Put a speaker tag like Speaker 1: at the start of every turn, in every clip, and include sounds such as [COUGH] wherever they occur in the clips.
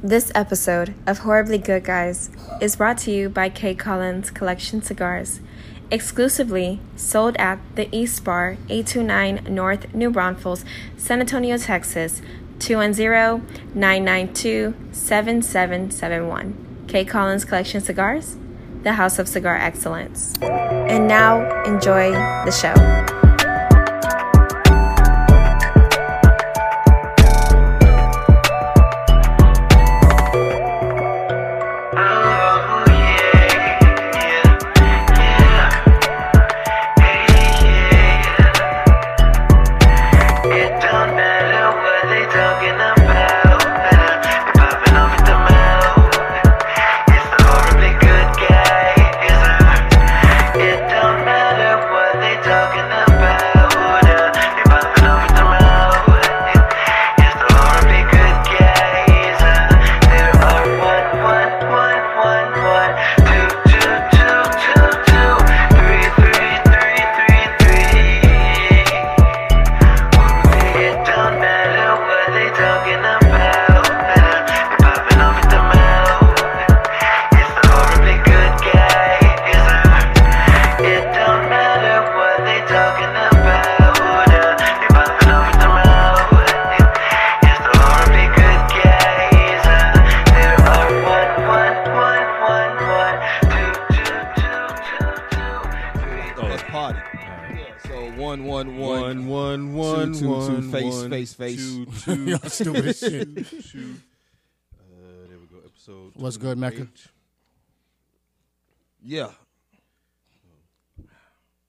Speaker 1: This episode of Horribly Good Guys is brought to you by K. Collins Collection Cigars, exclusively sold at the East Bar, 829 North New Braunfels, San Antonio, Texas, 210-992-7771. K. Collins Collection Cigars, the house of cigar excellence. And now, enjoy the show.
Speaker 2: Oh,
Speaker 3: Let's party. So one one
Speaker 2: One, one,
Speaker 3: one
Speaker 2: one,
Speaker 3: two, two,
Speaker 2: one,
Speaker 3: face,
Speaker 2: one,
Speaker 3: face, face.
Speaker 2: [LAUGHS] two, two.
Speaker 4: Y'all stupid as shit.
Speaker 2: Two, two. Uh, there we go. Episode.
Speaker 4: What's good, Mecca?
Speaker 2: 28.
Speaker 3: Yeah.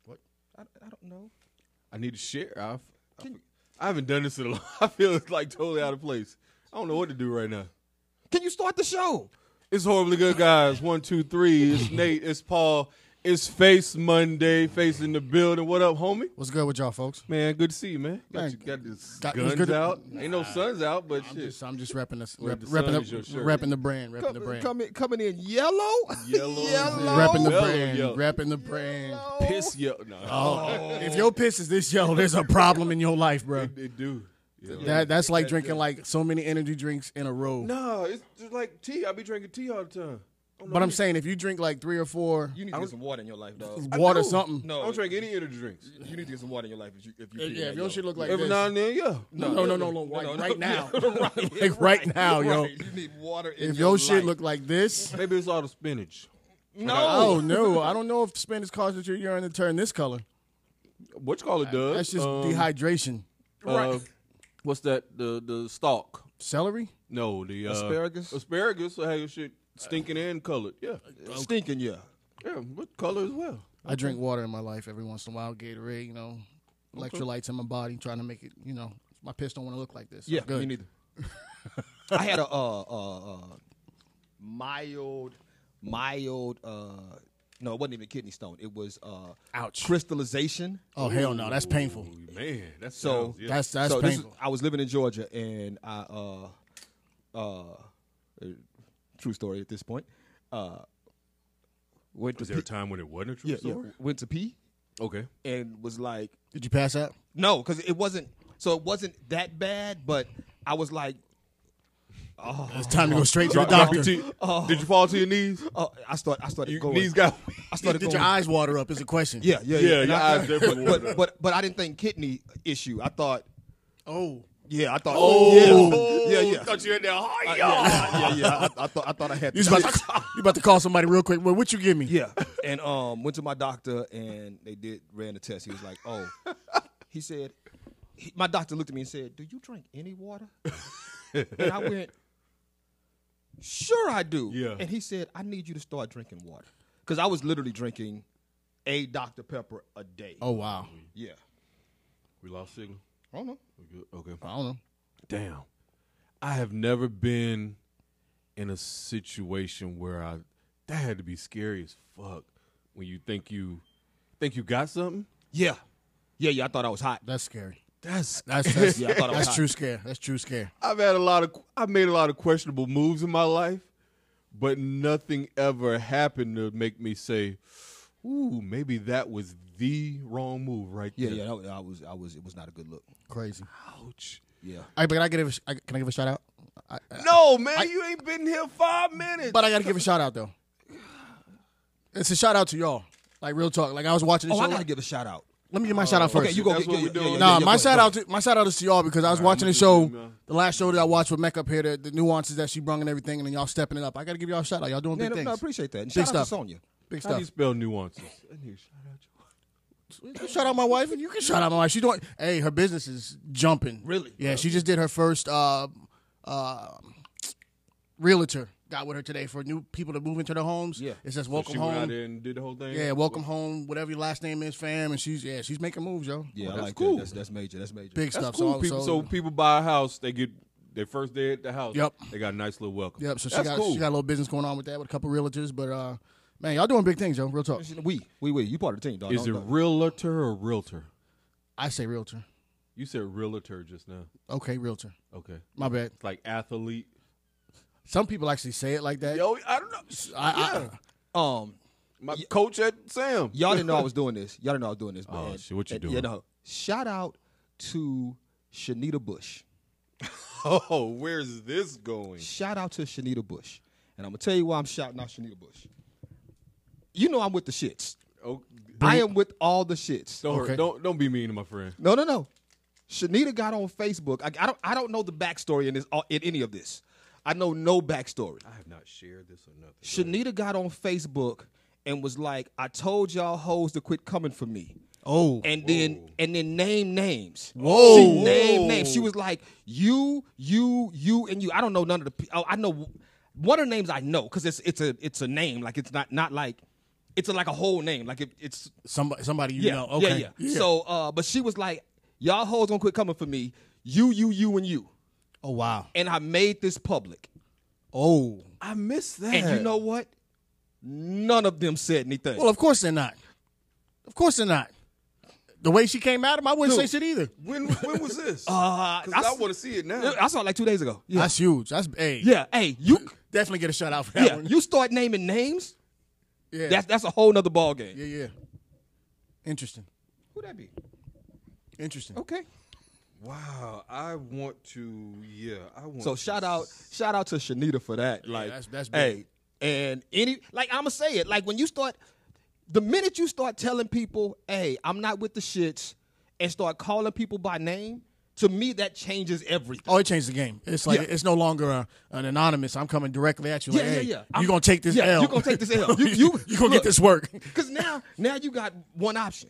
Speaker 2: What?
Speaker 3: I, I don't know.
Speaker 2: I need to share. I've, I've, I haven't done this in a long. [LAUGHS] I feel like totally out of place. I don't know what to do right now.
Speaker 3: Can you start the show?
Speaker 2: It's horribly good, guys. One, two, three.
Speaker 4: [LAUGHS]
Speaker 2: It's Nate. It's Paul. It's Face Monday. Face in the building. What up, homie?
Speaker 4: What's good with y'all, folks?
Speaker 2: Man, good to see you, man. Got,
Speaker 4: Man,
Speaker 2: you, got this
Speaker 4: got- it's
Speaker 2: guns
Speaker 4: good to-
Speaker 2: out. Ain't no suns out, but
Speaker 4: I'm
Speaker 2: shit.
Speaker 4: just, I'm just repping this,
Speaker 2: Well,
Speaker 4: rep,
Speaker 2: the sun
Speaker 4: repping,
Speaker 2: is your
Speaker 4: the,
Speaker 2: shirt.
Speaker 4: repping the brand, repping the
Speaker 3: Coming,
Speaker 4: brand,
Speaker 3: coming, coming in yellow. [LAUGHS]
Speaker 2: Yellow.
Speaker 3: Yellow.
Speaker 4: repping the
Speaker 2: Yellow,
Speaker 4: brand,
Speaker 2: yellow.
Speaker 4: repping the brand.
Speaker 2: Piss yo. No.
Speaker 4: Oh, if your piss is this yellow, there's a problem in your life, bro.
Speaker 2: It do. Yeah.
Speaker 4: That that's like drinking like so many energy drinks in a row.
Speaker 2: No, it's just like tea. I be drinking tea all the time.
Speaker 4: But I'm saying if you drink like three or four,
Speaker 3: You need to get some water in your life,
Speaker 2: [LAUGHS]
Speaker 3: dog.
Speaker 4: water
Speaker 2: know.
Speaker 4: something.
Speaker 3: No,
Speaker 2: I don't drink any energy drinks.
Speaker 3: You need to get some water in your life if you if you.
Speaker 4: Yeah,
Speaker 3: feeling
Speaker 4: yeah,
Speaker 3: that
Speaker 4: if your
Speaker 3: yellow.
Speaker 4: shit look like
Speaker 2: Every
Speaker 4: this.
Speaker 2: now and then, yeah.
Speaker 4: no, no, no, no, no, right,
Speaker 3: no,
Speaker 2: [LAUGHS]
Speaker 3: no.
Speaker 4: right now,
Speaker 3: Right,
Speaker 4: [LAUGHS] like right now, yo.
Speaker 3: Right, You need water in
Speaker 4: If
Speaker 3: your
Speaker 4: your shit
Speaker 3: life.
Speaker 4: look like this,
Speaker 2: Maybe it's all the spinach.
Speaker 3: no.
Speaker 4: oh no, I don't know if spinach causes your urine to turn this color.
Speaker 2: What you call it does?
Speaker 4: That's just
Speaker 2: um,
Speaker 4: dehydration.
Speaker 2: uh, what's that? The the stalk?
Speaker 4: Celery?
Speaker 2: No, the uh,
Speaker 3: Asparagus?
Speaker 2: Asparagus will have your shit stinking and colored. Yeah,
Speaker 3: stinking, yeah.
Speaker 2: yeah, but color as well.
Speaker 4: I drink water in my life every once in a while. Gatorade, you know, electrolytes in my body, trying to make it. You know, my piss don't want to look like this.
Speaker 3: Yeah,
Speaker 4: good.
Speaker 3: me neither.
Speaker 4: [LAUGHS]
Speaker 3: I had a uh, uh, uh, mild, mild. Uh, no, it wasn't even kidney stone. It was uh,
Speaker 4: Ouch.
Speaker 3: crystallization.
Speaker 4: oh hell no, that's painful.
Speaker 2: Ooh, man, that's
Speaker 3: So-
Speaker 2: yeah.
Speaker 4: That's that's
Speaker 3: so this is,
Speaker 4: painful.
Speaker 3: I was living in Georgia, and I, uh, uh, uh, true story at this point, uh, went to
Speaker 2: was there a
Speaker 3: pee,
Speaker 2: time when it wasn't a true
Speaker 3: yeah, yeah,
Speaker 2: story?
Speaker 3: went to pee,
Speaker 2: Okay,
Speaker 3: and was like,
Speaker 4: Did you pass out?
Speaker 3: No, because it wasn't. So it wasn't that bad, but I was like,
Speaker 4: It's time to go straight to the
Speaker 2: Drop
Speaker 4: doctor.
Speaker 2: your
Speaker 4: Did
Speaker 2: tea. [LAUGHS] Did you fall to your knees?
Speaker 3: oh, I start, I started
Speaker 2: You,
Speaker 3: going.
Speaker 2: knees got.
Speaker 3: I started
Speaker 4: your
Speaker 3: going.
Speaker 4: eyes water up? Is a question.
Speaker 3: yeah, yeah,
Speaker 2: Yeah,
Speaker 3: yeah. And
Speaker 2: your
Speaker 3: I-
Speaker 2: eyes definitely
Speaker 3: but,
Speaker 2: watered
Speaker 3: but but but I didn't think kidney issue. I thought,
Speaker 4: Oh,
Speaker 3: yeah, I thought,
Speaker 2: Oh.
Speaker 3: yeah, yeah,
Speaker 2: [LAUGHS]
Speaker 3: yeah.
Speaker 2: Thought you in there. Oh,
Speaker 3: I-
Speaker 2: yeah.
Speaker 3: yeah, yeah, yeah. I, I thought I thought [LAUGHS] I had
Speaker 4: you
Speaker 3: the
Speaker 4: about
Speaker 3: shits.
Speaker 4: to, you about to call somebody real quick? Well, what you give me?
Speaker 3: Yeah. And um went to my doctor and they did ran the test. He was like, "Oh." He said he, my doctor looked at me and said, "Do you drink any water?" and I went, "Sure I do."
Speaker 2: Yeah.
Speaker 3: And he said, "I need you to start drinking water." Cuz I was literally drinking a Dr Pepper a day.
Speaker 4: Oh wow.
Speaker 3: Yeah.
Speaker 2: We lost signal.
Speaker 3: I don't know.
Speaker 2: We good? Okay.
Speaker 4: I don't know.
Speaker 2: damn, I have never been in a situation where I that had to be scary as fuck when you think you think you got something.
Speaker 3: Yeah. Yeah, yeah, I thought I was hot.
Speaker 4: That's scary.
Speaker 2: That's
Speaker 4: That's
Speaker 3: [LAUGHS]
Speaker 4: that's,
Speaker 3: Yeah, I thought I was
Speaker 4: that's
Speaker 3: hot.
Speaker 4: true scare. That's true scare.
Speaker 2: I've had a lot of I've made a lot of questionable moves in my life, but nothing ever happened to make me say, "Ooh, maybe that was the wrong move right
Speaker 3: Yeah,
Speaker 2: there."
Speaker 3: yeah, that- I was I was it was not a good look.
Speaker 4: Crazy.
Speaker 2: Ouch.
Speaker 3: Yeah.
Speaker 4: All right, but can I give a, sh- I- can I give a shout out? I, I-
Speaker 2: No, man, you ain't been here five minutes.
Speaker 4: but I got to give a shout out though. It's a shout out to y'all. Like real talk. Like I was watching the
Speaker 3: Oh,
Speaker 4: show.
Speaker 3: I gotta give a shout out.
Speaker 4: Let me get my shout out first.
Speaker 3: Okay, you go.
Speaker 2: That's
Speaker 3: get,
Speaker 2: what
Speaker 3: yeah,
Speaker 2: we doing.
Speaker 3: yeah, yeah,
Speaker 4: Nah,
Speaker 3: yeah,
Speaker 4: my
Speaker 3: go
Speaker 4: shout
Speaker 3: ahead,
Speaker 4: out to my shout out is to y'all because I was watching the
Speaker 2: I'm gonna
Speaker 4: show,
Speaker 2: do it, man.
Speaker 4: the last show that I watched with Mecca up here, the, the nuances that she brung and everything, and then y'all stepping it up. I got to give y'all a shout out. Y'all doing
Speaker 3: go ahead.
Speaker 4: big
Speaker 3: Man,
Speaker 4: things,
Speaker 3: no, I appreciate that. And shout out to
Speaker 4: stuff.
Speaker 3: Sonya.
Speaker 4: big
Speaker 2: How do you
Speaker 4: stuff.
Speaker 2: spell nuances? I need to shout out your-
Speaker 4: Shout out my wife, and you can shout out my wife. She's doing. Hey, her business is jumping.
Speaker 3: Really?
Speaker 4: Yeah, she just did her first uh, uh, realtor. Got with her today for new people to move into their homes.
Speaker 3: Yeah.
Speaker 4: it says
Speaker 2: So
Speaker 4: welcome
Speaker 2: she went out
Speaker 4: home.
Speaker 2: there and did the whole thing.
Speaker 4: Yeah, welcome home, whatever your last name is, fam. And she's yeah, she's making moves, yo.
Speaker 3: Yeah, I
Speaker 2: that's
Speaker 3: like
Speaker 2: cool.
Speaker 3: that. That's, that's major. That's major. [LAUGHS]
Speaker 4: Big
Speaker 2: That's
Speaker 4: stuff.
Speaker 2: cool.
Speaker 4: So,
Speaker 2: people, so,
Speaker 4: so,
Speaker 2: people buy a house, they get their first day at the house.
Speaker 4: Yep.
Speaker 2: They got a nice little welcome.
Speaker 4: yep. So she
Speaker 2: That's
Speaker 4: got
Speaker 2: cool.
Speaker 4: she got a little business going on with that with a couple realtors, but uh, man, y'all doing big things, yo. Real talk.
Speaker 3: We, we, we. You part of the team, dog.
Speaker 2: Is it
Speaker 3: Don't- don't-
Speaker 2: realtor or realtor?
Speaker 4: I say realtor.
Speaker 2: You said realtor just now.
Speaker 4: Okay, realtor.
Speaker 2: Okay.
Speaker 4: My bad.
Speaker 2: It's like athlete.
Speaker 4: Some people actually say it like that.
Speaker 2: Yo, I don't know.
Speaker 4: I,
Speaker 2: yeah.
Speaker 4: I,
Speaker 3: Um,
Speaker 2: My coach at Sam.
Speaker 3: y'all didn't know I was doing this. Y'all didn't know I was doing this. But,
Speaker 2: Oh,
Speaker 3: and-
Speaker 2: shit, what you
Speaker 3: and,
Speaker 2: doing?
Speaker 3: You know, shout out to Shanita Bush.
Speaker 2: [LAUGHS] Oh, where's this going?
Speaker 3: Shout out to Shanita Bush. And I'm gonna tell you why I'm shouting out Shanita Bush. You know I'm with the shits.
Speaker 2: Oh,
Speaker 3: I am with all the shits.
Speaker 2: don't,
Speaker 4: Okay.
Speaker 2: hurt, don't don't be mean to my friend.
Speaker 3: No, no, no. Shanita got on Facebook. I, I don't. I don't know the backstory in this. uh, In any of this, I know no backstory.
Speaker 2: I have not shared this or nothing.
Speaker 3: Shanita got on Facebook and was like, "I told y'all hoes to quit coming for me."
Speaker 4: oh,
Speaker 3: and then and then name names.
Speaker 4: Whoa.
Speaker 3: she named names. She was like you, you, you, and you. I don't know none of the. pe- Oh, I know one of the names I know because it's it's a it's a name. Like it's not not like it's like a whole name. Like it, it's
Speaker 4: somebody, somebody you
Speaker 3: yeah,
Speaker 4: know. Okay,
Speaker 3: yeah, yeah. So, uh, but she was like, y'all hoes gonna quit coming for me. You, you, you, and you.
Speaker 4: oh wow.
Speaker 3: And I made this public.
Speaker 4: Oh,
Speaker 2: I missed that.
Speaker 3: And you know what? None of them said anything.
Speaker 4: well, of course they're not. Of course they're not. The way she came at him, I wouldn't say shit either.
Speaker 2: when when was
Speaker 4: [LAUGHS]
Speaker 2: this?
Speaker 3: Uh,
Speaker 2: Because
Speaker 3: I
Speaker 2: I,
Speaker 3: s-
Speaker 2: want to see it now.
Speaker 3: I saw it like two days ago. Yeah,
Speaker 4: That's huge. That's hey.
Speaker 3: yeah. Hey, you.
Speaker 4: Definitely get a shout out for that
Speaker 3: Yeah,
Speaker 4: one.
Speaker 3: you start naming names.
Speaker 4: yeah.
Speaker 3: That's that's a whole nother ball game.
Speaker 4: yeah, yeah. Interesting.
Speaker 3: Who that be?
Speaker 4: Interesting.
Speaker 3: Okay.
Speaker 2: Wow, I want to. Yeah, I want.
Speaker 3: So
Speaker 2: to
Speaker 3: shout out shout out to Shanita for that. Like
Speaker 4: that's- that's
Speaker 3: hey,
Speaker 4: big.
Speaker 3: and any like I'ma say it, like when you start the minute you start telling people, hey, I'm not with the shits, and start calling people by name, to me that changes everything.
Speaker 4: Oh, it changed the game. It's like
Speaker 3: Yeah.
Speaker 4: it's no longer a, an anonymous. I'm coming directly at you. Like,
Speaker 3: Yeah, yeah,
Speaker 4: hey,
Speaker 3: yeah. I'm-
Speaker 4: You're gonna take this
Speaker 3: yeah,
Speaker 4: L.
Speaker 3: you gonna take this
Speaker 4: [LAUGHS]
Speaker 3: L. You-
Speaker 4: you
Speaker 3: you-
Speaker 4: you gonna
Speaker 3: look.
Speaker 4: get this work. [LAUGHS]
Speaker 3: Cause now now you got one option.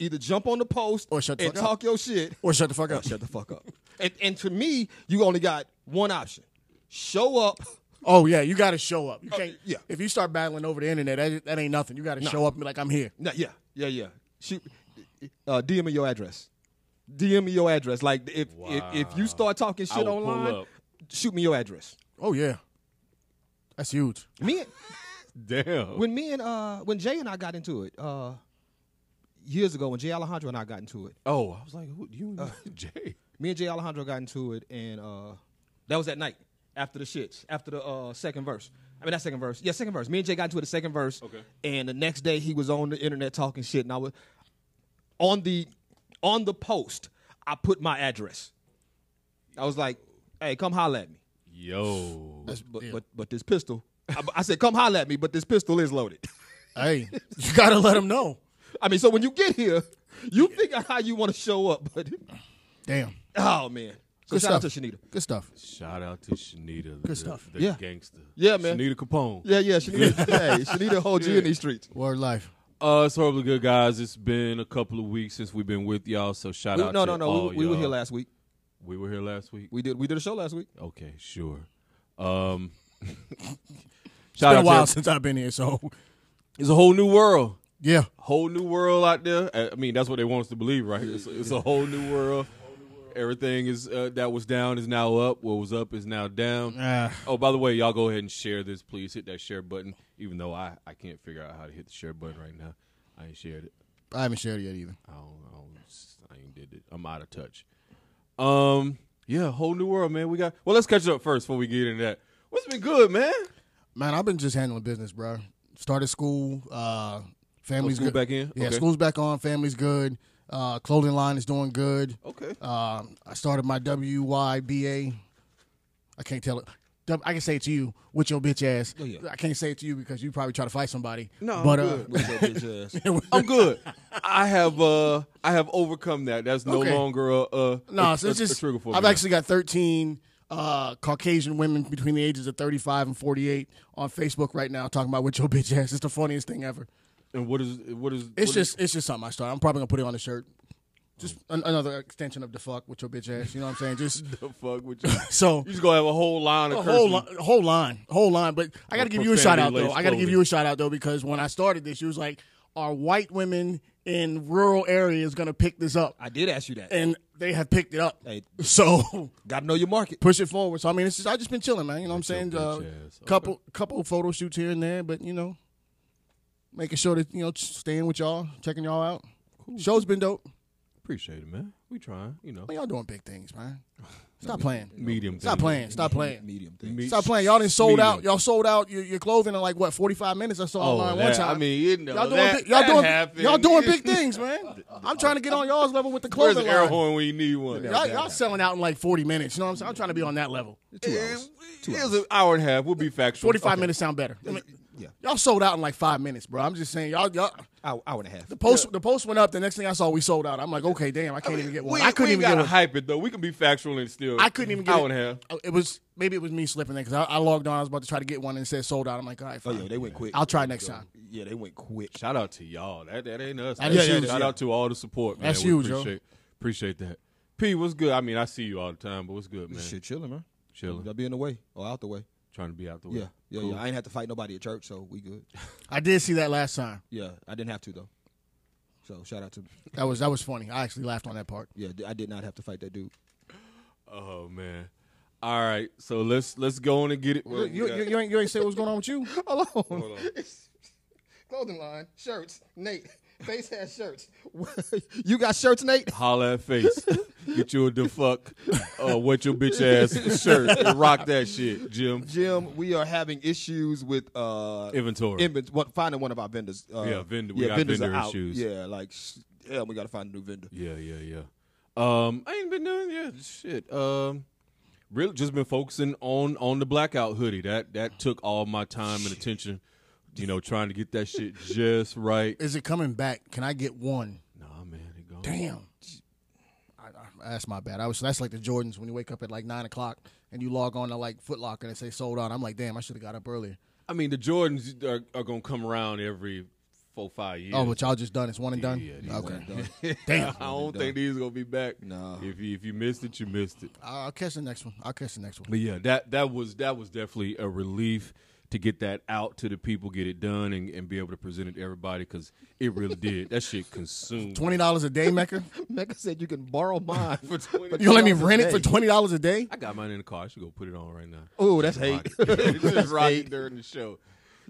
Speaker 3: Either jump on the post
Speaker 4: Or shut the
Speaker 3: and
Speaker 4: fuck up.
Speaker 3: talk your shit.
Speaker 4: Or shut the fuck
Speaker 3: or
Speaker 4: up.
Speaker 3: shut the fuck up. and and to me, you only got one option. Show up.
Speaker 4: Oh yeah, you got to show up. You can't.
Speaker 3: Oh, yeah.
Speaker 4: If you start battling over the internet, that, that ain't nothing. You got to show up and be like, I'm here.
Speaker 3: No, yeah, yeah, yeah. Shoot, uh, DM me your address. DM me your address. Like if if, if you start talking shit
Speaker 2: will pull
Speaker 3: online,
Speaker 2: up.
Speaker 3: shoot me your address.
Speaker 4: Oh yeah, that's huge.
Speaker 3: Me and-
Speaker 2: Damn.
Speaker 3: when me and uh when Jay and I got into it uh years ago when Jay Alejandro and I got into it.
Speaker 2: oh, I was like, who, you
Speaker 3: Uh,
Speaker 2: and [LAUGHS] Jay.
Speaker 3: Me and Jay Alejandro got into it and uh that was that night after the shits after the uh second verse. I mean, that second verse. Yeah, second verse. Me and Jay got into it the second verse.
Speaker 2: Okay.
Speaker 3: And the next day he was on the internet talking shit and I was on the on the post, I put my address. I was like, "Hey, come holler at me."
Speaker 2: Yo.
Speaker 3: But but but this pistol, I, I said, "Come holler at me," but this pistol is loaded.
Speaker 4: [LAUGHS]
Speaker 3: [LAUGHS]
Speaker 4: Hey, you got to let them know.
Speaker 3: I mean, so when you get here, you figure out how you want to show up. But
Speaker 4: Damn.
Speaker 3: oh man, so
Speaker 4: Good
Speaker 3: shout out to
Speaker 4: stuff.
Speaker 3: Shanita.
Speaker 4: Good stuff.
Speaker 2: Shout out to Shanita. the,
Speaker 4: stuff.
Speaker 2: The
Speaker 3: Yeah.
Speaker 2: gangster.
Speaker 3: Yeah, man.
Speaker 2: Shanita Capone.
Speaker 3: Yeah, yeah,
Speaker 2: [LAUGHS]
Speaker 3: Shanita. hey, Shanita, hold you in these streets.
Speaker 4: Word life.
Speaker 2: Uh, it's horribly good, guys. It's been a couple of weeks since we've been with y'all, so shout
Speaker 3: We-
Speaker 2: out
Speaker 3: no,
Speaker 2: to
Speaker 3: no, no.
Speaker 2: all
Speaker 3: We, we were
Speaker 2: y'all.
Speaker 3: here last week.
Speaker 2: We were here last week.
Speaker 3: We did we did a show last week.
Speaker 2: Okay, sure.
Speaker 3: [LAUGHS]
Speaker 2: Um, [LAUGHS]
Speaker 4: It's been
Speaker 2: shout
Speaker 4: a
Speaker 2: out
Speaker 4: while
Speaker 2: to
Speaker 4: since I've been here, so [LAUGHS]
Speaker 2: It's a whole new world.
Speaker 4: yeah.
Speaker 2: Whole new world out there. I I mean, that's what they want us to believe, right? It's, it's a whole new world. Everything is uh, that was down is now up. What was up is now down.
Speaker 4: Ah.
Speaker 2: Oh, by the way, y'all go ahead and share this, please. Hit that share button. Even though I, I can't figure out how to hit the share button right now, I ain't shared it.
Speaker 4: I haven't shared it yet either.
Speaker 2: I don't, I don't, I ain't did it. I'm out of touch. Um, yeah, whole new world, man. We got. Well, let's catch up first before we get into that. What's been good, man?
Speaker 4: Man, I've been just handling business, bro. Started school. Uh, family's
Speaker 2: Oh, school
Speaker 4: good.
Speaker 2: back in?
Speaker 4: Yeah,
Speaker 2: Okay.
Speaker 4: school's back on. Family's good. Uh,
Speaker 2: Oh.
Speaker 4: clothing line is doing good.
Speaker 2: Okay.
Speaker 4: Um, I started my WYBA I can't tell it. Dub, I can say it to you with your bitch ass.
Speaker 3: Oh, yeah.
Speaker 4: I can't say it to you because you probably try to fight somebody.
Speaker 2: No,
Speaker 4: but
Speaker 2: I'm good.
Speaker 4: uh,
Speaker 3: With your bitch ass.
Speaker 2: I'm good. I have uh I have overcome that. That's no
Speaker 4: Okay.
Speaker 2: longer a, a
Speaker 4: [LAUGHS] no,
Speaker 2: a,
Speaker 4: so it's
Speaker 2: a- a
Speaker 4: just
Speaker 2: trigger for
Speaker 4: I've
Speaker 2: me.
Speaker 4: actually got 13 uh, Caucasian women between the ages of 35 and 48 on Facebook right now talking about with your bitch ass. It's the funniest thing ever.
Speaker 2: and what is what is
Speaker 4: It's
Speaker 2: what is-
Speaker 4: just it's just something I started. I'm probably gonna put it on a shirt. Just an, another extension of the fuck with your bitch ass. You know what I'm saying? Just
Speaker 2: Oh. [LAUGHS] the fuck with you.
Speaker 4: so
Speaker 2: You just gonna have a whole line of
Speaker 4: a
Speaker 2: curses.
Speaker 4: whole line, whole line, whole line. But I got to
Speaker 2: Of
Speaker 4: give you a shout out
Speaker 2: profanity
Speaker 4: though. I got to give
Speaker 2: laced
Speaker 4: you a shout out though because when I started this, you was like, "Are white women in rural areas gonna pick this up?"
Speaker 3: I did ask you that.
Speaker 4: And they have picked it up.
Speaker 3: Hey.
Speaker 4: So [LAUGHS]
Speaker 3: Got to know your market.
Speaker 4: push it forward. So I mean, it's just I just been chilling, man. You know what I'm saying?
Speaker 2: your
Speaker 4: Uh,
Speaker 2: bitch ass.
Speaker 4: couple couple photo shoots here and there, but you know, making sure that you know staying with y'all, checking y'all out. Show's been dope.
Speaker 2: Appreciate it, man. We trying, you know.
Speaker 4: Man, y'all doing big things, man. Stop playing.
Speaker 2: Medium.
Speaker 4: Stop
Speaker 2: thing.
Speaker 4: playing. Stop playing.
Speaker 3: Medium thing.
Speaker 2: Me-
Speaker 4: Stop playing. Y'all done sold
Speaker 2: Medium.
Speaker 4: out. Y'all sold out your, your clothing in like what forty five minutes. I saw
Speaker 2: Oh,
Speaker 4: online one
Speaker 2: that-
Speaker 4: time.
Speaker 2: I mean, you know,
Speaker 4: y'all doing
Speaker 2: that-
Speaker 4: big, y'all
Speaker 2: that
Speaker 4: doing
Speaker 2: happened.
Speaker 4: y'all doing
Speaker 2: [LAUGHS]
Speaker 4: big things, man. I'm trying to get on y'all's level with the
Speaker 2: Where's the
Speaker 4: clothing
Speaker 2: air
Speaker 4: line.
Speaker 2: horn when you need one?
Speaker 4: Y'all, y'all selling out in like forty minutes. You know what I'm saying? I'm trying to be on that level.
Speaker 2: Two hours. Two hours. an hour and a half. We'll be factual.
Speaker 4: Forty five minutes sound better. I mean,
Speaker 3: yeah.
Speaker 4: Y'all sold out in like five minutes, bro. I'm just saying, y'all, y'all
Speaker 3: Hour, hour and a half.
Speaker 4: the post the post went up. The next thing I saw, we sold out. I'm like, okay, damn, I can't even get one. I couldn't even
Speaker 2: gotta
Speaker 4: get one.
Speaker 2: hype it though. We can be factual and still.
Speaker 4: I couldn't even get
Speaker 2: hour and
Speaker 4: it.
Speaker 2: a half.
Speaker 4: Oh, It was maybe it was me slipping there because I, I logged on. I was about to try to get one and it said sold out. I'm like, all right,
Speaker 3: Oh
Speaker 4: fine.
Speaker 3: yeah, they went quick.
Speaker 4: I'll try next time.
Speaker 3: Yeah, they went quick.
Speaker 2: Shout out to y'all. That that ain't us.
Speaker 4: That is
Speaker 2: Shout
Speaker 4: huge.
Speaker 2: out to all the support. Man.
Speaker 4: That's
Speaker 2: We
Speaker 4: huge, yo.
Speaker 2: Appreciate, appreciate that. P, what's good? I mean, I see you all the time, but what's good, man?
Speaker 3: Shit, chilling, man.
Speaker 2: Chilling.
Speaker 3: Gotta be in the way or out the way.
Speaker 2: Trying to be out the way.
Speaker 3: Yeah, yeah,
Speaker 2: Cool.
Speaker 3: yeah. I ain't have to fight nobody at church, so
Speaker 2: [LAUGHS]
Speaker 3: we good.
Speaker 4: I did see that last time.
Speaker 3: Yeah, I didn't have to though. So shout out to
Speaker 4: That was that was funny. I actually laughed on that part.
Speaker 3: yeah, I did not have to fight that dude.
Speaker 2: Oh man. All right. So let's let's go on and get it. Well,
Speaker 4: You,
Speaker 2: we
Speaker 4: you,
Speaker 2: got-
Speaker 4: you, you ain't you ain't say what's going on with you.
Speaker 2: hold on.
Speaker 4: Clothing line, shirts, Nate, face has shirts.
Speaker 3: [LAUGHS] you got shirts, Nate?
Speaker 2: Holla at face. Get you a the fuck uh, what your bitch ass shirt and rock that shit, Jim.
Speaker 3: Jim, we are having issues with uh
Speaker 2: Inventory.
Speaker 3: invent- what, finding one of our vendors. Uh,
Speaker 2: Yeah, vendor- we got
Speaker 3: vendors
Speaker 2: vendor
Speaker 3: are out.
Speaker 2: issues.
Speaker 3: Yeah, like sh- yeah, we got to find a new vendor.
Speaker 2: Yeah, yeah, yeah. Um, I ain't been doing yeah shit. Um, really just been focusing on on the blackout hoodie. That that took all my time and attention. You know, trying to get that
Speaker 4: [LAUGHS]
Speaker 2: shit just right.
Speaker 4: [LAUGHS] Is it coming back? Can I get one?
Speaker 2: Nah, man, it gone.
Speaker 4: Damn. I, I, that's my bad. I was that's like the Jordans when you wake up at like nine o'clock and you log on to like Foot Locker and it say sold out. I'm like, damn, I should have got up earlier.
Speaker 2: I mean, the Jordans are, are gonna come around every four five years.
Speaker 4: Oh, but y'all just done. It's one and done.
Speaker 2: Yeah, yeah,
Speaker 4: okay.
Speaker 2: I [LAUGHS]
Speaker 4: damn.
Speaker 2: don't think these are gonna be back.
Speaker 3: Nah.
Speaker 2: If you if you missed it, you missed it.
Speaker 4: I'll I'll catch the next one. I'll catch the next one.
Speaker 2: But yeah, that that was that was definitely a relief to get that out to the people, get it done, and, and be able to present it to everybody because it really did. That shit consumed.
Speaker 4: Twenty dollars a day, [LAUGHS] Mecca.
Speaker 3: Mecca said you can borrow mine for
Speaker 2: [LAUGHS]
Speaker 3: twenty.
Speaker 4: You gonna let me rent it for twenty dollars a day?
Speaker 2: I got mine in the car. I should go put it on right now.
Speaker 3: Oh, that's hate.
Speaker 2: Rock it.
Speaker 3: [LAUGHS]
Speaker 2: It's just rock it
Speaker 3: hate.
Speaker 2: during the show.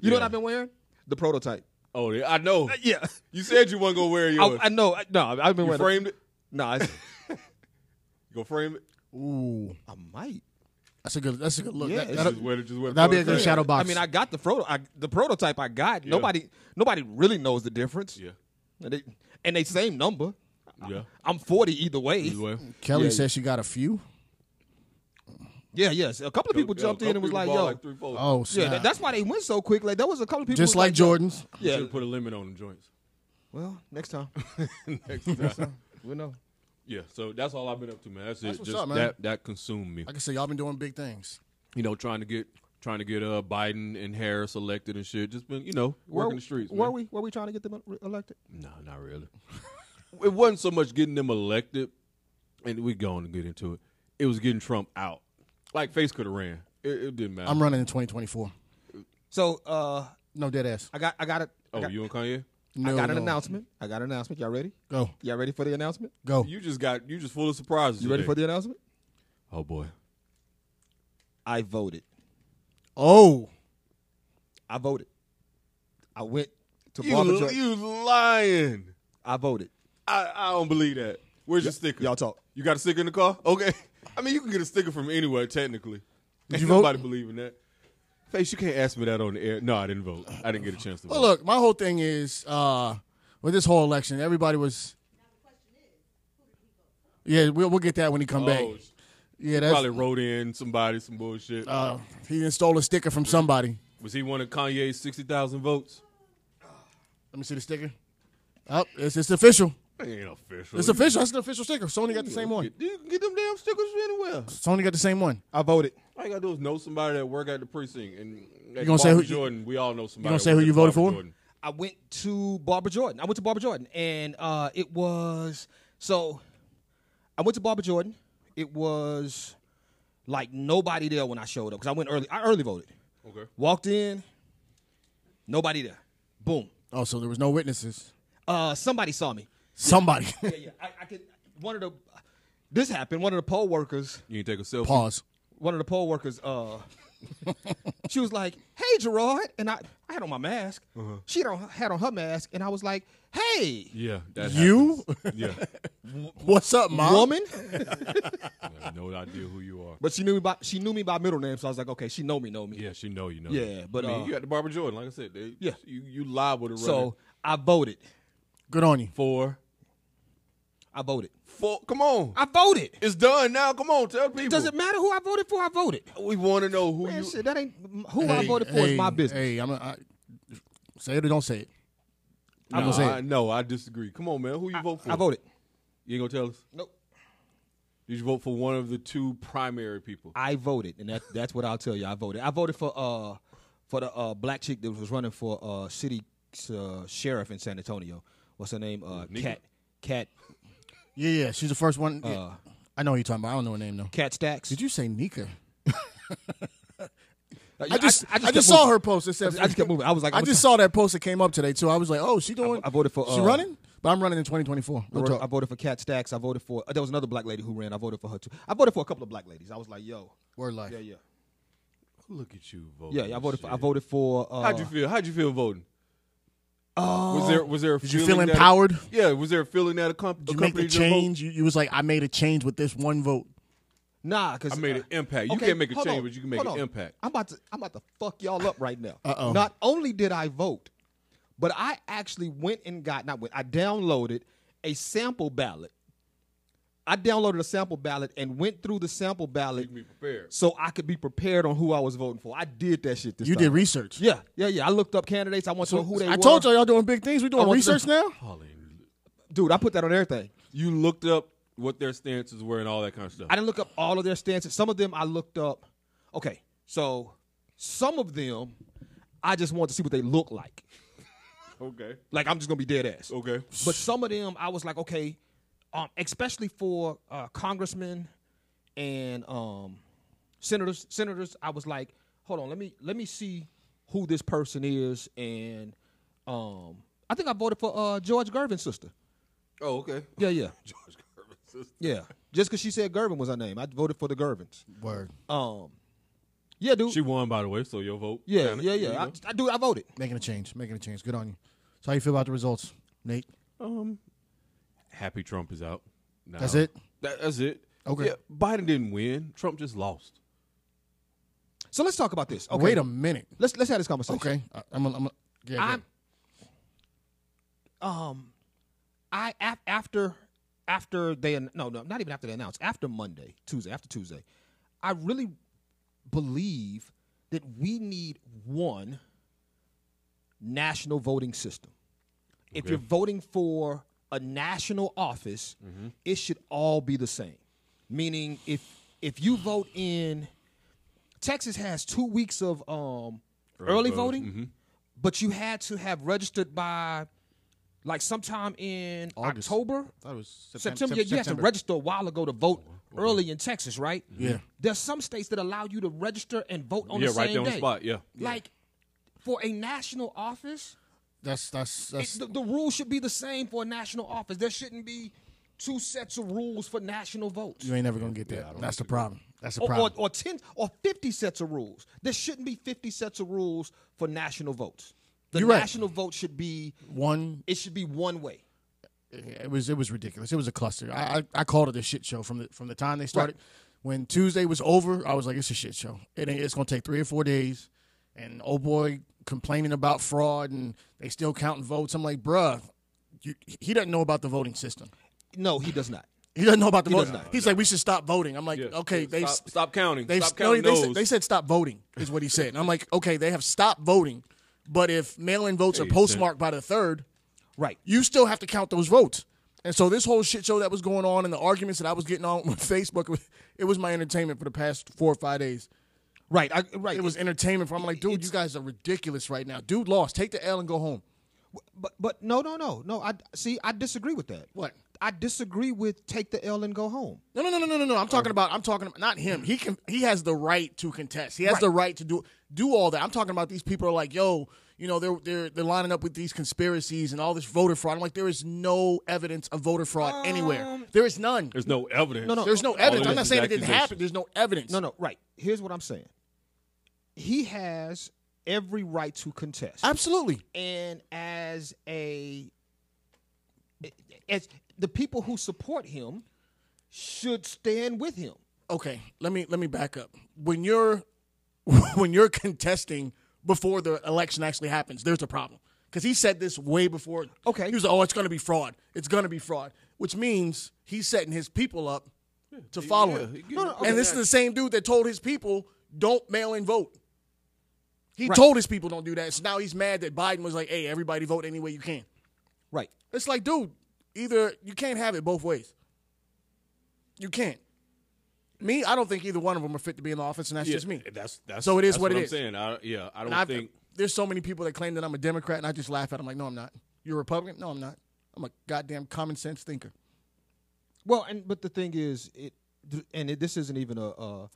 Speaker 3: You know what
Speaker 2: Yeah.
Speaker 3: I've been wearing? The prototype.
Speaker 2: Oh, [LAUGHS] yeah, I know.
Speaker 3: Yeah,
Speaker 2: You said you weren't gonna wear
Speaker 3: [LAUGHS] I,
Speaker 2: yours.
Speaker 3: I know. I, no, I've been
Speaker 2: you
Speaker 3: wearing.
Speaker 2: framed it.
Speaker 3: [LAUGHS] Nah, it's,
Speaker 2: You gonna frame it?
Speaker 4: Ooh,
Speaker 3: I might.
Speaker 4: that's a good. That's a good look.
Speaker 3: Yeah,
Speaker 4: That-
Speaker 3: it's
Speaker 4: that'll-
Speaker 2: Just wear it. Just wear the
Speaker 4: that'd be a
Speaker 2: color
Speaker 4: good
Speaker 2: frame.
Speaker 4: shadow box.
Speaker 3: I mean, I got the proto- I, the prototype. I got nobody. Nobody really knows the difference.
Speaker 2: Yeah.
Speaker 3: and they, and they same number.
Speaker 2: Yeah.
Speaker 3: I'm forty either way.
Speaker 2: Either way.
Speaker 4: Kelly
Speaker 3: yeah.
Speaker 4: says she got a few.
Speaker 3: [LAUGHS] Yeah, yes. A couple of people
Speaker 2: Yeah,
Speaker 3: jumped in
Speaker 2: couple
Speaker 3: and was
Speaker 2: people
Speaker 3: like,
Speaker 2: bought
Speaker 3: "Yo,
Speaker 2: three, four.
Speaker 4: Oh, snap.
Speaker 3: yeah." that- that's why they went so quick. Like there was a couple of people
Speaker 4: just
Speaker 3: was
Speaker 4: like Jordans.
Speaker 2: yeah.
Speaker 3: Yeah.
Speaker 2: Should put a limit on the
Speaker 3: [LAUGHS]
Speaker 2: joints.
Speaker 3: Well, next
Speaker 2: [LAUGHS]
Speaker 3: time
Speaker 2: Next time.
Speaker 3: we'll [LAUGHS] know.
Speaker 2: yeah. So that's all I've been up to, man. That's,
Speaker 4: That's
Speaker 2: it.
Speaker 4: what's
Speaker 2: Just
Speaker 4: up, man.
Speaker 2: that that consumed me.
Speaker 4: Like I said, y'all been doing big things.
Speaker 2: you know, trying to get trying to get uh Biden and Harris elected and shit. Just been, you know, working the streets.
Speaker 3: Were
Speaker 2: man.
Speaker 3: we? Were we trying to get them re- elected?
Speaker 2: No, not really. [LAUGHS] it wasn't so much getting them elected, and we going to get into it. It was getting Trump out. Like face could have ran. It, it didn't matter.
Speaker 4: I'm running in 2024.
Speaker 3: So uh,
Speaker 4: No dead ass.
Speaker 3: I got, I got it. I
Speaker 2: oh,
Speaker 3: got,
Speaker 2: you and Kanye?
Speaker 4: No,
Speaker 3: I got an
Speaker 4: no.
Speaker 3: announcement. I got an announcement. Y'all ready?
Speaker 4: Go,
Speaker 3: Y'all ready for the announcement?
Speaker 4: go.
Speaker 2: You just got you just full of surprises.
Speaker 3: You ready
Speaker 2: today.
Speaker 3: for the announcement?
Speaker 2: Oh boy.
Speaker 3: I voted.
Speaker 4: Oh,
Speaker 3: I voted. I went to
Speaker 2: You,
Speaker 3: Barbara. George-
Speaker 2: you lying.
Speaker 3: I voted.
Speaker 2: I, I don't believe that. Where's your sticker?
Speaker 3: Y'all talk.
Speaker 2: You got a sticker in the car? Okay. [LAUGHS] I mean, you can get a sticker from anywhere, technically. Ain't
Speaker 4: you vote?
Speaker 2: nobody believe in that. Face, you can't ask me that on the air. No, I didn't vote. I didn't get a chance to vote.
Speaker 4: well, look. My whole thing is uh with this whole election, everybody was. Yeah, we'll, we'll get that when he come
Speaker 2: Oh,
Speaker 4: back.
Speaker 2: sh-
Speaker 4: Yeah, that's.
Speaker 2: Probably wrote in somebody some bullshit.
Speaker 4: uh, [LAUGHS] he done stole a sticker from somebody.
Speaker 2: Was he one of Kanye's sixty thousand votes?
Speaker 4: Let me see the sticker. Oh, it's, it's official.
Speaker 2: That ain't official.
Speaker 3: Oh,
Speaker 4: It's official. That's an official sticker. Sony got the same one.
Speaker 2: Get, you can get them damn stickers from anywhere.
Speaker 4: Sony got the same one.
Speaker 3: I voted.
Speaker 2: All you gotta do is know somebody that work at the precinct, and you
Speaker 4: gonna say who-
Speaker 2: Jordan? We all know somebody.
Speaker 4: gonna
Speaker 2: that
Speaker 4: say who
Speaker 2: work at
Speaker 4: you voted
Speaker 2: Barbara
Speaker 4: for?
Speaker 2: Jordan.
Speaker 3: I went to Barbara Jordan. I went to Barbara Jordan, and uh, it was so. I went to Barbara Jordan. It was like nobody there when I showed up because I went early. I early voted.
Speaker 2: Okay.
Speaker 3: Walked in, nobody there. Boom.
Speaker 4: Oh, so there was no witnesses.
Speaker 3: Uh, somebody saw me.
Speaker 4: Somebody. [LAUGHS]
Speaker 3: Yeah, yeah. I, I could. One of the this happened. One of the poll workers.
Speaker 2: You ain't take a selfie.
Speaker 4: Pause.
Speaker 3: One of the poll workers. Uh, [LAUGHS] she was like, "Hey, Gerard," and I I had on my mask. She don't had on her mask, and I was like, "Hey,
Speaker 2: Yeah, that
Speaker 4: You?
Speaker 2: happens. [LAUGHS] Yeah,
Speaker 4: What's up, mom?
Speaker 3: woman."
Speaker 2: I have no idea who you are.
Speaker 3: But she knew me by she knew me by middle name, so I was like, okay, she know me, know me.
Speaker 2: Yeah, she know you know.
Speaker 3: Yeah,
Speaker 2: that.
Speaker 3: but,
Speaker 2: I mean,
Speaker 3: uh,
Speaker 2: you got the Barbara Jordan, like I said. They,
Speaker 3: Yeah.
Speaker 2: you you liable to run
Speaker 3: So I voted.
Speaker 4: Good on you.
Speaker 2: for
Speaker 3: I voted.
Speaker 2: for. Come on,
Speaker 3: I voted.
Speaker 2: it's done now. Come on, tell people.
Speaker 3: Does it matter who I voted for? I voted.
Speaker 2: We want to know who
Speaker 3: Man,
Speaker 2: you.
Speaker 3: shit, that ain't who I voted for is my business.
Speaker 4: Oh, Hey, I'm a, I, say it or don't say it.
Speaker 2: Nah,
Speaker 4: I'm gonna say
Speaker 2: I,
Speaker 4: it.
Speaker 2: no, I disagree. Come on, man. Who you vote for?
Speaker 3: I voted.
Speaker 2: You ain't gonna tell us?
Speaker 3: Nope.
Speaker 2: Did you vote for one of the two primary people?
Speaker 3: I voted, and that, that's what I'll tell you. I voted. I voted for uh for the uh black chick that was running for uh city uh, sheriff in San Antonio. What's her name? Uh,
Speaker 2: Nika?
Speaker 3: Cat Cat
Speaker 4: Yeah, yeah. She's the first one. yeah. I know who you're talking about. I don't know her name though.
Speaker 3: Cat Stacks.
Speaker 4: Uh. Did you say Nika?
Speaker 3: Like,
Speaker 4: I just I just,
Speaker 3: kept
Speaker 4: saw
Speaker 3: moving.
Speaker 4: her post. It said,
Speaker 3: I just- I just kept moving. I was like,
Speaker 4: I
Speaker 3: I'm
Speaker 4: just saw that post that came up today too. I was like, oh, she doing.
Speaker 3: I voted for,
Speaker 4: She
Speaker 3: uh,
Speaker 4: running, but I'm running in 2024.
Speaker 3: I
Speaker 4: Real
Speaker 3: voted-
Speaker 4: talk.
Speaker 3: I voted for Cat Stacks. I voted for uh, there was another black lady who ran. I voted for her too. I voted for a couple of black ladies. I was like, yo,
Speaker 4: Word life.
Speaker 3: yeah, yeah,
Speaker 2: Look at you voting.
Speaker 3: yeah. yeah I voted. For, I
Speaker 2: shit.
Speaker 3: voted for. Uh, Oh.
Speaker 2: How'd you feel? How'd you feel voting? was there was there a
Speaker 4: you
Speaker 2: feeling
Speaker 4: feel
Speaker 2: that-
Speaker 4: empowered?
Speaker 2: yeah, was there a feeling that accom-
Speaker 4: Did you make the
Speaker 2: accompanied your vote?
Speaker 4: change? You, you was like, I made a change with this one vote.
Speaker 3: Nah, uh, because
Speaker 2: I made an impact. You can't make a change, but you can make an impact.
Speaker 3: I'm about to. I'm about to fuck y'all up right now.
Speaker 4: Uh-oh.
Speaker 3: Not only did I vote, but I actually went and got not went. I downloaded a sample ballot. I downloaded a sample ballot and went through the sample ballot
Speaker 2: You can be prepared.
Speaker 3: so I could be prepared on who I was voting for. I did that shit this
Speaker 4: You
Speaker 3: time.
Speaker 4: did research.
Speaker 3: Yeah, yeah, yeah. I looked up candidates. I wanted to know who they
Speaker 4: I
Speaker 3: were.
Speaker 4: told y'all y'all doing big things. We
Speaker 3: I
Speaker 4: doing
Speaker 3: want
Speaker 4: research
Speaker 3: to-
Speaker 4: now.
Speaker 2: Pauline,
Speaker 3: dude. I put that on everything.
Speaker 2: You looked up what their stances were and all that kind of stuff.
Speaker 3: I didn't look up all of their stances. Some of them I looked up. Okay, so some of them I just wanted to see what they look like.
Speaker 2: okay.
Speaker 3: Like I'm just gonna be dead ass.
Speaker 2: Okay.
Speaker 3: But some of them I was like, okay, um, especially for uh, congressmen and um, senators. Senators, I was like, hold on, let me let me see who this person is. And um, I think I voted for uh, George Gervin's sister.
Speaker 2: Oh, okay. [LAUGHS]
Speaker 3: Yeah, yeah,
Speaker 2: George Gervin's sister.
Speaker 3: yeah. Just because she said Gervin was her name, I voted for the Gervins.
Speaker 4: Word.
Speaker 3: Um, yeah, dude.
Speaker 2: She won, by the way, so your vote.
Speaker 3: yeah,
Speaker 2: counted.
Speaker 3: yeah,
Speaker 2: There you
Speaker 3: yeah. I,
Speaker 2: go.
Speaker 3: I do. I voted.
Speaker 4: Making a change. Making a change. Good on you. So how you feel about the results, Nate?
Speaker 2: Um, Happy Trump is out. now.
Speaker 4: That's it?
Speaker 2: That, that's it.
Speaker 4: Okay.
Speaker 2: Yeah, Biden didn't win. Trump just lost.
Speaker 3: So let's talk about this. Okay.
Speaker 4: Wait a minute.
Speaker 3: Let's let's have this conversation.
Speaker 4: Okay. I, I'm. A, I'm. A, yeah, yeah.
Speaker 3: I'm um I af- after after they an- no no not even after they announced after Monday Tuesday after Tuesday I really believe that we need one national voting system. If
Speaker 2: Okay.
Speaker 3: you're voting for a national office, it should all be the same. Meaning if if you vote in Texas has 2 weeks of um early, voting,
Speaker 2: voting,
Speaker 3: but you had to have registered by like sometime in
Speaker 4: August.
Speaker 3: October.
Speaker 4: thought it was Septem-
Speaker 3: September,
Speaker 4: Sep-
Speaker 3: yeah, you had to
Speaker 4: September.
Speaker 3: register a while ago to vote early in Texas, right?
Speaker 4: Yeah.
Speaker 3: There's some states that allow you to register and vote on
Speaker 2: yeah,
Speaker 3: the same
Speaker 2: right there on the
Speaker 3: day.
Speaker 2: spot. Yeah.
Speaker 3: Like for a national office,
Speaker 4: That's that's
Speaker 3: it,
Speaker 4: that's
Speaker 3: the, the rules should be the same for a national office. There shouldn't be two sets of rules for national votes.
Speaker 4: You ain't never gonna get that. That's the problem. That's the
Speaker 3: or, or,
Speaker 4: problem.
Speaker 3: or 10 or 50 sets of rules. There shouldn't be 50 sets of rules for national votes. The
Speaker 4: You're right.
Speaker 3: national vote should be
Speaker 4: One,
Speaker 3: it should be one way.
Speaker 4: it was it was ridiculous. It was a cluster. I I, I called it a shit show from the from the time they started. When Tuesday was over, I was like, it's a shit show. It ain't, it's gonna take three or four days. And oh boy, complaining about fraud and they still counting votes. I'm like, bruh, you, he doesn't know about the voting system.
Speaker 3: No, he does not.
Speaker 4: He doesn't know about the voting.
Speaker 3: does not.
Speaker 4: He's like, we should stop voting. I'm like,
Speaker 2: Yeah.
Speaker 4: okay, they
Speaker 2: stop, stop counting.
Speaker 4: they
Speaker 2: stop
Speaker 4: no,
Speaker 2: counting
Speaker 4: they,
Speaker 2: those.
Speaker 4: said, they said stop voting is what he said. And I'm like, okay, they have stopped voting, but if mail-in votes are postmarked by the third,
Speaker 3: Right.
Speaker 4: you still have to count those votes. And so this whole shit show that was going on and the arguments that I was getting on [LAUGHS] with Facebook, it was my entertainment for the past four or five days.
Speaker 3: Right. I, right.
Speaker 4: It was entertainment. For, I'm like, dude, you guys are ridiculous right now. Dude lost. Take the L and go home.
Speaker 3: But but no no no no. I see. I disagree with that.
Speaker 4: What?
Speaker 3: I disagree with take the L and go home.
Speaker 4: No, no, no, no, no, no, no. I'm talking about. I'm talking about not him. He can. He has the right to contest. He has the right to do do all that. I'm talking about these people are like, yo, you know, they're they're they're lining up with these conspiracies and all this voter fraud. I'm like, there is no evidence of voter fraud anywhere. There is none.
Speaker 2: There's no evidence.
Speaker 3: No, no.
Speaker 4: There's no
Speaker 3: all
Speaker 4: evidence.
Speaker 2: it
Speaker 4: I'm
Speaker 2: is
Speaker 4: not
Speaker 2: is
Speaker 4: saying it didn't
Speaker 2: accusation.
Speaker 4: happen. There's no evidence.
Speaker 3: No no right. Here's what I'm saying. He has every right to contest.
Speaker 4: Absolutely.
Speaker 3: and as a as the people who support him should stand with him.
Speaker 4: Okay. Let me let me back up. When you're [LAUGHS] when you're contesting before the election actually happens, there's a problem. Because he said this way before.
Speaker 3: Okay.
Speaker 4: He was like, oh, it's going to be fraud. It's going to be fraud, which means he's setting his people up to follow
Speaker 2: yeah, he
Speaker 4: him.
Speaker 2: gives- No, no,
Speaker 4: and this is the same dude that told his people, don't mail in vote. He told his people don't do that. So now he's mad that Biden was like, hey, everybody vote any way you can.
Speaker 3: Right.
Speaker 4: It's like, dude, either you can't have it both ways. You can't. Me, I don't think either one of them are fit to be in the office, and that's
Speaker 2: Yeah,
Speaker 4: just me.
Speaker 2: That's that's
Speaker 4: So it is
Speaker 2: that's
Speaker 4: what it
Speaker 2: I'm
Speaker 4: is.
Speaker 2: Saying I, yeah, I don't
Speaker 4: And I've-
Speaker 2: think
Speaker 4: there's so many people that claim that I'm a Democrat, and I just laugh at them. Like, no, I'm not. You're a Republican? No, I'm not. I'm a goddamn common sense thinker.
Speaker 3: Well, and but the thing is, it th- and it, this isn't even a, a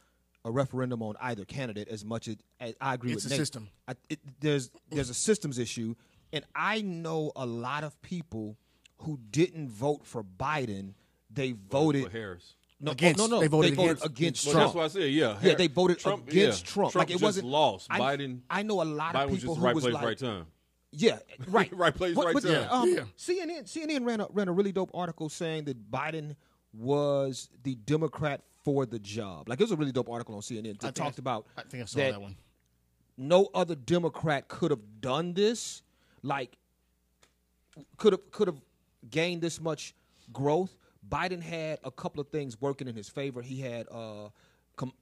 Speaker 3: a referendum on either candidate as much as, as I agree
Speaker 4: It's
Speaker 3: with
Speaker 4: a
Speaker 3: Nate.
Speaker 4: system.
Speaker 3: I, it, there's there's a systems issue, and I know a lot of people who didn't vote for Biden. They voted
Speaker 2: for Harris.
Speaker 3: no, oh,
Speaker 4: Against.
Speaker 3: no, no,
Speaker 4: They voted
Speaker 3: voted
Speaker 4: against-
Speaker 3: against
Speaker 4: Well,
Speaker 3: Trump.
Speaker 2: that's why I said, yeah,
Speaker 3: yeah,
Speaker 2: Harris-
Speaker 3: they voted
Speaker 2: Trump-
Speaker 3: against
Speaker 2: yeah,
Speaker 3: Trump.
Speaker 2: Trump
Speaker 3: Like it
Speaker 2: just
Speaker 3: wasn't
Speaker 2: lost.
Speaker 3: I,
Speaker 2: Biden-
Speaker 3: I know a lot
Speaker 2: Biden
Speaker 3: of
Speaker 2: was
Speaker 3: people
Speaker 2: just
Speaker 3: who
Speaker 2: right
Speaker 3: was
Speaker 2: place,
Speaker 3: like,
Speaker 2: right time.
Speaker 4: [LAUGHS]
Speaker 3: yeah, right,
Speaker 2: Right place, right
Speaker 3: but,
Speaker 2: time.
Speaker 3: Um,
Speaker 4: Yeah.
Speaker 3: CNN CNN ran a, ran a really dope article saying that Biden was the Democrat for the job. Like it was a really dope article on CNN that talked about
Speaker 4: I think I saw that one.
Speaker 3: no other Democrat could have done this, like could have could have gained this much growth. Biden had a couple of things working in his favor. He had uh, Kam-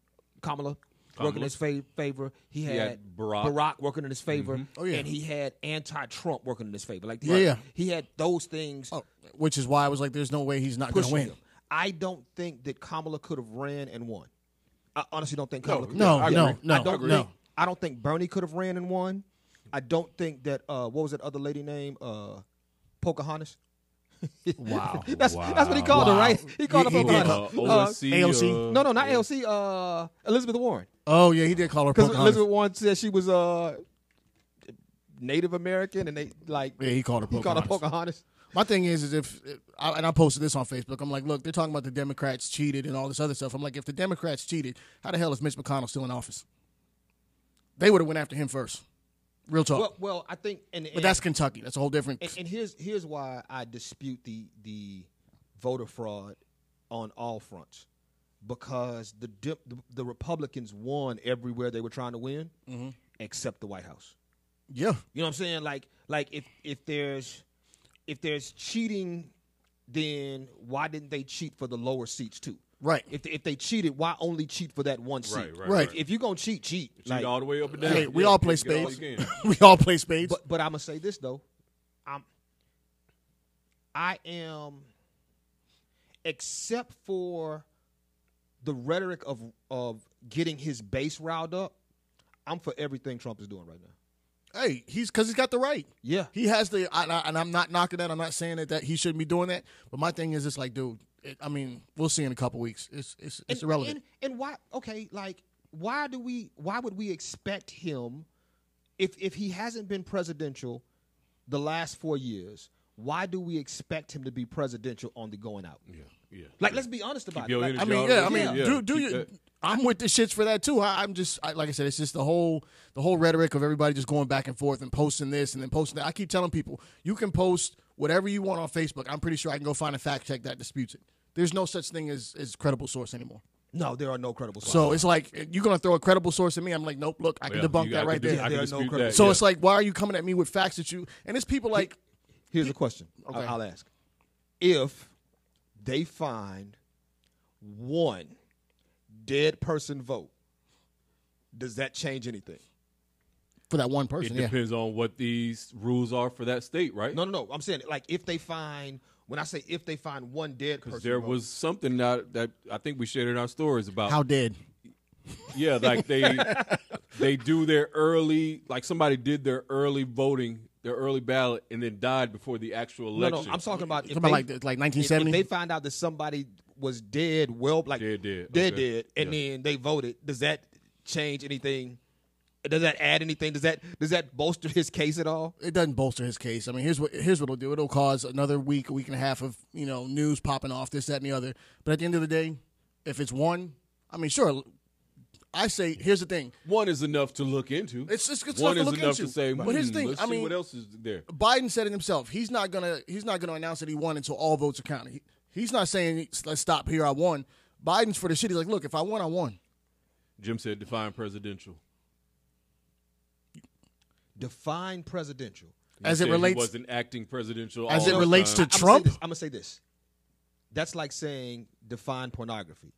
Speaker 3: Kamala, working in his fa- favor. He had,
Speaker 2: had Barack.
Speaker 3: working in his favor,
Speaker 4: Oh, yeah.
Speaker 3: and he had anti-Trump working in his favor. Like
Speaker 4: Yeah, yeah.
Speaker 3: he had those things
Speaker 4: Oh, which is why I was like, there's no way he's not going to
Speaker 3: pushing
Speaker 4: win.
Speaker 3: him. I don't think that Kamala could have ran and won. I honestly don't think Kamala. could
Speaker 4: no,
Speaker 3: have-
Speaker 4: no,
Speaker 3: I
Speaker 4: no,
Speaker 3: don't
Speaker 4: agree.
Speaker 3: think.
Speaker 4: no.
Speaker 3: I don't think Bernie could have ran and won. I don't think that. Uh, what was that other lady name? Uh, Pocahontas.
Speaker 2: [LAUGHS]
Speaker 4: Wow.
Speaker 3: That's that's what he called her,
Speaker 4: Wow.
Speaker 3: right? He called
Speaker 4: He-
Speaker 3: her
Speaker 4: he did.
Speaker 3: [LAUGHS] Pocahontas.
Speaker 2: Uh, OSC,
Speaker 4: AOC.
Speaker 2: uh,
Speaker 3: no, no, not AOC. Uh, Elizabeth Warren,
Speaker 4: Oh, yeah, he did call her
Speaker 3: because
Speaker 4: Pocahontas.
Speaker 3: Elizabeth Warren said she was uh, Native American, and they like
Speaker 4: yeah, he called her
Speaker 3: he called her
Speaker 4: Pocahontas.
Speaker 3: Pocahontas.
Speaker 4: My thing is, is if I- and I posted this on Facebook, I'm like, look, they're talking about the Democrats cheated and all this other stuff. I'm like, if the Democrats cheated, how the hell is Mitch McConnell still in office? They would have went after him first. Real talk.
Speaker 3: Well, well, I think, and,
Speaker 4: but that's Kentucky. That's a whole different.
Speaker 3: And, and here's here's why I dispute the the voter fraud on all fronts because the Dem- the, the Republicans won everywhere they were trying to win except the White House.
Speaker 4: yeah,
Speaker 3: You know what I'm saying? Like like if if there's if there's cheating then why didn't they cheat for the lower seats too?
Speaker 4: Right.
Speaker 3: If if they cheated, why only cheat for that one seat?
Speaker 2: Right, right,
Speaker 4: Right.
Speaker 3: If, if you're gonna cheat, cheat.
Speaker 2: Like,
Speaker 3: Like,
Speaker 2: all the way up and down.
Speaker 4: hey, we
Speaker 2: Yeah,
Speaker 4: all play
Speaker 2: get all
Speaker 4: spades.
Speaker 2: you can.
Speaker 4: [LAUGHS] we all play spades.
Speaker 3: But but I'm gonna say this though, I'm I am except for the rhetoric of of getting his base riled up. I'm for everything Trump is doing right now.
Speaker 4: hey, he's because he's got the right.
Speaker 3: Yeah.
Speaker 4: he has the. I, I- and I'm not knocking that. I'm not saying that that he shouldn't be doing that. But my thing is, it's like, dude. It, I mean, we'll see in a couple weeks. It's it's, it's irrelevant.
Speaker 3: And, and why? Okay, like why do we? Why would we expect him if if he hasn't been presidential the last four years? Why do we expect him to be presidential on the going out? Yeah.
Speaker 2: [LAUGHS] Yeah.
Speaker 3: Like, let's be honest about
Speaker 2: your
Speaker 3: it. Like,
Speaker 2: energy
Speaker 4: I mean,
Speaker 2: Y'all
Speaker 4: yeah. I
Speaker 2: really-
Speaker 4: mean,
Speaker 2: yeah,
Speaker 4: do do
Speaker 2: keep
Speaker 4: you?
Speaker 2: that.
Speaker 4: I'm with the shits for that too. I, I'm just I, like I said. It's just the whole the whole rhetoric of everybody just going back and forth and posting this and then posting that. I keep telling people you can post whatever you want on Facebook. I'm pretty sure I can go find a fact check that disputes it. There's no such thing as as credible source anymore.
Speaker 3: no, there are no credible. sources.
Speaker 4: So it's like you're gonna throw a credible source at me. I'm like, nope. Look, I can
Speaker 2: Yeah,
Speaker 4: debunk
Speaker 2: you- I
Speaker 4: that
Speaker 2: could
Speaker 4: right
Speaker 2: do-
Speaker 4: there.
Speaker 2: I could
Speaker 3: There are no
Speaker 2: dispute
Speaker 3: credible-
Speaker 2: that,
Speaker 4: so
Speaker 2: yeah.
Speaker 4: it's like, why are you coming at me with facts that you? And it's people like
Speaker 3: Here's a question. I-
Speaker 4: Okay.
Speaker 3: I'll ask. If they find one dead person vote, does that change anything?
Speaker 4: for that one
Speaker 2: It
Speaker 4: person. Yeah.
Speaker 2: depends on what these rules are for that state, right?
Speaker 3: No, no, no. I'm saying like if they find when I say if they find one dead person,
Speaker 2: there
Speaker 3: vote,
Speaker 2: was something that that I think we shared in our stories about.
Speaker 4: How dead?
Speaker 2: [LAUGHS] yeah, like
Speaker 4: [LAUGHS]
Speaker 2: they they do their early, like somebody did their early voting, their early ballot, and then died before the actual
Speaker 3: no,
Speaker 2: election.
Speaker 3: no. I'm talking about if
Speaker 4: Talking about
Speaker 3: they-
Speaker 4: like the- like
Speaker 3: if- if,
Speaker 4: 1970?
Speaker 3: they find out that somebody was dead, well, like
Speaker 2: Dead, dead.
Speaker 3: dead,
Speaker 2: Okay.
Speaker 3: dead, and then they voted. Does that change anything? Does that add anything? Does that does that bolster his case at all?
Speaker 4: It doesn't bolster his case. I mean, here's what here's what it'll do. It'll cause another week, a week and a half of you know news popping off this, that, and the other. But at the end of the day, if it's one, I mean, sure. I say here's the thing.
Speaker 2: One is enough to look into.
Speaker 4: It's- it's good
Speaker 2: One
Speaker 4: stuff to
Speaker 2: is
Speaker 4: look
Speaker 2: enough
Speaker 4: into.
Speaker 2: to say.
Speaker 4: But here's the
Speaker 2: "Hmm,
Speaker 4: thing,
Speaker 2: Let's
Speaker 4: I
Speaker 2: see
Speaker 4: mean- uh,
Speaker 2: what else is there.
Speaker 4: Biden said it himself. He's not gonna he's not gonna announce that he won until all votes are counted. He, he's not saying let's stop here. I won. Biden's for the shit. He's like, look, if I won, I won.
Speaker 2: Jim said, "Define presidential."
Speaker 3: Define presidential.
Speaker 4: As
Speaker 2: He said
Speaker 4: it
Speaker 2: he
Speaker 4: relates,
Speaker 2: wasn't acting presidential.
Speaker 4: As
Speaker 2: all
Speaker 4: it
Speaker 2: the
Speaker 4: relates
Speaker 2: time.
Speaker 4: to- Trump?
Speaker 3: I'm gonna uh, say this. That's like saying define pornography.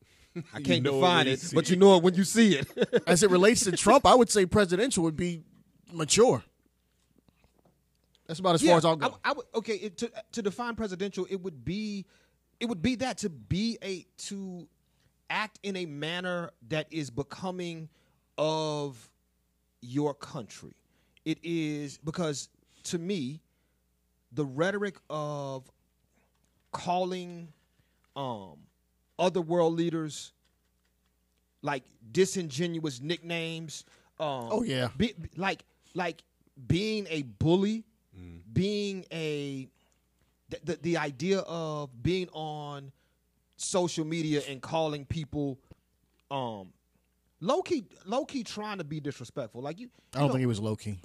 Speaker 3: I can't
Speaker 2: know it
Speaker 3: define
Speaker 2: when you
Speaker 3: it,
Speaker 2: see
Speaker 3: but
Speaker 2: it.
Speaker 3: you know it when you see it.
Speaker 4: as it relates to Trump, I would say presidential would be mature. That's about as far as I'll go.
Speaker 3: I, I would, okay, it, to to define presidential, it would be, it would be that to be a to act in a manner that is becoming of your country. It is because to me, the rhetoric of calling um, other world leaders like disingenuous nicknames. Um,
Speaker 4: Oh, yeah.
Speaker 3: be, be- like like being a bully, being a the, the the idea of being on social media and calling people um low key low key trying to be disrespectful. Like you,
Speaker 4: I don't think he was low key.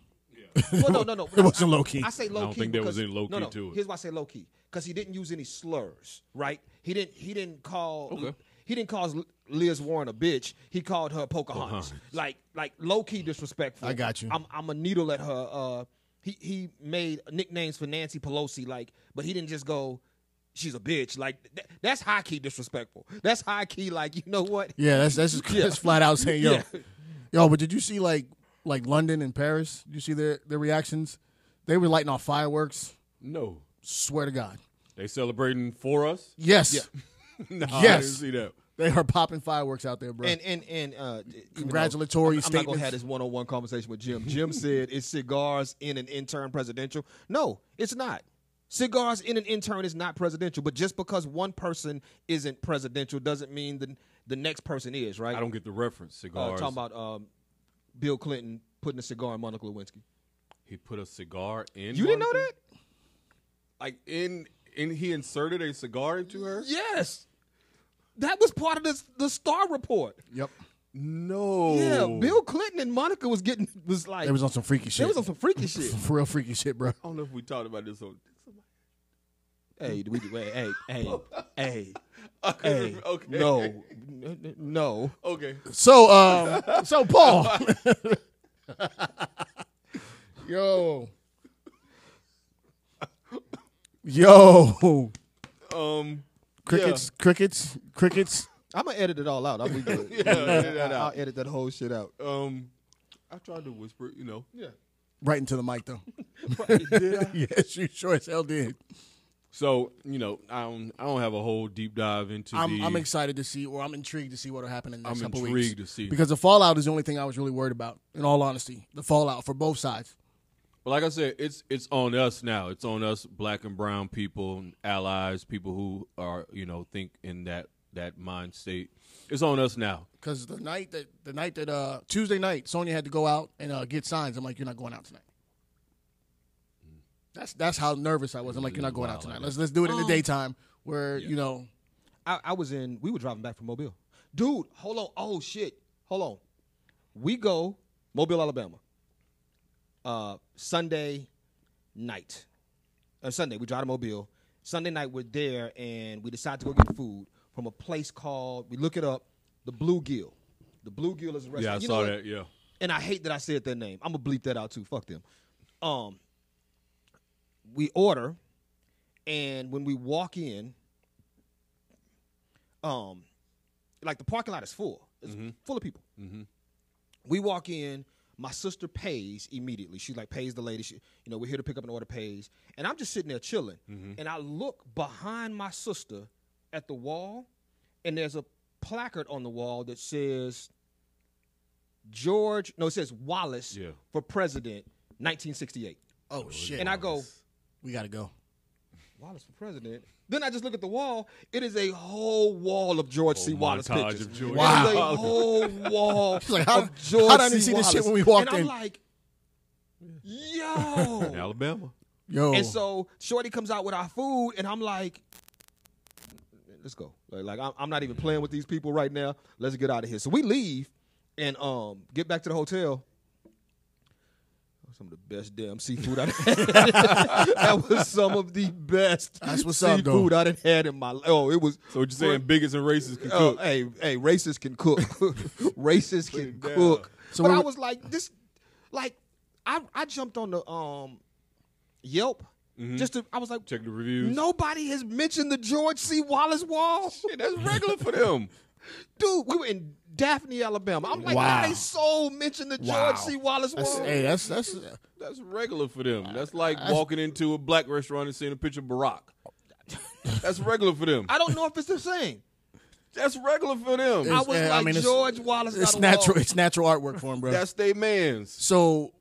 Speaker 3: [LAUGHS] well, no, no, no.
Speaker 4: It wasn't low-key.
Speaker 3: I, I say low key.
Speaker 2: think there was
Speaker 3: because-
Speaker 2: any low-key
Speaker 3: no, no,
Speaker 2: to it.
Speaker 3: Here's why I say low key because he didn't use any slurs. Right? He didn't. He didn't call.
Speaker 2: Okay.
Speaker 3: He didn't call Liz Warren a bitch. He called her Pocahontas. Like, like low key disrespectful.
Speaker 4: I got you.
Speaker 3: I'm, I'm a needle at her. Uh, he he made nicknames for Nancy Pelosi. Like, but he didn't just go. She's a bitch. Like th- that's high key disrespectful. That's high key. Like you know what?
Speaker 4: Yeah, that's that's just that's [LAUGHS] flat out saying yo,
Speaker 3: Yeah.
Speaker 4: yo. But did you see like like London and Paris? Did you see their their reactions? They were lighting off fireworks.
Speaker 2: No,
Speaker 4: Swear to God.
Speaker 2: they celebrating for us. [LAUGHS]
Speaker 4: Yes,
Speaker 2: no, I
Speaker 4: Yes.
Speaker 2: didn't see that.
Speaker 4: [LAUGHS] they are popping fireworks out there, bro.
Speaker 3: And and and uh, even though
Speaker 4: Congratulatory
Speaker 3: I'm, I'm not gonna
Speaker 4: statements.
Speaker 3: have this one-on-one conversation with Jim. Jim said it's cigars in an intern presidential. No, it's not. Cigars in an intern is not presidential. But just because one person isn't presidential doesn't mean the the next person is right.
Speaker 2: I don't get the reference.
Speaker 3: uh,
Speaker 2: Cigars.
Speaker 3: talking about um, Bill Clinton putting a cigar in Monica Lewinsky.
Speaker 2: he put a cigar in.
Speaker 3: You didn't know
Speaker 2: Monica?
Speaker 3: that?
Speaker 2: Like in, in he inserted a cigar into her.
Speaker 3: Yes. That was part of the the Star report.
Speaker 4: yep,
Speaker 2: No.
Speaker 3: Yeah, Bill Clinton and Monica was getting was like
Speaker 4: they was on some freaky shit.
Speaker 3: they was on some freaky Oh. shit.
Speaker 4: some [LAUGHS] real freaky shit, bro.
Speaker 2: I don't know if we talked about this on. [LAUGHS]
Speaker 3: Hey, do we do, hey, hey, hey, hey,
Speaker 2: Okay.
Speaker 3: hey.
Speaker 2: [LAUGHS] okay.
Speaker 3: No, N- n- no.
Speaker 2: Okay.
Speaker 4: So,
Speaker 3: [LAUGHS]
Speaker 4: um, so Paul,
Speaker 3: Oh,
Speaker 4: [LAUGHS] yo, yo,
Speaker 2: Um.
Speaker 4: crickets, crickets, crickets.
Speaker 3: I'm gonna edit it all out. I'll be good.
Speaker 2: [LAUGHS] Yeah, edit that
Speaker 3: I'll
Speaker 2: out.
Speaker 3: edit that whole shit out.
Speaker 2: Um. I tried to whisper, you know. Yeah.
Speaker 4: Right into the
Speaker 2: [LAUGHS]
Speaker 4: mic, though.
Speaker 2: Did I?
Speaker 4: yes, you sure as hell did.
Speaker 2: So you know, I don't. I don't have a whole deep dive into
Speaker 4: I'm,
Speaker 2: the.
Speaker 4: I'm excited to see, or I'm intrigued to see what'll happen in the next
Speaker 2: I'm
Speaker 4: couple weeks.
Speaker 2: intrigued to see.
Speaker 4: because the fallout is the only thing I was really worried about. In all honesty, the fallout for both sides.
Speaker 2: But like I said, it's it's on us now. It's on us, black and brown people, allies, people who are you know think in that that mind state. It's on us now.
Speaker 4: Because the night that the night that uh, Tuesday night, Sonya had to go out and uh, get signs. I'm like, you're not going out tonight. That's that's how nervous I was. I'm like, you're not going out tonight. Let's let's do it in
Speaker 3: Um,
Speaker 4: the daytime where you know.
Speaker 3: I, I was in. We were driving back from Mobile. Dude, hold on. Oh shit, hold on. We go Mobile, Alabama. Uh, Sunday night. Uh, Sunday we drive to Mobile. Sunday night we're there and we decide to go get food from a place called. We look it up. The Bluegill. The Bluegill is a restaurant.
Speaker 2: Yeah, I
Speaker 3: You know
Speaker 2: saw
Speaker 3: what?
Speaker 2: that. Yeah.
Speaker 3: and I hate that I said their name. I'm gonna bleep that out too. Fuck them. Um, we order, and when we walk in, um, like the parking lot is full. It's full of people. We walk in. My sister pays immediately. She like pays the lady. She, you know, we're here to pick up an order. Pays, and I'm just sitting there chilling. And I look behind my sister at the wall, and there's a placard on the wall that says George. No, it says Wallace
Speaker 2: Yeah.
Speaker 3: for president, 1968.
Speaker 4: Oh shit!
Speaker 3: And I go,
Speaker 4: we gotta go.
Speaker 3: Wallace for president. Then I just look at the wall. It is a whole wall of George C. Wallace
Speaker 2: montage
Speaker 3: pictures.
Speaker 2: of George
Speaker 3: It is
Speaker 4: Wow.
Speaker 3: a
Speaker 4: [LAUGHS]
Speaker 3: whole wall
Speaker 4: like, how-
Speaker 3: of George
Speaker 4: how did I
Speaker 3: C.
Speaker 4: see this shit
Speaker 3: Wallace.
Speaker 4: when we walked
Speaker 3: and
Speaker 4: in?
Speaker 3: I'm like, yo.
Speaker 2: Alabama.
Speaker 4: Yo,
Speaker 3: and so Shorty comes out with our food, and I'm like, let's go. Like, like, I'm, I'm not even playing with these people right now. Let's get out of here. So we leave and um get back to the hotel. Some of the best damn seafood I've [LAUGHS] had. that was some of the best
Speaker 4: That's what's up, though.
Speaker 3: seafood I've had in my life. Oh, it was.
Speaker 2: So what Uh, you saying? Bigots and racists can
Speaker 3: Oh,
Speaker 2: cook.
Speaker 3: hey, hey, racists
Speaker 2: [LAUGHS]
Speaker 3: can cook. racists can
Speaker 2: it down.
Speaker 3: cook.
Speaker 4: So
Speaker 3: but
Speaker 4: we
Speaker 3: I
Speaker 4: were-
Speaker 3: was like, this, like, I I jumped on the um Yelp just to. I was like,
Speaker 2: Mm-hmm. Check the reviews.
Speaker 3: nobody has mentioned the George C. Wallace
Speaker 2: [LAUGHS]
Speaker 3: Wall,
Speaker 2: Shit, that's regular for them.
Speaker 3: [LAUGHS] dude. We were in Daphne, Alabama. I'm like,
Speaker 4: Wow.
Speaker 3: how they so mentioned the George
Speaker 4: Wow.
Speaker 3: C. Wallace
Speaker 4: that's,
Speaker 3: Wall?
Speaker 4: hey, that's that's
Speaker 2: That's regular for them. That's like walking into a black restaurant and seeing a picture of Barack. That's regular for them.
Speaker 3: I don't know if it's the same.
Speaker 2: That's regular for them.
Speaker 3: I
Speaker 4: It's-
Speaker 3: was
Speaker 4: yeah, I
Speaker 3: like
Speaker 4: mean, it's-
Speaker 3: George Wallace.
Speaker 4: it's
Speaker 3: not a
Speaker 4: natural.
Speaker 3: Wall.
Speaker 4: It's natural artwork for him, bro.
Speaker 2: That's they man's.
Speaker 4: so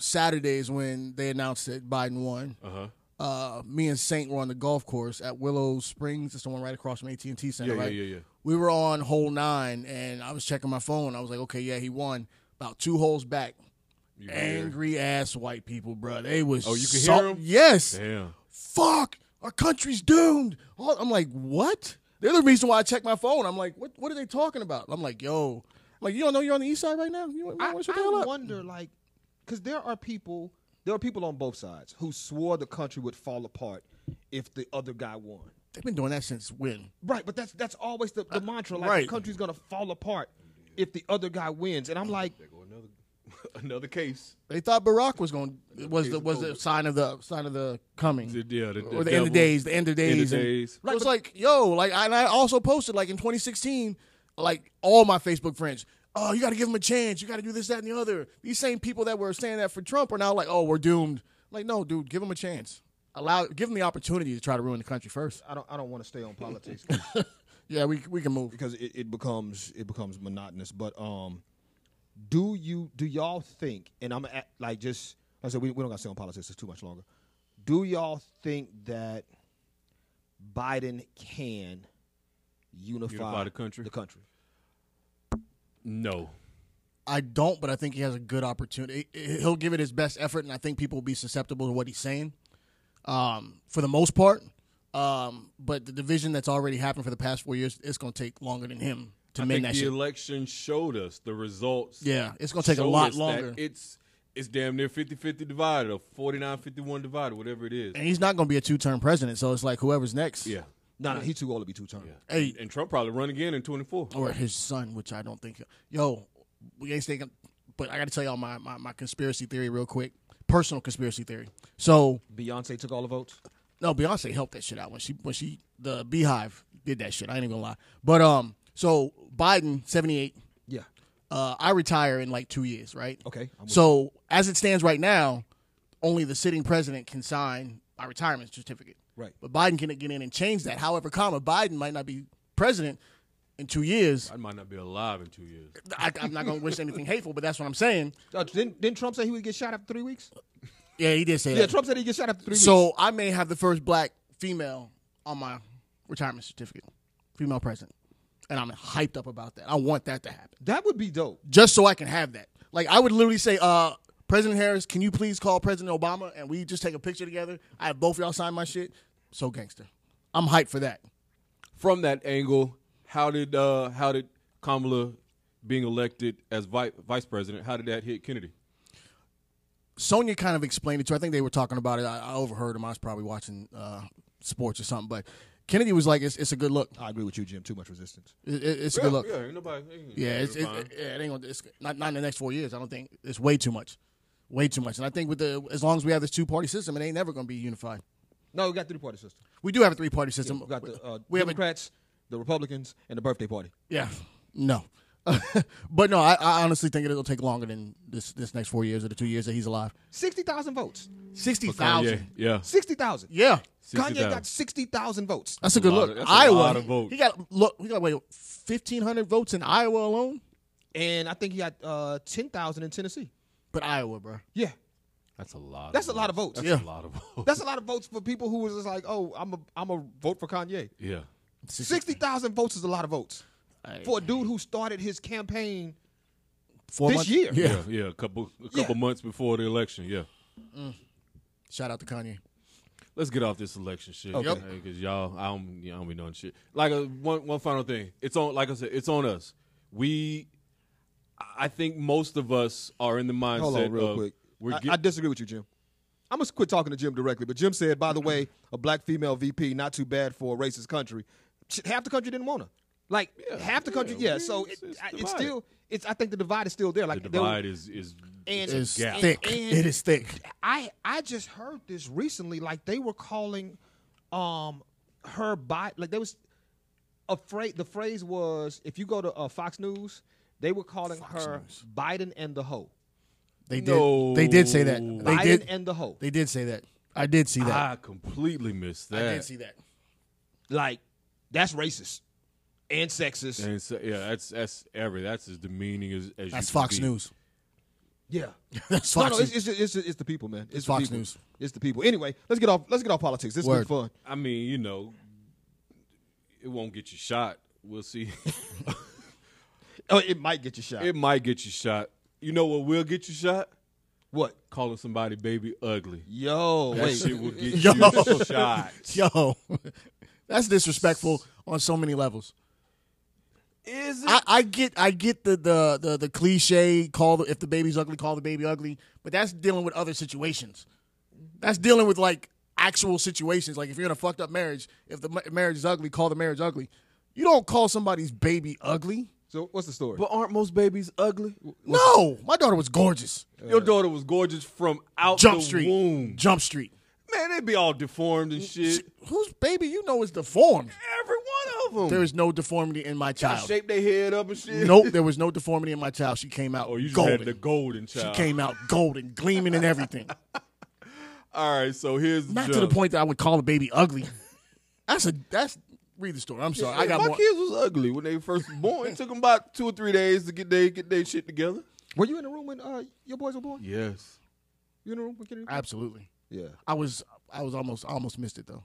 Speaker 4: Saturdays when they announced that Biden won, uh-huh. me and Saint were on the golf course at Willow Springs. It's the one right across from AT and T Center.
Speaker 2: Yeah, yeah,
Speaker 4: right?
Speaker 2: yeah, yeah.
Speaker 4: We were on hole nine, and I was checking my phone. I was like, okay, yeah, he won. About two holes back, angry ass white people, bro. They was
Speaker 2: Oh, you could hear
Speaker 4: salt-
Speaker 2: 'em?
Speaker 4: Yes,
Speaker 2: Damn.
Speaker 4: fuck, our country's doomed. All- I'm like, what? They're the reason why I check my phone. I'm like, what? What are they talking about? I'm like, yo, I'm like you don't know you're on the east side right now. You want
Speaker 3: I,
Speaker 4: to shut the
Speaker 3: I
Speaker 4: hell up?
Speaker 3: wonder, like, because there are people, there are people on both sides who swore the country would fall apart if the other guy won.
Speaker 4: They've been doing that since when?
Speaker 3: Right, but that's that's always the, the mantra. Like
Speaker 4: Uh, right.
Speaker 3: the country's gonna fall apart if the other guy wins, and I'm like,
Speaker 2: Another, [LAUGHS] another case.
Speaker 4: They thought Barack was going was the was the sign of the sign of the coming.
Speaker 2: The- yeah, the- the
Speaker 4: or the end
Speaker 2: devil.
Speaker 4: of days, the end of days.
Speaker 2: End of
Speaker 4: and
Speaker 2: days.
Speaker 4: It was like, yo, like and I also posted like in 2016, like all my Facebook friends, oh, you got to give him a chance. You got to do this, that, and the other. These same people that were saying that for Trump are now like, oh, we're doomed. like, no, dude, give him a chance. Allow, give him the opportunity to try to ruin the country first.
Speaker 3: I don't I don't want to stay on politics
Speaker 4: [LAUGHS] Yeah, we we can move.
Speaker 3: because it, it becomes it becomes monotonous. But um, do you do y'all think? And I'm at, like just I said we, we don't gotta stay on politics. It's too much longer. Do y'all think that Biden can unify,
Speaker 2: Unify the country?
Speaker 3: The country.
Speaker 2: No.
Speaker 4: I don't, but I think he has a good opportunity. He- He'll give it his best effort, and I think people will be susceptible to what he's saying um, for the most part. Um, but the division that's already happened for the past four years, it's going to take longer than him to
Speaker 2: I
Speaker 4: mend
Speaker 2: think the
Speaker 4: that shit.
Speaker 2: election showed us the results.
Speaker 4: Yeah, it's gonna take a
Speaker 2: showed
Speaker 4: lot
Speaker 2: us that
Speaker 4: longer.
Speaker 2: It's it's damn near 50-50 divided or 49-51 divided, whatever it is.
Speaker 4: and he's not going to be a two-term president, so it's like whoever's next.
Speaker 2: Yeah.
Speaker 3: No, no, he's too old to be two term.
Speaker 4: Hey,
Speaker 2: And Trump probably run again in 24.
Speaker 4: or his son, which I don't think. Yo, we ain't thinking. But I got to tell y'all my, my, my conspiracy theory real quick. Personal conspiracy theory. So
Speaker 3: Beyonce took all the votes.
Speaker 4: No, Beyonce helped that shit out when she when she the Beehive did that shit. I ain't even gonna lie. But um, so Biden seventy eight.
Speaker 3: Yeah.
Speaker 4: Uh, I retire in like two years, right?
Speaker 3: Okay, I'm with
Speaker 4: So as it stands right now, only the sitting president can sign my retirement certificate.
Speaker 3: Right.
Speaker 4: But Biden can get in and change that. However, comma Biden might not be president in two years.
Speaker 2: I might not be alive in two years.
Speaker 4: I, I'm not gonna wish anything hateful, but that's what I'm saying.
Speaker 3: Uh, didn't, didn't Trump say he would get shot after three weeks?
Speaker 4: Yeah, he did say
Speaker 3: Yeah,
Speaker 4: that.
Speaker 3: Trump said he'd get shot after three weeks.
Speaker 4: So I may have the first black female on my retirement certificate, female president, and I'm hyped up about that. I want that to happen
Speaker 3: That would be dope.
Speaker 4: just so I can have that. Like I would literally say, uh, President Harris, can you please call President Obama and we just take a picture together? I have both of y'all sign my shit. So gangster, I'm hyped for that.
Speaker 2: From that angle, how did uh, how did Kamala being elected as vi- vice president? How did that hit Kennedy?
Speaker 4: Sonya kind of explained it to. I think they were talking about it. I, I overheard him. I was probably watching uh, sports or something, but. Kennedy was like, it's, it's a good look.
Speaker 3: I agree with you, Jim. Too much resistance.
Speaker 4: It- it- it's a good look.
Speaker 2: yeah, ain't nobody. ain't-
Speaker 4: Yeah, it's, it,
Speaker 2: fine.
Speaker 4: it, yeah, it ain't gonna. It's not, not in the next four years. I don't think it's way too much, way too much. And I think with the as long as we have this two party system, it ain't never gonna be unified.
Speaker 3: No, we got three party system.
Speaker 4: We do have a three party system.
Speaker 3: We got the uh,
Speaker 4: we have a
Speaker 3: Democrats, the Republicans, and the birthday party.
Speaker 4: Yeah. No. [LAUGHS] but no, I, I honestly think it'll take longer than this this next four years or the two years that he's alive.
Speaker 3: Sixty thousand votes.
Speaker 4: Sixty
Speaker 2: Kanye.
Speaker 4: thousand.
Speaker 2: Yeah.
Speaker 3: Sixty thousand.
Speaker 4: Yeah.
Speaker 3: Kanye
Speaker 2: 60,000.
Speaker 3: got sixty thousand votes.
Speaker 4: That's a good
Speaker 2: lot
Speaker 4: look.
Speaker 2: of- that's a
Speaker 4: Iowa.
Speaker 2: lot of votes.
Speaker 4: He got look. He got wait fifteen hundred votes in Iowa alone.
Speaker 3: and I think he got uh, ten thousand in Tennessee.
Speaker 4: But Iowa, bro.
Speaker 3: Yeah,
Speaker 2: That's a lot.
Speaker 3: That's a lot of votes.
Speaker 2: That's
Speaker 4: Yeah.
Speaker 2: a lot
Speaker 4: [LAUGHS]
Speaker 2: of votes.
Speaker 3: that's a lot of votes for people who was just like, "Oh, I'm a I'm a vote for Kanye."
Speaker 2: yeah.
Speaker 3: Sixty thousand votes is a lot of votes
Speaker 4: Aye.
Speaker 3: for a dude who started his campaign
Speaker 4: Four
Speaker 3: this
Speaker 4: months-
Speaker 3: year.
Speaker 4: Yeah.
Speaker 2: yeah. Yeah. A couple a couple months before the election. Yeah.
Speaker 4: Shout out to Kanye.
Speaker 2: Let's get off this election shit.
Speaker 4: Okay.
Speaker 2: Because y'all, I don't, I don't be knowing shit. Like uh, one, one final thing. It's on. Like I said, it's on us. We, I think most of us are in the mindset
Speaker 3: Hold on, real
Speaker 2: of
Speaker 3: quick.
Speaker 2: uh, we're
Speaker 3: I,
Speaker 2: get-
Speaker 3: I disagree with you, Jim. I'm gonna quit talking to Jim directly, but Jim said, "By the way, a black female VP, not too bad for a racist country. Shit, Half the country didn't want her. Like half the country,
Speaker 2: yeah,
Speaker 3: yeah.
Speaker 2: we-
Speaker 3: so it,
Speaker 2: it's- it's
Speaker 3: I- it's,
Speaker 2: divided.
Speaker 3: still, it's. I think the divide is still there. Like
Speaker 2: the
Speaker 3: there were-
Speaker 2: divide is is
Speaker 3: and
Speaker 4: It's
Speaker 3: and-
Speaker 4: thick.
Speaker 3: and-
Speaker 4: it is thick.
Speaker 3: I I just heard this recently. Like they were calling, um, her by like they was afraid. The phrase was if you go to uh, Fox News, they were calling her Biden and the hoe.
Speaker 4: They did.
Speaker 2: No. Ah,
Speaker 4: They did say that. They
Speaker 3: Biden
Speaker 4: did.
Speaker 3: and the hoe.
Speaker 4: they did say that. I did see that.
Speaker 2: I completely missed
Speaker 4: I
Speaker 2: that.
Speaker 4: did see that.
Speaker 3: like that's racist and sexist.
Speaker 2: And so, yeah, that's that's every that's as demeaning as, as you
Speaker 4: That's
Speaker 2: can
Speaker 4: Fox
Speaker 2: be. [LAUGHS]
Speaker 4: News.
Speaker 3: yeah.
Speaker 4: That's
Speaker 3: No,
Speaker 4: Fox
Speaker 3: no,
Speaker 4: News.
Speaker 3: it's, it's, it's, it's the people, man. It's, the
Speaker 4: Fox
Speaker 3: people.
Speaker 4: News.
Speaker 3: It's the people. Anyway, let's get off. Let's get off politics. This
Speaker 4: Word.
Speaker 3: was fun.
Speaker 2: I mean, you know, it won't get you shot. We'll see. [LAUGHS]
Speaker 3: Oh, it might get you shot.
Speaker 2: it might get you shot. You know what will get you shot?
Speaker 3: what?
Speaker 2: Calling somebody baby ugly.
Speaker 3: Yo,
Speaker 2: That
Speaker 3: wait.
Speaker 2: shit will [LAUGHS] get
Speaker 4: Yo.
Speaker 2: you shot.
Speaker 4: Yo, [LAUGHS] that's disrespectful on so many levels.
Speaker 2: Is it?
Speaker 4: I, I get I get the the the, the cliche call the, if the baby's ugly call the baby ugly, but that's dealing with other situations. That's dealing with like actual situations. Like if you're in a fucked up marriage, if the ma- marriage is ugly, call the marriage ugly. You don't call somebody's baby ugly.
Speaker 3: So what's the story?
Speaker 2: but aren't most babies ugly?
Speaker 4: No, my daughter was gorgeous.
Speaker 2: Your daughter was gorgeous from out
Speaker 4: Jump
Speaker 2: the
Speaker 4: Street,
Speaker 2: womb.
Speaker 4: Jump Street.
Speaker 2: Man, they be all deformed and shit.
Speaker 4: Whose baby you know is deformed?
Speaker 2: Every one of them.
Speaker 4: There is no deformity in my
Speaker 2: I
Speaker 4: child.
Speaker 2: shape their head up and shit. [LAUGHS]
Speaker 4: Nope, there was no deformity in my child. She came out
Speaker 2: Oh, you just
Speaker 4: golden.
Speaker 2: had the golden
Speaker 4: she
Speaker 2: child.
Speaker 4: came out golden, gleaming
Speaker 2: [LAUGHS]
Speaker 4: and everything.
Speaker 2: All right, so here's the
Speaker 4: Not to
Speaker 2: jump.
Speaker 4: the point that I would call the baby ugly. That's a that's read the story. I'm sorry. I got
Speaker 2: my
Speaker 4: more.
Speaker 2: kids was ugly when they first born. it took them about two or three days to get they get their shit together.
Speaker 3: were you in the room when uh, your boys were born?
Speaker 2: Yes.
Speaker 3: You in the room when Kennedy?
Speaker 4: Absolutely.
Speaker 3: yeah,
Speaker 4: I was I was almost I almost missed it though.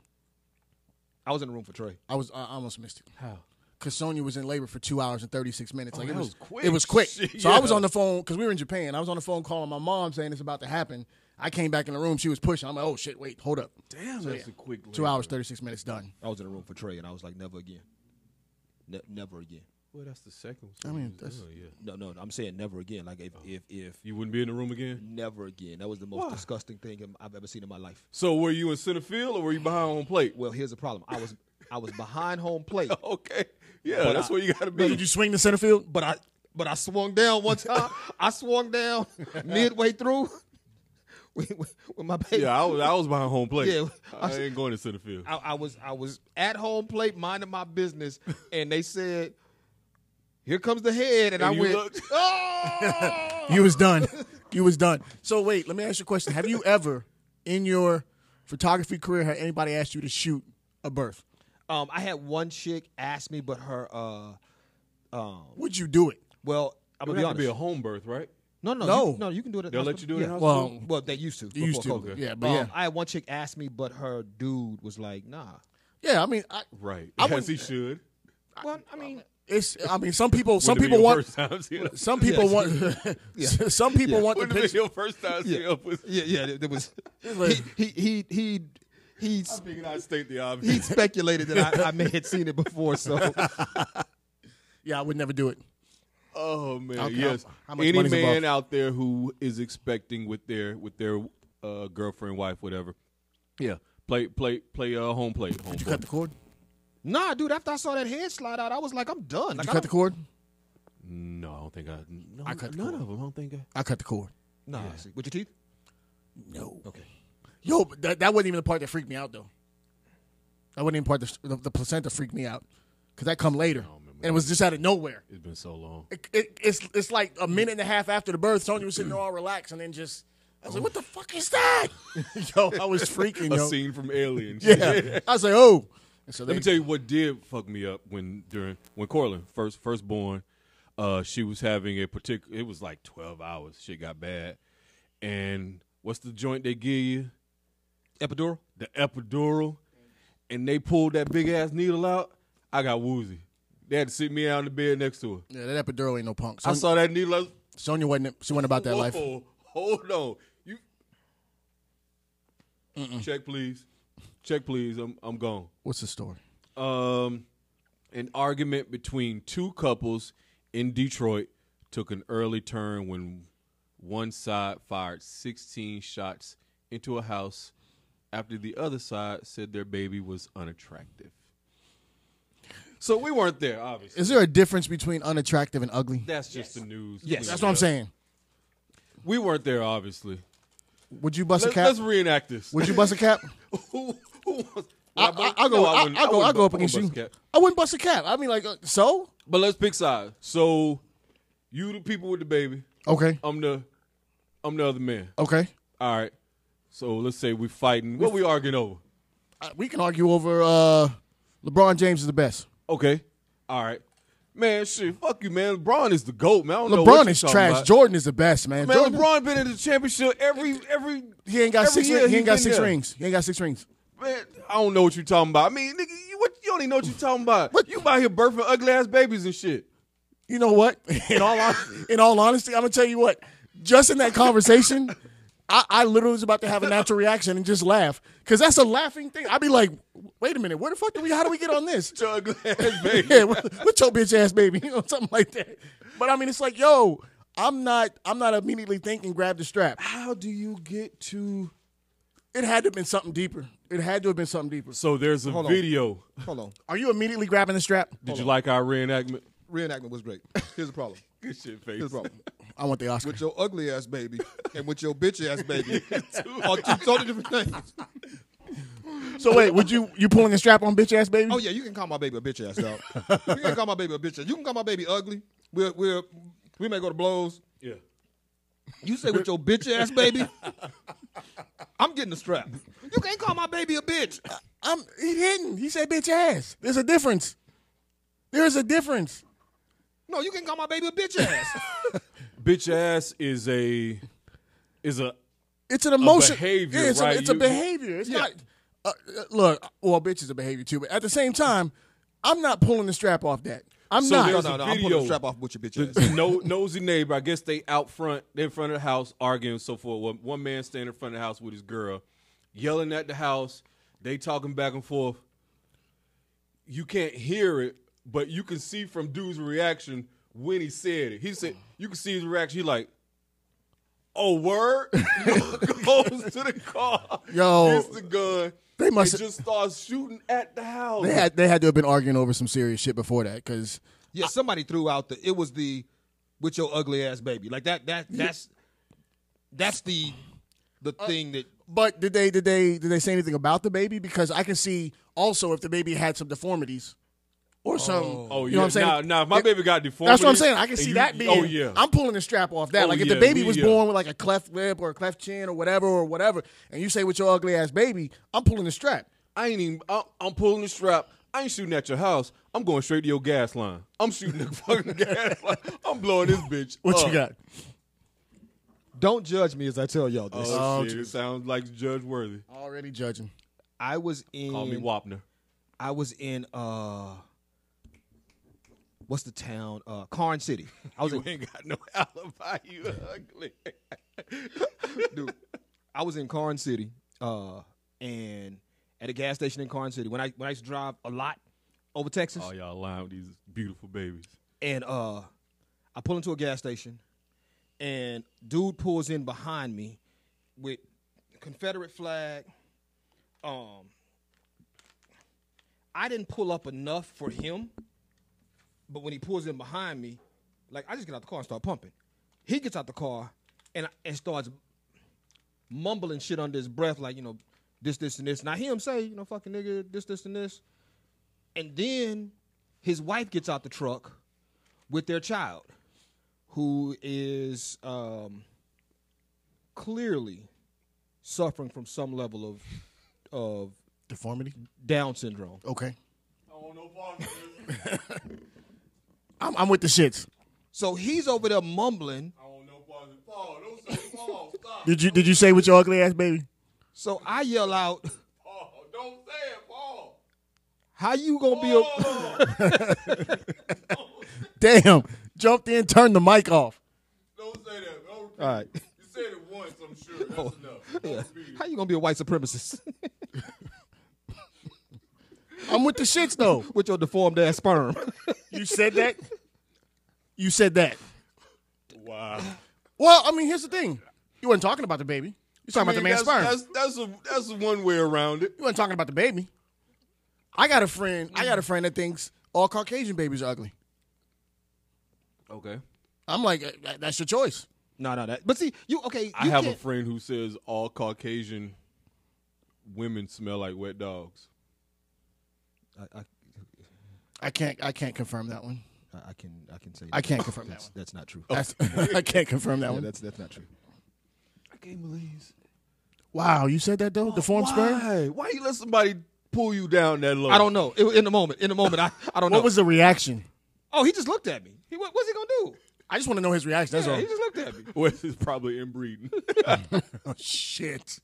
Speaker 3: I was in the room for Trey.
Speaker 4: I was I almost missed it.
Speaker 2: How? Oh,
Speaker 4: Cause Sonya was in labor for two hours and thirty six minutes. Like
Speaker 2: that
Speaker 4: it was,
Speaker 2: was quick.
Speaker 4: It
Speaker 2: [LAUGHS]
Speaker 4: was quick. So
Speaker 2: Shit,
Speaker 4: I was
Speaker 2: yeah.
Speaker 4: on the phone because we were in Japan. I was on the phone calling my mom saying it's about to happen. I came back in the room. She was pushing. I'm like, oh shit, wait, hold up.
Speaker 2: Damn,
Speaker 4: So,
Speaker 2: that's
Speaker 4: yeah.
Speaker 2: a quick
Speaker 4: Two
Speaker 2: labor.
Speaker 4: hours thirty six minutes done.
Speaker 3: I was in the room for Trey, and I was like, never again. Ne- never again.
Speaker 2: Well, that's the second. one.
Speaker 4: I mean, that's-
Speaker 2: Oh, yeah.
Speaker 3: No, no, no, I'm saying never again. Like if if if
Speaker 2: You wouldn't be in the room again.
Speaker 3: never again. That was the most disgusting thing I'm- I've ever seen in my life.
Speaker 2: So were you in center field or were you behind on plate?
Speaker 3: Well, here's the problem. I was I was behind home plate, [LAUGHS]
Speaker 2: [LAUGHS] Okay. Yeah,
Speaker 3: But
Speaker 2: that's
Speaker 3: I-
Speaker 2: where you got to
Speaker 4: Did
Speaker 2: be.
Speaker 4: you swing the center field?
Speaker 3: but I but I swung down one time. I
Speaker 2: [LAUGHS]
Speaker 3: swung down midway through [LAUGHS] with, with with my baby.
Speaker 2: Yeah, I was. I was behind home plate.
Speaker 3: Yeah, I
Speaker 2: I, ain't going to center field.
Speaker 3: I, I was I was at home plate minding my business, and they said, "Here comes the head," and, I
Speaker 2: you
Speaker 3: went, [LAUGHS]
Speaker 2: looked.
Speaker 3: "Oh!"
Speaker 4: [LAUGHS] You was done. You was done. So wait, let me ask you a question. [LAUGHS] Have you ever, in your photography career, had anybody asked you to shoot a birth?
Speaker 3: um, I had one chick ask me, but her uh, um,
Speaker 4: Would you do it?
Speaker 3: well, I'm
Speaker 2: It would
Speaker 3: gonna be
Speaker 2: have to
Speaker 3: honest.
Speaker 2: be a home birth, right?
Speaker 3: no, no,
Speaker 4: No.
Speaker 3: you, no, you can do it. At the
Speaker 2: They'll let you
Speaker 3: hospital.
Speaker 2: do it
Speaker 3: Yeah.
Speaker 2: in hospital.
Speaker 4: Well,
Speaker 3: Well, they used to.
Speaker 4: You used
Speaker 3: before
Speaker 4: to,
Speaker 3: COVID.
Speaker 4: yeah, but
Speaker 3: Um,
Speaker 4: yeah.
Speaker 3: I had one chick asked me, but her dude was like, "Nah."
Speaker 4: yeah, I mean, I,
Speaker 2: right.
Speaker 4: I
Speaker 2: As
Speaker 4: wouldn't-
Speaker 2: he should.
Speaker 3: Well, I mean,
Speaker 4: it's. I mean, some people. Some
Speaker 2: Wouldn't it be
Speaker 4: people
Speaker 2: your
Speaker 4: want.
Speaker 2: First time seeing a-
Speaker 4: Some people want.
Speaker 2: [LAUGHS]
Speaker 4: [LAUGHS] Some people want the
Speaker 2: Wouldn't it be
Speaker 4: picture.
Speaker 2: your first time seeing a pussy?
Speaker 3: yeah, yeah, there-
Speaker 2: [LAUGHS]
Speaker 3: there was he
Speaker 4: Like-
Speaker 3: he he he he,
Speaker 2: I'm thinking I state the
Speaker 3: he
Speaker 2: obvious.
Speaker 3: speculated that I, I may had seen it before, so.
Speaker 4: Yeah, I would never do it.
Speaker 2: [LAUGHS] Oh man,
Speaker 4: Okay,
Speaker 2: yes.
Speaker 4: how- how much
Speaker 2: Any
Speaker 4: money's
Speaker 2: man
Speaker 4: involved?
Speaker 2: out there who is expecting with their with their uh, girlfriend, wife, whatever. Yeah, play play play uh, home plate. Home
Speaker 4: Did you
Speaker 2: plate.
Speaker 4: cut the cord?
Speaker 3: [LAUGHS] Nah, dude. After I saw that head slide out, I was like, I'm done.
Speaker 4: Did
Speaker 3: Like,
Speaker 4: you
Speaker 3: I
Speaker 4: cut the
Speaker 3: don't-
Speaker 4: cord?
Speaker 2: No, I don't think I. No,
Speaker 4: I cut the
Speaker 2: none
Speaker 4: cord.
Speaker 2: of them. I don't think I.
Speaker 4: I cut the cord.
Speaker 3: Nah, see, with your teeth.
Speaker 4: No.
Speaker 3: Okay.
Speaker 4: Yo, but that, that wasn't even the part that freaked me out though. That wasn't even part that the, the placenta freaked me out. because that come later, and it was just out of nowhere.
Speaker 2: It's been so long.
Speaker 4: It, it, it's it's like a minute and a half after the birth, Sonya was sitting there all relaxed, and then just I was like, "What the fuck is that?" [LAUGHS] yo, I was
Speaker 2: [LAUGHS]
Speaker 4: freaking.
Speaker 2: A
Speaker 4: yo.
Speaker 2: scene from [LAUGHS] Alien.
Speaker 4: Yeah, I was like, "Oh." And so
Speaker 2: Let
Speaker 4: they-
Speaker 2: me tell you what did fuck me up when during when Corlin first first born, uh, she was having a particular. It was like twelve hours. Shit got bad, and what's the joint they give you?
Speaker 3: Epidural?
Speaker 2: The epidural, and they pulled that big ass needle out. I got woozy. They had to sit me out in the bed next to her.
Speaker 4: Yeah, that epidural ain't no punk.
Speaker 2: I
Speaker 4: Son-
Speaker 2: saw that needle. I was,
Speaker 4: Sonya wasn't. She wasn't about that life.
Speaker 2: Whoa, hold on. You check, please. Check, please. I'm I'm gone.
Speaker 4: What's the story?
Speaker 2: um, an argument between two couples in Detroit took an early turn when one side fired 16 shots into a house after the other side said their baby was unattractive. So we weren't there, obviously.
Speaker 4: Is there a difference between unattractive and ugly?
Speaker 2: That's just the news.
Speaker 3: Yes.
Speaker 4: That's what I'm saying.
Speaker 2: We weren't there, obviously.
Speaker 4: Would you bust
Speaker 2: Let's,
Speaker 4: a cap?
Speaker 2: let's reenact this. [LAUGHS]
Speaker 4: Would you bust a cap?
Speaker 2: who, who was,
Speaker 4: I, I, I'll go.
Speaker 2: No, wouldn't-
Speaker 4: I will go.
Speaker 2: wouldn't
Speaker 4: I'll go up
Speaker 2: bu- I
Speaker 4: against you.
Speaker 2: wouldn't bust a cap.
Speaker 4: I wouldn't bust a cap. I mean, like, uh, so
Speaker 2: But let's pick sides. So you the people with the baby.
Speaker 4: okay,
Speaker 2: I'm the I'm the other man.
Speaker 4: okay.
Speaker 2: All right. So let's say we fighting. What we arguing over?
Speaker 4: Uh, we can argue over uh, LeBron James is the best.
Speaker 2: Okay. All right. Man, shit, fuck you, man. LeBron is the goat, man. I don't know what
Speaker 4: LeBron
Speaker 2: you
Speaker 4: is
Speaker 2: talking
Speaker 4: trash.
Speaker 2: about.
Speaker 4: Jordan is the best, man.
Speaker 2: Man,
Speaker 4: Jordan,
Speaker 2: LeBron been in the championship every every.
Speaker 4: he ain't got
Speaker 2: every
Speaker 4: six.
Speaker 2: year
Speaker 4: He
Speaker 2: he's
Speaker 4: ain't got
Speaker 2: been
Speaker 4: six
Speaker 2: there.
Speaker 4: rings. He ain't got six rings.
Speaker 2: Man, I don't know what you talking about. I mean, nigga, you what? You don't even know what you talking about.
Speaker 4: What?
Speaker 2: You out here birthing ugly ass babies and shit.
Speaker 4: You know [LAUGHS] what? In all hon- in all honesty, I'm gonna tell you what. Just in that conversation, I, I literally was about to have a natural reaction and just laugh because that's a laughing thing. I'd be like, "Wait a minute, where the fuck do we? How do we get on this?"
Speaker 2: To ugly [LAUGHS] ass babies.
Speaker 4: yeah, with your bitch ass baby, [LAUGHS] you know, something like that. But I mean, it's like, yo, I'm not, I'm not immediately thinking, grab the strap.
Speaker 2: How do you get to?
Speaker 4: It had to have been something deeper. It had to have been something deeper.
Speaker 2: So there's a
Speaker 3: Hold on.
Speaker 2: video.
Speaker 3: Hold on.
Speaker 4: Are you immediately grabbing the strap?
Speaker 2: Did you like our reenactment?
Speaker 3: Reenactment was great. Here's the problem.
Speaker 2: Good shit,
Speaker 3: Here's
Speaker 2: face.
Speaker 3: [LAUGHS] the problem.
Speaker 4: I want the Oscar.
Speaker 3: With your ugly ass baby and with your bitch ass baby are [LAUGHS] two totally different things.
Speaker 4: so wait, would you you pulling the strap on bitch ass baby?
Speaker 3: Oh yeah, you can call my baby a bitch ass dog. you can call my baby a bitch ass. You can call my baby ugly. We're we're we may go to blows.
Speaker 2: Yeah.
Speaker 3: You say with your bitch ass baby, I'm getting the strap. You can't call my baby a bitch.
Speaker 4: I'm he didn't. He said bitch ass. There's a difference. There's a difference.
Speaker 3: No, you can call my baby a bitch ass.
Speaker 2: Bitch ass is a is a
Speaker 4: It's an emotion.
Speaker 2: behavior,
Speaker 4: yeah, it's,
Speaker 2: right?
Speaker 4: a, it's a
Speaker 2: You-
Speaker 4: behavior. It's not. Uh, uh, look, well, bitch is a behavior too, but at the same time, I'm not pulling the strap off that. I'm
Speaker 2: So
Speaker 4: not.
Speaker 3: no,
Speaker 2: there's
Speaker 3: no,
Speaker 2: a
Speaker 3: no. I'm pulling
Speaker 2: video.
Speaker 3: the strap off with your bitch ass.
Speaker 2: the [LAUGHS] no, nosy neighbor. I guess they out front, they in front of the house arguing and so forth. One- One man standing in front of the house with his girl, yelling at the house. They talking back and forth. You can't hear it, but you can see from dude's reaction when he said it. He said you can see his reaction. He like. Oh
Speaker 4: [LAUGHS]
Speaker 2: word! [LAUGHS] Goes to the car,
Speaker 4: Yo.
Speaker 2: gets the gun.
Speaker 4: They must-
Speaker 2: and just starts shooting at the house.
Speaker 4: They had they had to have been arguing over some serious shit before that because
Speaker 3: Yeah, somebody threw out the. It was the with your ugly ass baby. Like that. That that's that's the the
Speaker 2: Uh,
Speaker 3: thing that.
Speaker 4: But did they did they did they say anything about the baby? Because I can see also if the baby had some deformities or some.
Speaker 2: Oh
Speaker 4: you
Speaker 2: yeah,
Speaker 4: know what I'm saying?
Speaker 2: Nah, nah, if my
Speaker 4: It-
Speaker 2: baby got deformed.
Speaker 4: That's what I'm saying. I can
Speaker 2: and
Speaker 4: see
Speaker 2: you-
Speaker 4: that being.
Speaker 2: Oh yeah,
Speaker 4: I'm pulling the strap off that.
Speaker 2: Oh,
Speaker 4: like if
Speaker 2: yeah,
Speaker 4: the baby
Speaker 2: we-
Speaker 4: was
Speaker 2: yeah.
Speaker 4: born with like a cleft lip or a cleft chin or whatever or whatever, and you say with your ugly ass baby, I'm pulling the strap.
Speaker 2: I ain't even. I'm, I'm pulling the strap. I ain't shooting at your house. I'm going straight to your gas line. I'm shooting the [LAUGHS] fucking gas line. I'm blowing this
Speaker 3: [LAUGHS]
Speaker 2: bitch. up.
Speaker 3: Don't judge me as I tell y'all this.
Speaker 2: Oh, shit! It sounds like Judge Worthy.
Speaker 4: Already judging.
Speaker 3: I was in.
Speaker 2: Call me Wapner.
Speaker 3: I was in. uh What's the town? Uh Carn City. I was
Speaker 2: You
Speaker 3: in.
Speaker 2: ain't got no [LAUGHS] alibi. You
Speaker 3: [LAUGHS]
Speaker 2: ugly.
Speaker 3: dude, [LAUGHS] I was in Carn City, uh, and at a gas station in Carn City. When I when I used to drive a lot over Texas,
Speaker 2: Oh y'all lying with these beautiful babies.
Speaker 3: and uh, I pull into a gas station, and dude pulls in behind me with Confederate flag. Um, I didn't pull up enough for him, but when he pulls in behind me, like I just get out the car and start pumping. He gets out the car and and starts mumbling shit under his breath, like you know, this, this, and this. And I hear him say, you know, fucking nigga, this, this, and this. And then His wife gets out the truck with their child, who is um, clearly suffering from some level of of
Speaker 4: Deformity.
Speaker 3: Down syndrome.
Speaker 4: Okay. I'm, I'm with the shits.
Speaker 3: So he's over there mumbling. [LAUGHS]
Speaker 4: Did you did you say with your ugly ass baby?
Speaker 3: So I yell out,
Speaker 5: Don't say it, Paul.
Speaker 3: "How you gonna be a?"
Speaker 4: Damn. Jumped in, turned the mic off.
Speaker 5: Don't say that. Don't-
Speaker 3: All right. Oh.
Speaker 5: You said it once, I'm sure. That's enough. Don't
Speaker 3: Yeah.
Speaker 5: repeat it.
Speaker 3: How you gonna be a white supremacist [LAUGHS]
Speaker 4: I'm with the shits though.
Speaker 3: with your deformed ass sperm? [LAUGHS]
Speaker 4: You said that? You said that.
Speaker 5: Wow.
Speaker 4: Well, I mean, here's the thing. You weren't talking about the baby. You're talking about the man's
Speaker 5: that's,
Speaker 4: sperm.
Speaker 5: That's that's a, that's a one way around it.
Speaker 4: You weren't talking about the baby. I got a friend. I got a friend that thinks all Caucasian babies are ugly.
Speaker 2: Okay.
Speaker 4: I'm like, uh, that's your choice.
Speaker 3: no, no, that. But see, you okay? You
Speaker 2: I have a
Speaker 3: can't-
Speaker 2: friend who says all Caucasian women smell like wet dogs.
Speaker 3: I, I,
Speaker 4: I can't. I can't confirm that one.
Speaker 3: I- I can I can say
Speaker 4: I
Speaker 3: that.
Speaker 4: can't confirm that
Speaker 3: that's,
Speaker 4: one.
Speaker 3: That's not true.
Speaker 4: That's, [LAUGHS] I can't confirm that
Speaker 3: Yeah,
Speaker 4: one.
Speaker 3: that's that's not true.
Speaker 2: I can't believe.
Speaker 4: Wow, you said that though. Deformed sperm.
Speaker 2: Why? Why you let somebody pull you down that low? [LAUGHS]
Speaker 3: I don't know. It, was in the moment, in the moment, I, I don't know.
Speaker 4: What was the reaction?
Speaker 3: Oh, he just looked at me. He what, what's he gonna do?
Speaker 4: I just want to know his reaction. That's
Speaker 3: Yeah,
Speaker 4: all.
Speaker 3: he just looked at me.
Speaker 2: Well, it's probably inbreeding. [LAUGHS]
Speaker 4: Oh, shit.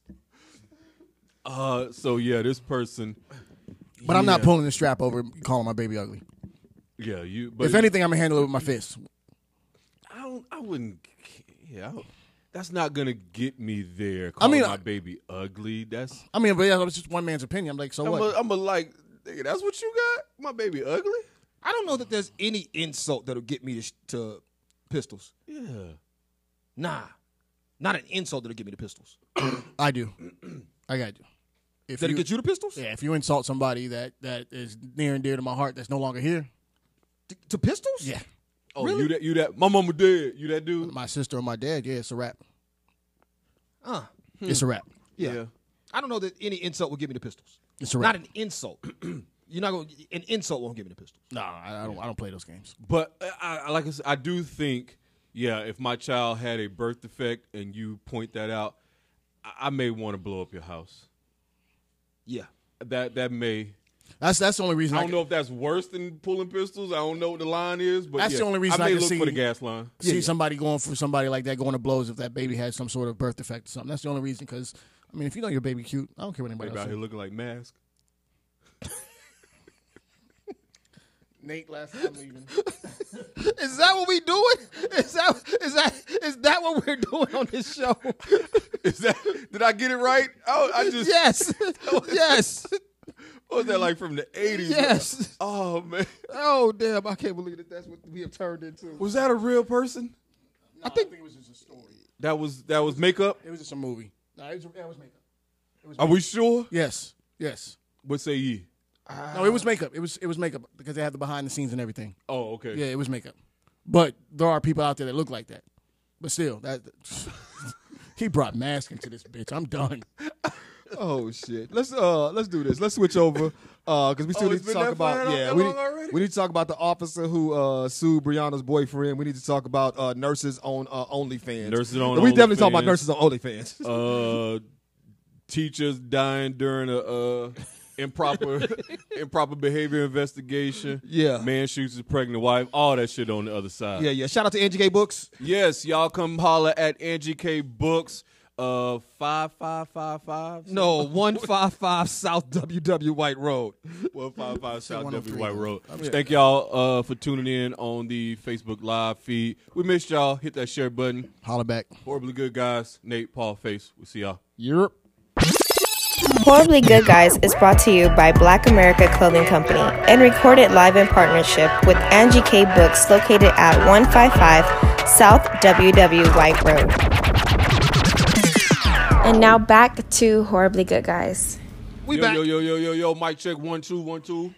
Speaker 2: uh, so yeah, this person.
Speaker 4: But I'm not pulling the strap over, and calling my baby ugly.
Speaker 2: Yeah, you. But
Speaker 4: If anything, I'm gonna handle it with my fist.
Speaker 2: I don't. I wouldn't. Yeah, I don't- that's not gonna get me there.
Speaker 4: I
Speaker 2: Calling
Speaker 4: mean,
Speaker 2: my
Speaker 4: I-
Speaker 2: baby ugly. That's
Speaker 4: I mean, but yeah, that was just one man's opinion. I'm like, so
Speaker 2: I'm
Speaker 4: what?
Speaker 2: a, I'm a like. Nigga, that's what you got. My baby ugly.
Speaker 3: I don't know that there's any insult that'll get me to, sh- to pistols.
Speaker 2: Yeah.
Speaker 3: Nah, not an insult that'll get me to pistols.
Speaker 4: I do. [CLEARS THROAT] I got to. If
Speaker 3: That'll get you to pistols?
Speaker 4: Yeah, if you insult somebody that that is near and dear to my heart that's no longer here,
Speaker 3: To, to pistols?
Speaker 4: yeah,
Speaker 2: Oh, you that you that my mama dead. You that dude.
Speaker 4: my sister or my dad, yeah, it's a wrap.
Speaker 3: Uh,
Speaker 4: It's a wrap.
Speaker 3: yeah. I don't know that any insult will get me to pistols.
Speaker 4: It's a
Speaker 3: Not
Speaker 4: wrap.
Speaker 3: an insult. [CLEARS THROAT] You're not gonna. An insult won't get me to pistols.
Speaker 4: No, I, I don't. I don't play those games.
Speaker 2: But I, I, like I said, I do think, yeah, if my child had a birth defect and you point that out, I, I may want to blow up your house.
Speaker 3: Yeah.
Speaker 2: That that may.
Speaker 4: That's that's the only reason.
Speaker 2: I
Speaker 4: I,
Speaker 2: don't
Speaker 4: can-
Speaker 2: know if that's worse than pulling pistols. I don't know what the line is, but
Speaker 4: That's
Speaker 2: yeah,
Speaker 4: the only reason
Speaker 2: I
Speaker 4: I
Speaker 2: may
Speaker 4: can
Speaker 2: look
Speaker 4: see-
Speaker 2: for the gas line.
Speaker 4: See somebody going for somebody like that going to blows if that baby had some sort of birth defect or something. That's the only reason. Because I mean, if you know your baby cute, I don't care what anybody
Speaker 2: Baby out
Speaker 4: else
Speaker 2: here
Speaker 4: says.
Speaker 2: looking like mask.
Speaker 4: Nate, last I'm [LAUGHS] leaving.
Speaker 3: Is that what we doing? [LAUGHS] Is that is that is that what we're doing on this show?
Speaker 2: [LAUGHS] Is that? Did I get it right? Oh, I, I just.
Speaker 4: [LAUGHS]
Speaker 3: yes. yes.
Speaker 2: What was that like from the eighties?
Speaker 3: [LAUGHS] Yes.
Speaker 2: Oh man,
Speaker 3: Oh damn! I can't believe that that's what we have turned into.
Speaker 2: was that a real person?
Speaker 4: I think it was just a story.
Speaker 2: That was that was makeup.
Speaker 4: It was just a movie. No, it was, it was makeup.
Speaker 2: Are we sure?
Speaker 4: Yes, yes.
Speaker 2: What say ye?
Speaker 4: No, it was makeup. It was it was makeup because they had the behind the scenes and everything.
Speaker 2: Oh, okay.
Speaker 4: Yeah, it was makeup. But there are people out there that look like that. But still, that [LAUGHS] he brought mask into this bitch. I'm done.
Speaker 3: Oh shit! Let's uh let's do this. Let's switch over uh because we still
Speaker 2: Oh,
Speaker 3: need
Speaker 2: it's
Speaker 3: to
Speaker 2: been
Speaker 3: talk
Speaker 2: that far?
Speaker 3: about
Speaker 2: That-
Speaker 3: yeah
Speaker 2: that
Speaker 3: we
Speaker 2: long
Speaker 3: need,
Speaker 2: already?
Speaker 3: we need to talk about the officer who uh sued Brianna's boyfriend. We need to talk about uh nurses on uh, OnlyFans.
Speaker 2: Nurses on
Speaker 3: We definitely talk about
Speaker 2: OnlyFans.
Speaker 3: nurses on OnlyFans.
Speaker 2: uh, teachers dying during a uh,
Speaker 3: [LAUGHS]
Speaker 2: improper improper behavior investigation.
Speaker 3: Yeah.
Speaker 2: man shoots his pregnant wife. All that shit on the other side.
Speaker 3: yeah, yeah. Shout out to NGK Books.
Speaker 2: Yes, y'all come holler at NGK Books. Uh, five five five five.
Speaker 3: No, one five five South WW White Road.
Speaker 2: one five five South W
Speaker 4: 103.
Speaker 2: White Road. Thank y'all uh, for tuning in on the Facebook Live feed. We missed y'all. Hit that share button.
Speaker 4: Holla back.
Speaker 2: Horribly good guys. Nate, Paul, Face. We'll see y'all.
Speaker 3: Europe.
Speaker 1: Horribly Good Guys is brought to you by Black America Clothing Company and recorded live in partnership with Angie K Books located at 155 South WW White Road. And now back to Horribly Good Guys.
Speaker 3: We
Speaker 2: yo
Speaker 3: back.
Speaker 2: yo yo yo yo yo. Mic check one two one two.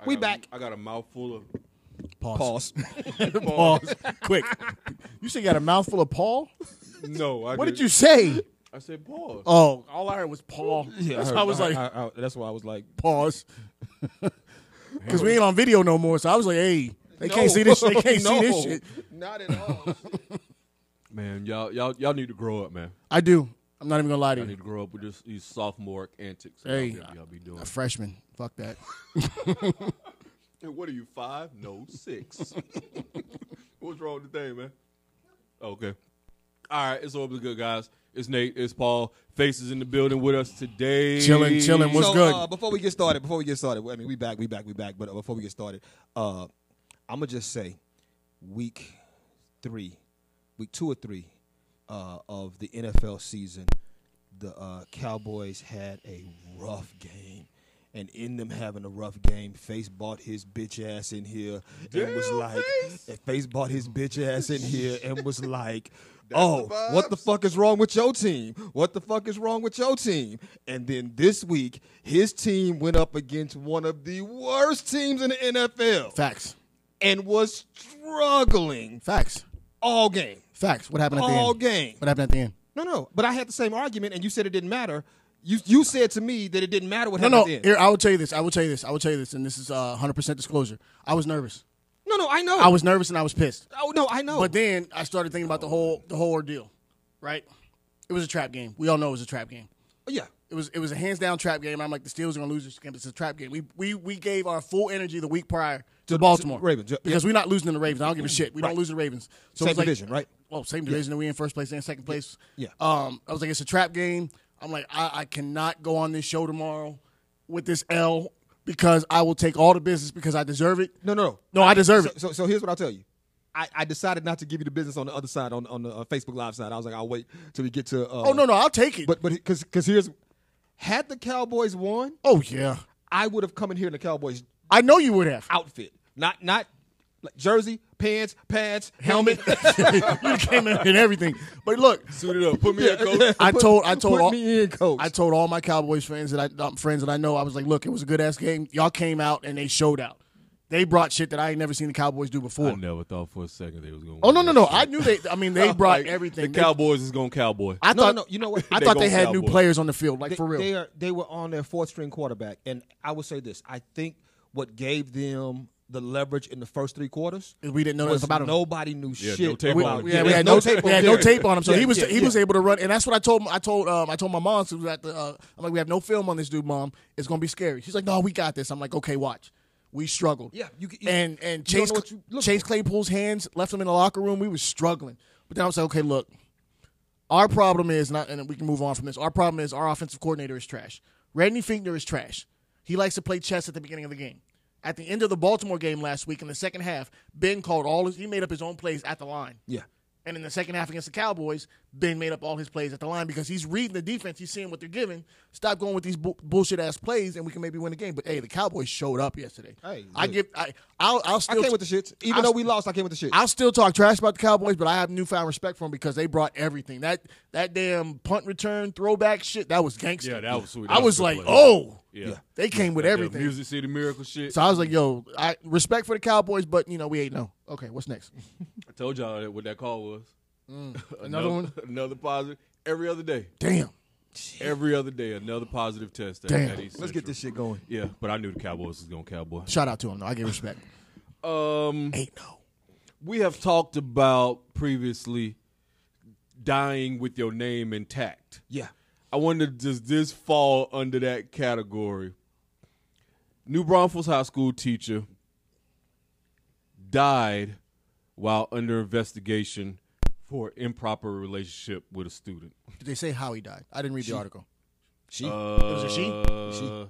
Speaker 2: I
Speaker 3: We
Speaker 2: got a-
Speaker 3: back.
Speaker 2: I got a mouthful of.
Speaker 4: Pause.
Speaker 3: Pause.
Speaker 4: Pause. [LAUGHS] Quick. You said you got a mouthful of Paul?
Speaker 2: No, I
Speaker 4: What did you say?
Speaker 2: I said pause.
Speaker 4: Oh, [LAUGHS] all I heard was Paul. That's why I was like, [LAUGHS]
Speaker 3: that's why I was like,
Speaker 4: pause. because we ain't on video no more. So I was like, hey, [LAUGHS] they can't see this. They can't see this shit.
Speaker 3: Not at all.
Speaker 2: Man, y'all y'all y'all need to grow up, man.
Speaker 4: I do. I'm not even gonna lie to
Speaker 2: I
Speaker 4: you.
Speaker 2: need to grow up with this, these sophomore antics.
Speaker 4: Hey.
Speaker 2: y'all, be- y'all be doing.
Speaker 4: A freshman. Fuck that.
Speaker 5: And what are you, five? No,
Speaker 2: [LAUGHS]
Speaker 5: six. What's wrong with the thing, man?
Speaker 2: Okay. All right, it's all been good, guys. It's Nate. It's Paul. Faces in the building with us today.
Speaker 4: Chilling, chilling. [LAUGHS] What's
Speaker 3: so,
Speaker 4: good?
Speaker 3: Uh, before we get started, before we get started, I mean, we back, we back, we back. But uh, before we get started, uh, I'm gonna just say, week three, week two or three uh, of the NFL season, the uh, Cowboys had a rough game. And in them having a rough game, Face bought his bitch ass in here and was like, and Face bought his bitch ass in here and was [LAUGHS] like, oh, what the fuck is wrong with your team? What the fuck is wrong with your team? And then this week, his team went up against one of the worst teams in the NFL
Speaker 4: Facts.
Speaker 3: and was struggling
Speaker 4: Facts.
Speaker 3: all game.
Speaker 4: Facts. What happened at the end?
Speaker 3: All game.
Speaker 4: What happened at the end?
Speaker 3: No, no, but I had the same argument, and you said it didn't matter. You you said to me that it didn't matter what
Speaker 4: No,
Speaker 3: happened.
Speaker 4: no.
Speaker 3: then.
Speaker 4: Here, I will tell you this. I will tell you this. I will tell you this. And this is uh, 100% disclosure. I was nervous.
Speaker 3: no, no, I know.
Speaker 4: I was nervous and I was pissed.
Speaker 3: Oh no, I know.
Speaker 4: But then I started thinking about the whole the whole ordeal, right? It was a trap game. We all know it was a trap game.
Speaker 3: yeah,
Speaker 4: It was it was a hands down trap game. I'm like the Steelers are gonna lose this game. It's a trap game. We we we gave our full energy the week prior to Baltimore
Speaker 3: Ravens, yeah. Mm-hmm.
Speaker 4: because we're not losing to the Ravens. I don't give a shit. We
Speaker 3: Right.
Speaker 4: don't lose to the Ravens. So
Speaker 3: Same
Speaker 4: it was like-
Speaker 3: division, right?
Speaker 4: Well, same division that we in first place and second place.
Speaker 3: Yeah.
Speaker 4: Um, I was like it's a trap game. I'm like I, I cannot go on this show tomorrow with this L because I will take all the business because I deserve it.
Speaker 3: no, no, no.
Speaker 4: No, I deserve
Speaker 3: So,
Speaker 4: it.
Speaker 3: so so here's what I'll tell you. I, I decided not to give you the business on the other side on on the uh, Facebook Live side. I was like, I'll wait till we get to. Uh,
Speaker 4: Oh no no, I'll take it.
Speaker 3: But but because because here's had the Cowboys won,
Speaker 4: oh yeah,
Speaker 3: I would have come in here in the Cowboys
Speaker 4: I know you would have.
Speaker 3: outfit, not not like jersey, pants, pads,
Speaker 4: helmet. [LAUGHS] you came in and everything. But look,
Speaker 2: Suit it up. Put me in,
Speaker 4: [LAUGHS]
Speaker 2: coach.
Speaker 4: I told I told
Speaker 3: Put
Speaker 4: all,
Speaker 3: me in, coach.
Speaker 4: I told all my Cowboys fans that I um, friends that I know. I was like, look, it was a good ass game. Y'all came out and they showed out. They brought shit that I ain't never seen the Cowboys do
Speaker 2: I
Speaker 4: before.
Speaker 2: never thought for a second they was gonna.
Speaker 4: Oh no no no! I knew they. I
Speaker 2: [LAUGHS]
Speaker 4: mean, they brought everything.
Speaker 2: The Cowboys is gonna cowboy.
Speaker 4: I
Speaker 3: no,
Speaker 4: thought
Speaker 3: no, you know what?
Speaker 4: I
Speaker 2: They
Speaker 4: thought [LAUGHS] they
Speaker 2: go
Speaker 4: had new
Speaker 2: Cowboys.
Speaker 4: players on the field, like
Speaker 3: they,
Speaker 4: for
Speaker 3: They
Speaker 4: real.
Speaker 3: are they were on their fourth string quarterback, and I would say this: I think what gave them the leverage in the first three quarters
Speaker 4: Is we didn't know
Speaker 3: was
Speaker 4: nothing about him.
Speaker 3: nobody knew shit
Speaker 2: no tape
Speaker 3: about
Speaker 2: on him.
Speaker 3: him.
Speaker 4: Yeah, we
Speaker 3: There's
Speaker 4: had no, tape.
Speaker 3: on
Speaker 4: We had no
Speaker 3: him.
Speaker 4: tape on him, so
Speaker 3: Yeah,
Speaker 4: he was
Speaker 3: yeah,
Speaker 4: he was able to run, and that's what I told I told um, I told my mom. She was at the. Uh, I'm like, we have no film on this dude, mom. It's gonna be scary. She's like, no, we got this. I'm like, okay, watch. We struggled.
Speaker 3: Yeah, you- you-
Speaker 4: and and
Speaker 3: you don't
Speaker 4: Chase
Speaker 3: know what you look
Speaker 4: Chase
Speaker 3: for.
Speaker 4: Claypool's hands left him in the locker room. We was struggling, but then I was like, okay, look, our problem is not, and we can move on from this. Our problem is our offensive coordinator is trash. Randy Finkner is trash. He likes to play chess at the beginning of the game. At the end of the Baltimore game last week in the second half, Ben called all his. He made up his own plays at the line.
Speaker 3: Yeah.
Speaker 4: And in the second half against the Cowboys, Ben made up all his plays at the line because he's reading the defense. He's seeing what they're giving. Stop going with these bu- bullshit ass plays, and we can maybe win the game. But hey, the Cowboys showed up yesterday.
Speaker 3: Hey,
Speaker 4: I
Speaker 3: look.
Speaker 4: give. I, I'll, I'll
Speaker 3: I
Speaker 4: still.
Speaker 3: came with the shits, even
Speaker 4: I'll-
Speaker 3: though we lost. I came with the shits.
Speaker 4: I'll still talk trash about the Cowboys, but I have newfound respect for them because they brought everything. That that damn punt return throwback shit, that was gangster.
Speaker 2: Yeah, that was sweet.
Speaker 4: I
Speaker 2: That
Speaker 4: was
Speaker 2: good
Speaker 4: like,
Speaker 2: play.
Speaker 4: oh,
Speaker 2: yeah.
Speaker 4: they came with
Speaker 2: The
Speaker 4: everything.
Speaker 2: Music City Miracle shit.
Speaker 4: So I was like, yo, I respect for the Cowboys, but you know we ain't no. Okay, what's next?
Speaker 2: I told y'all that what that call was.
Speaker 4: Mm.
Speaker 2: [LAUGHS]
Speaker 4: Another one?
Speaker 2: Another positive. Every other day.
Speaker 4: Damn.
Speaker 2: Every other day, another positive test. At,
Speaker 4: Damn.
Speaker 2: at East
Speaker 3: Let's get
Speaker 2: Central.
Speaker 3: this shit going.
Speaker 2: Yeah, but I knew the Cowboys was going to Cowboy.
Speaker 4: Shout out to him though. I give respect.
Speaker 2: [LAUGHS] Um,
Speaker 4: ain't no.
Speaker 2: we have talked about previously dying with your name intact.
Speaker 3: Yeah.
Speaker 2: I wonder does this fall under that category? New Braunfels high school teacher died while under investigation for improper relationship with a student.
Speaker 4: Did they say how he died? I didn't read the article.
Speaker 3: She
Speaker 4: was a she?
Speaker 2: Uh,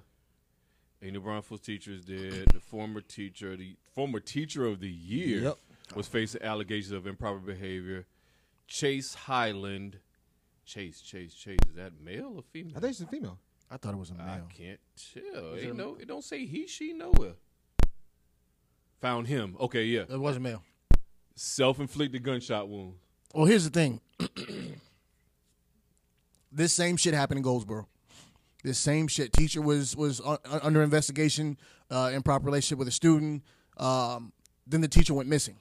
Speaker 2: A New Braunfels teacher is dead. The former teacher, the former teacher of the year,
Speaker 3: Yep.
Speaker 2: was facing allegations of improper behavior. Chase Highland, Chase, Chase, Chase. Is that male or female?
Speaker 3: I think she's a female.
Speaker 4: I thought it was a
Speaker 2: I
Speaker 4: male.
Speaker 2: can't tell. Ain't no, it don't say he, she, nowhere. Found him. Okay, yeah.
Speaker 4: It wasn't male.
Speaker 2: Self-inflicted gunshot wound.
Speaker 4: Well, here's the thing. [CLEARS THROAT] this same shit happened in Goldsboro. This same shit. Teacher was was un- un- under investigation, uh, improper relationship with a student. Um, then the teacher went missing.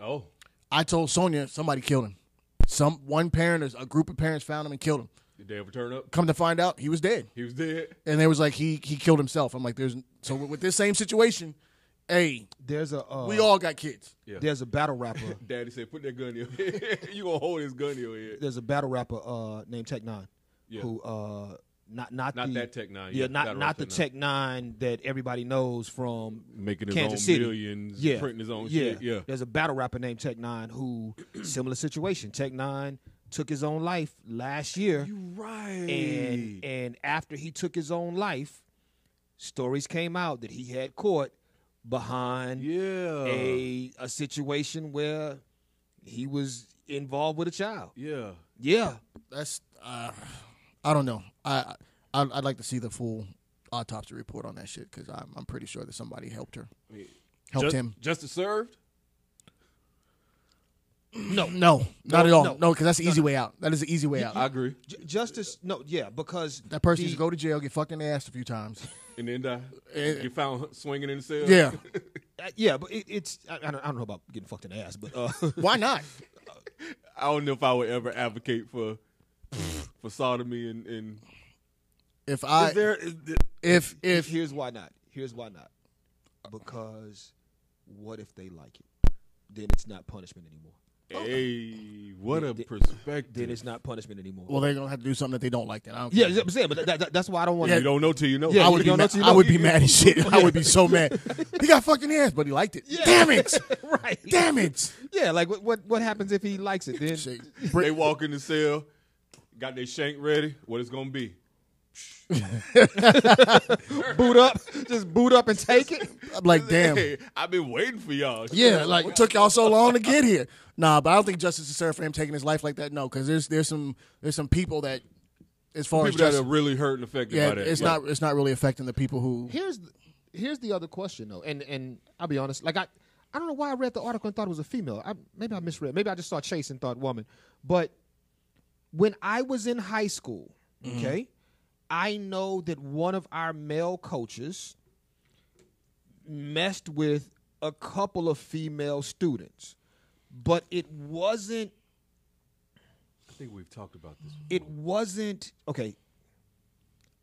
Speaker 2: Oh,
Speaker 4: I told Sonia somebody killed him. Some one parent or a group of parents found him and killed him.
Speaker 2: did they ever turn up?
Speaker 4: Come to find out, he was dead.
Speaker 2: He was dead.
Speaker 4: And they was like, he he killed himself. I'm like, there's so with, with this same situation. Hey,
Speaker 3: There's a uh,
Speaker 4: we all got kids.
Speaker 2: Yeah.
Speaker 3: There's a battle rapper.
Speaker 4: [LAUGHS]
Speaker 2: Daddy said, "Put that gun in your [LAUGHS] head. you gonna hold this gun in your head."
Speaker 3: there's a battle rapper uh, named Tech Nine,
Speaker 2: Yeah.
Speaker 3: who uh, not not
Speaker 6: Not
Speaker 3: the,
Speaker 6: that Tech Nine,
Speaker 3: yeah,
Speaker 6: yeah,
Speaker 3: not
Speaker 6: battle
Speaker 3: not
Speaker 6: rapper
Speaker 3: the Tech Nine that everybody knows from
Speaker 6: Making his
Speaker 3: Kansas
Speaker 6: own
Speaker 3: City.
Speaker 6: millions,
Speaker 3: yeah,
Speaker 6: printing his own
Speaker 3: yeah.
Speaker 6: shit, yeah.
Speaker 3: there's a battle rapper named Tech
Speaker 6: [CLEARS THROAT]
Speaker 3: Nine who similar situation. Tech Nine took his own life last year,
Speaker 2: Right.
Speaker 3: and and after he took his own life, stories came out that he had caught behind
Speaker 2: Yeah.
Speaker 3: a a situation where he was involved with a child.
Speaker 2: yeah.
Speaker 3: Yeah,
Speaker 4: That's uh, I don't know. I, I I'd like to see the full autopsy report on that shit because I'm I'm pretty sure that somebody helped her, helped
Speaker 2: Just,
Speaker 4: him.
Speaker 2: Justice served.
Speaker 4: No, no, not at all.
Speaker 3: no.
Speaker 4: No, because that's the easy way out. That is the easy way out.
Speaker 2: I agree.
Speaker 3: Ju- justice. No, yeah, because
Speaker 4: that person
Speaker 3: the-
Speaker 4: needs to go to jail, get fucked in the ass a few times.
Speaker 2: And then die. you found swinging in the cell.
Speaker 4: yeah,
Speaker 3: Uh, yeah, but it, it's I, I, don't, I don't know about getting fucked in the ass, but uh, [LAUGHS]
Speaker 4: why not?
Speaker 2: [LAUGHS] I don't know if I would ever advocate for for sodomy and, and
Speaker 4: If I
Speaker 3: there, is-
Speaker 4: if if
Speaker 3: here's why not. Here's why not. Because what if they like it? Then it's not punishment anymore.
Speaker 2: hey, what a
Speaker 3: Did- Then
Speaker 2: perspective.
Speaker 3: it's not punishment anymore.
Speaker 4: well, they're gonna have to do something that they don't like. Then I don't.
Speaker 3: yeah,
Speaker 4: care.
Speaker 3: that's what I'm saying, but that, that, that's why I don't want
Speaker 2: you don't know till you know.
Speaker 3: Yeah,
Speaker 4: I would
Speaker 3: you
Speaker 4: be
Speaker 3: don't know
Speaker 4: mad.
Speaker 3: till you
Speaker 4: I
Speaker 3: know.
Speaker 4: would be mad as shit. I would be so mad. He got fucked in the ass, but he liked it. [LAUGHS] Damn it!
Speaker 3: [LAUGHS] right.
Speaker 4: Damn it!
Speaker 3: Yeah, like what, what what happens if he likes it? Then
Speaker 4: Shit.
Speaker 2: they walk in the cell, got their shank ready. What it's gonna be?
Speaker 3: boot up, [LAUGHS] just boot up and take it.
Speaker 4: I'm like, damn.
Speaker 2: Hey, [LAUGHS] I've been waiting for y'all.
Speaker 4: Yeah, like it took y'all so long to get here. Nah, but I don't think justice is served for him taking his life like that. No, because there's there's some there's some people that, as far
Speaker 2: people
Speaker 4: as
Speaker 2: that are
Speaker 4: justice,
Speaker 2: really hurt and affected
Speaker 4: yeah,
Speaker 2: by that.
Speaker 4: it's not it's not really affecting the people who.
Speaker 3: Here's the- here's the other question though, and and I'll be honest, like I I don't know why I read the article and thought it was a female. I, maybe I misread. Maybe I just saw Chase and thought woman. But when I was in high school, okay, I know that one of our male coaches messed with a couple of female students, but it wasn't
Speaker 2: I think we've talked about this.
Speaker 3: it wasn't okay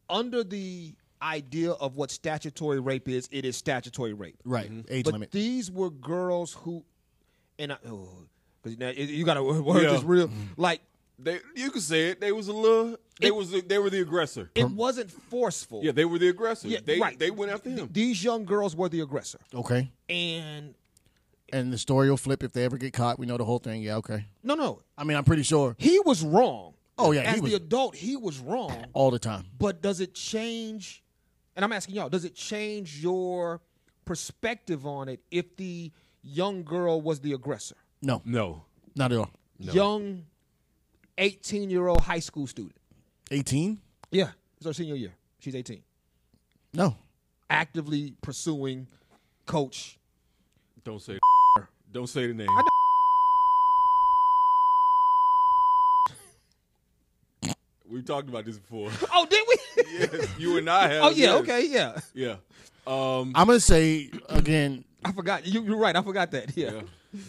Speaker 3: under the idea of what statutory rape is it is statutory rape
Speaker 4: Right, age
Speaker 3: Mm-hmm. but
Speaker 4: limit.
Speaker 3: these were girls who and i oh, because now you gotta [LAUGHS] word
Speaker 2: Yeah.
Speaker 3: this real like
Speaker 2: They, you could say it. They was a little. They was. The, they were the aggressor.
Speaker 3: it wasn't forceful
Speaker 2: yeah, they were the aggressor.
Speaker 3: Yeah,
Speaker 2: they
Speaker 3: right.
Speaker 2: they went after him.
Speaker 3: these young girls were the aggressor
Speaker 4: okay,
Speaker 3: and
Speaker 4: and the story will flip if they ever get caught. We know the whole thing. Yeah, okay.
Speaker 3: no no
Speaker 4: I mean, I'm pretty sure
Speaker 3: he was wrong
Speaker 4: Oh, yeah,
Speaker 3: as
Speaker 4: he was-
Speaker 3: the adult he was wrong
Speaker 4: all the time.
Speaker 3: but does it change and i'm asking y'all does it change your perspective on it if the young girl was the aggressor
Speaker 4: No,
Speaker 2: Mm.
Speaker 6: No,
Speaker 4: not at all.
Speaker 3: young 18 year old high school student.
Speaker 4: Eighteen?
Speaker 3: Yeah. It's her senior year. She's 18.
Speaker 4: No.
Speaker 3: Actively pursuing coach.
Speaker 2: Don't say. [LAUGHS] Don't say the name. We've talked about this
Speaker 3: [LAUGHS]
Speaker 2: before.
Speaker 3: Oh, did we?
Speaker 2: yes, [LAUGHS] you and I have.
Speaker 3: oh, yeah.
Speaker 2: yes.
Speaker 3: Okay. Yeah.
Speaker 2: Yeah. Um.
Speaker 4: I'm gonna say again.
Speaker 3: I forgot. You, you're right. I forgot that. Yeah.
Speaker 2: yeah.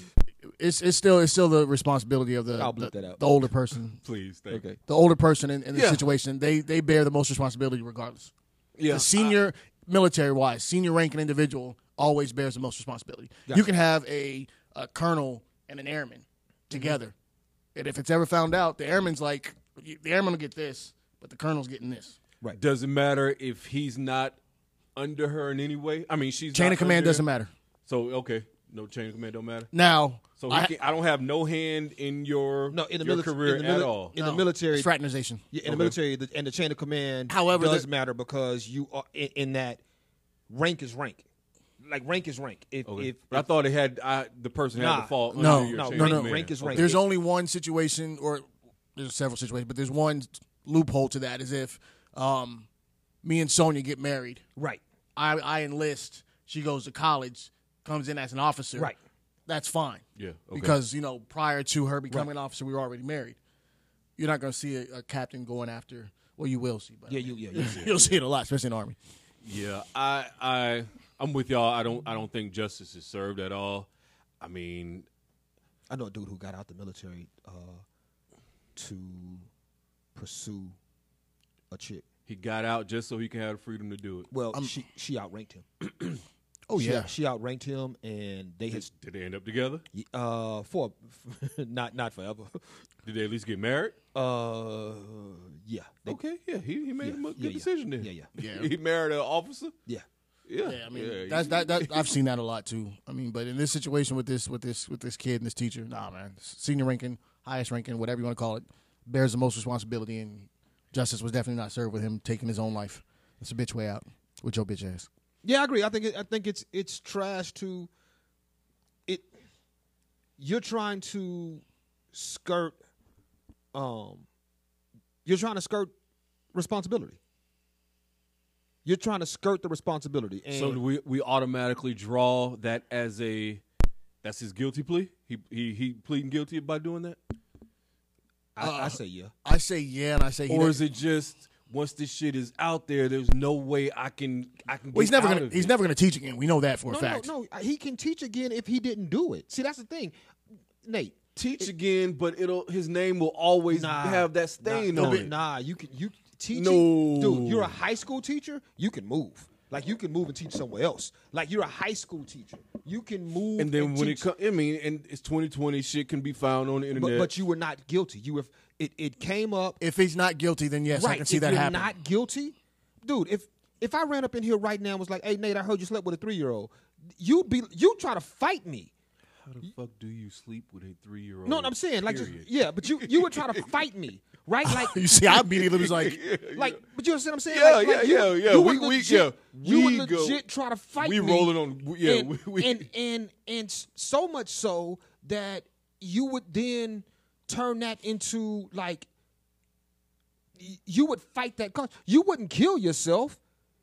Speaker 4: It's it's still it's still the responsibility of the
Speaker 3: I'll bleep
Speaker 4: the,
Speaker 3: that out.
Speaker 4: the older person.
Speaker 2: Please. Thank
Speaker 3: Okay.
Speaker 2: You.
Speaker 4: The older person in, in the
Speaker 2: Yeah.
Speaker 4: situation, they they bear the most responsibility regardless.
Speaker 2: Yeah.
Speaker 4: the senior military wise, senior ranking individual always bears the most responsibility. You can have a, a colonel and an airman
Speaker 3: Mm-hmm.
Speaker 4: together, and if it's ever found out, the airman's like the airman will get this, but the colonel's getting this.
Speaker 2: Doesn't matter if he's not under her in any way. I mean, she's
Speaker 4: Chain
Speaker 2: not
Speaker 4: of command
Speaker 2: under-
Speaker 4: doesn't matter.
Speaker 2: So okay, no chain of command don't matter.
Speaker 4: Now,
Speaker 2: So he
Speaker 4: I-
Speaker 2: can, I don't have no hand in your
Speaker 3: No, in the,
Speaker 2: your
Speaker 3: military,
Speaker 2: career
Speaker 3: in the
Speaker 2: at
Speaker 3: mili-
Speaker 2: all.
Speaker 3: In
Speaker 4: no,
Speaker 3: the military.
Speaker 4: fraternization.
Speaker 3: Yeah, in the military, the, and the chain of command
Speaker 4: However,
Speaker 3: does
Speaker 4: the-
Speaker 3: matter because you are in, in that rank is rank. Like rank is rank. If,
Speaker 2: Okay.
Speaker 3: if,
Speaker 2: but I thought it had I, the person had
Speaker 3: Nah.
Speaker 2: to fall
Speaker 4: No.
Speaker 2: under your
Speaker 3: No,
Speaker 2: chain
Speaker 3: no,
Speaker 2: of
Speaker 3: no,
Speaker 2: command.
Speaker 3: rank is rank.
Speaker 4: There's
Speaker 3: It-
Speaker 4: only one situation, or there's several situations, but there's one loophole to that is if um, me and Sonya get married.
Speaker 3: right.
Speaker 4: I, I enlist. She goes to college, comes in as an officer.
Speaker 3: Right.
Speaker 4: That's fine.
Speaker 2: Yeah, okay.
Speaker 4: Because you know, prior to her becoming an officer, we were already married. You're not going to see a, a captain going after. Well, you will see, but [LAUGHS]
Speaker 3: Yeah, you, yeah, yeah.
Speaker 4: will see it a lot, especially in the army.
Speaker 2: Yeah, I I I'm with y'all. I don't I don't think justice is served at all. I mean,
Speaker 3: I know a dude who got out the military uh, to pursue a chick. Um,
Speaker 2: he got out just so he can have the freedom to do it.
Speaker 3: Well, she she outranked him.
Speaker 4: Oh
Speaker 3: She-
Speaker 4: yeah.
Speaker 3: she outranked him, and they had
Speaker 2: Did they end up together?
Speaker 3: uh for [LAUGHS] not not forever. [LAUGHS]
Speaker 2: Did they at least get married?
Speaker 3: Uh, yeah, they,
Speaker 2: Okay, yeah, he, he made
Speaker 3: Yeah,
Speaker 2: a mo-
Speaker 3: yeah,
Speaker 2: good
Speaker 3: yeah.
Speaker 2: decision then.
Speaker 3: Yeah, yeah.
Speaker 4: Yeah.
Speaker 2: [LAUGHS] he married an officer.
Speaker 3: yeah.
Speaker 2: Yeah,
Speaker 4: Yeah, I mean
Speaker 2: yeah,
Speaker 4: that's that, [LAUGHS] that I've seen that a lot too. I mean, but in this situation with this with this with this kid and this teacher, nah, man, senior ranking, highest ranking, whatever you want to call it, bears the most responsibility, and justice was definitely not served with him taking his own life. It's a bitch way out with your bitch ass.
Speaker 3: Yeah, I agree. I think it, I think it's it's trash to it. You're trying to skirt, um, you're trying to skirt responsibility. You're trying to skirt the responsibility. And
Speaker 2: So do we we automatically draw that as a that's his guilty plea. He he he pleading guilty by doing that,
Speaker 3: I, I say yeah.
Speaker 4: I say yeah, and I say he
Speaker 2: or
Speaker 4: doesn't-
Speaker 2: is it just once this shit is out there, there's no way I can I can.
Speaker 4: Well, he's
Speaker 2: get
Speaker 4: never
Speaker 2: out
Speaker 4: gonna
Speaker 2: of
Speaker 4: he's
Speaker 2: it.
Speaker 4: never gonna teach again. We know that for a
Speaker 3: No,
Speaker 4: fact.
Speaker 3: no, no. He can teach again if he didn't do it. See, that's the thing, Nate.
Speaker 2: teach again, but it'll his name will always have that stain
Speaker 3: nah,
Speaker 2: on
Speaker 3: nah,
Speaker 2: it.
Speaker 3: Nah, you can you teach.
Speaker 2: No.
Speaker 3: dude, you're a high school teacher. You can move. Like you can move and teach somewhere else. Like you're a high school teacher. You can move.
Speaker 2: and then when it
Speaker 3: teach.
Speaker 2: comes, I mean, and it's 2020, shit can be found on the internet.
Speaker 3: but, but you were not guilty. You have it. It came up.
Speaker 4: If he's not guilty, then yes,
Speaker 3: right.
Speaker 4: I can see
Speaker 3: if
Speaker 4: that
Speaker 3: you're
Speaker 4: happen.
Speaker 3: not guilty, dude. If if I ran up in here right now and was like, "Hey Nate, I heard you slept with a three year old," you'd be you try to fight me.
Speaker 2: How the fuck do you sleep with a three year old?
Speaker 3: No, I'm saying like just, yeah, but you you would try to fight me,
Speaker 2: [LAUGHS]
Speaker 3: right? Like
Speaker 4: [LAUGHS] you see, I immediately was [LAUGHS] like,
Speaker 3: Like, but you understand what I'm saying?
Speaker 2: Yeah,
Speaker 3: like, like,
Speaker 2: yeah,
Speaker 3: you would-
Speaker 2: yeah, yeah.
Speaker 3: You would
Speaker 2: We- we-
Speaker 3: legit,
Speaker 2: yeah.
Speaker 3: you
Speaker 2: We
Speaker 3: would
Speaker 2: go-
Speaker 3: legit try to fight.
Speaker 2: we
Speaker 3: me.
Speaker 2: rolling on- yeah,
Speaker 3: and,
Speaker 2: we- we-
Speaker 3: and and and s- so much so that you would then turn that into like y- you would fight that. Con- you wouldn't kill yourself.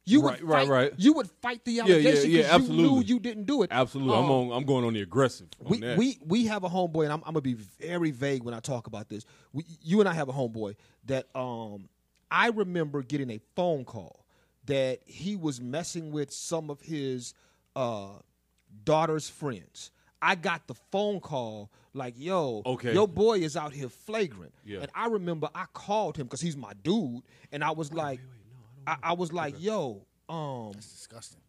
Speaker 3: You would
Speaker 2: Right, right,
Speaker 3: fight-
Speaker 2: right.
Speaker 3: You would fight the
Speaker 2: yeah,
Speaker 3: allegation because
Speaker 2: yeah,
Speaker 3: you knew
Speaker 2: absolutely.
Speaker 3: you didn't do it.
Speaker 2: Absolutely,
Speaker 3: Um,
Speaker 2: I'm on. I'm going on the aggressive. on
Speaker 3: we,
Speaker 2: that.
Speaker 3: we we have a homeboy, and I'm, I'm gonna be very vague when I talk about this. We, you and I have a homeboy that um I remember getting a phone call that he was messing with some of his uh daughter's friends. I got the phone call like, "Yo,
Speaker 2: Okay.
Speaker 3: your boy is out here flagrant,"
Speaker 2: Yeah.
Speaker 3: and I remember I called him because he's my dude, and I was like, I, I was like, "Yo, um,
Speaker 4: disgusting.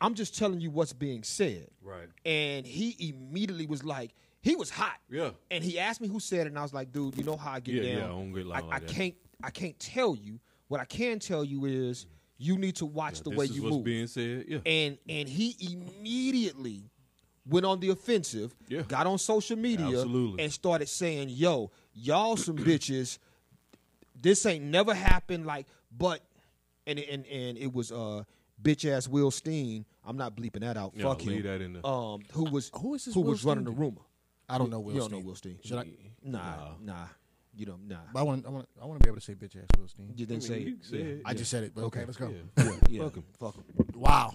Speaker 3: I'm just telling you what's being said.
Speaker 2: Right.
Speaker 3: And he immediately was like, he was hot.
Speaker 2: Yeah.
Speaker 3: And he asked me who said it, and I was like, dude, you know how I get
Speaker 2: Yeah,
Speaker 3: down.
Speaker 2: yeah, I don't get loud
Speaker 3: I,
Speaker 2: like
Speaker 3: I
Speaker 2: that.
Speaker 3: can't I can't tell you. What I can tell you is you need to watch the
Speaker 2: this
Speaker 3: way
Speaker 2: is
Speaker 3: you
Speaker 2: what's
Speaker 3: move.
Speaker 2: being said. Yeah,
Speaker 3: and and he immediately went on the offensive,
Speaker 2: Yeah.
Speaker 3: got on social media
Speaker 2: Absolutely.
Speaker 3: and started saying, yo, y'all some [CLEARS THROAT] bitches. This ain't never happened, like, but and and and it was uh bitch ass Will Steen. I'm not bleeping that out.
Speaker 2: Yeah,
Speaker 3: Fuck
Speaker 2: leave
Speaker 3: him.
Speaker 2: that in there.
Speaker 3: Um, who was
Speaker 4: Who is this
Speaker 3: who
Speaker 4: Will
Speaker 3: was running the
Speaker 4: Steen
Speaker 3: rumor?
Speaker 4: I don't know Will.
Speaker 3: you don't
Speaker 4: Steen.
Speaker 3: know Will Steen.
Speaker 4: Should I?
Speaker 3: Nah, nah, you don't. Nah,
Speaker 4: But I want I want I want to be able to say bitch ass Will Steen.
Speaker 3: you didn't say.
Speaker 2: you
Speaker 3: yeah,
Speaker 2: said-
Speaker 4: I just said it, but okay, let's go.
Speaker 3: yeah, fuck him. Fuck him.
Speaker 4: Wow.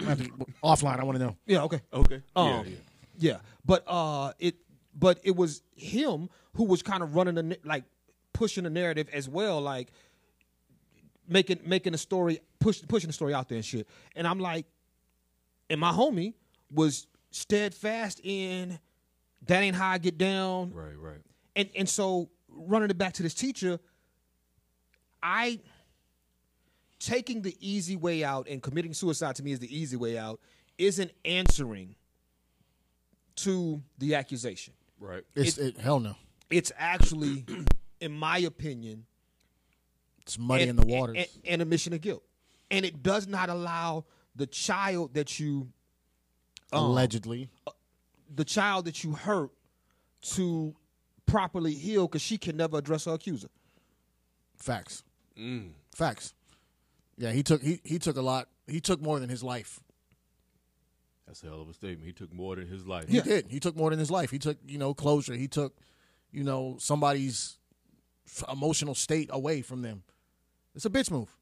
Speaker 4: I have to- offline, I want to know.
Speaker 3: Yeah. Okay.
Speaker 2: okay.
Speaker 3: Um,
Speaker 2: yeah,
Speaker 3: yeah,
Speaker 2: yeah.
Speaker 3: but uh, it but it was him who was kind of running the na- like pushing the narrative as well, like making making a story push pushing the story out there and shit. And I'm like, and my homie was steadfast in that ain't how I get down,
Speaker 2: Right, right.
Speaker 3: and and so running it back to this teacher, I taking the easy way out and committing suicide to me is the easy way out isn't answering to the accusation.
Speaker 2: Right.
Speaker 4: It's it, hell no.
Speaker 3: It's actually, [CLEARS THROAT] in my opinion,
Speaker 4: It's muddy
Speaker 3: and-
Speaker 4: in the waters.
Speaker 3: and- and admission of guilt, and it does not allow the child that you
Speaker 4: allegedly,
Speaker 3: the child that you hurt to properly heal because she can never address her accuser.
Speaker 4: facts. Facts. Yeah, he took he, he took a lot. He took more than his life.
Speaker 2: That's a hell of a statement. He took more than his life.
Speaker 4: He did. He took more than his life. He took you know closure. He took you know somebody's f- emotional state away from them. It's a bitch move,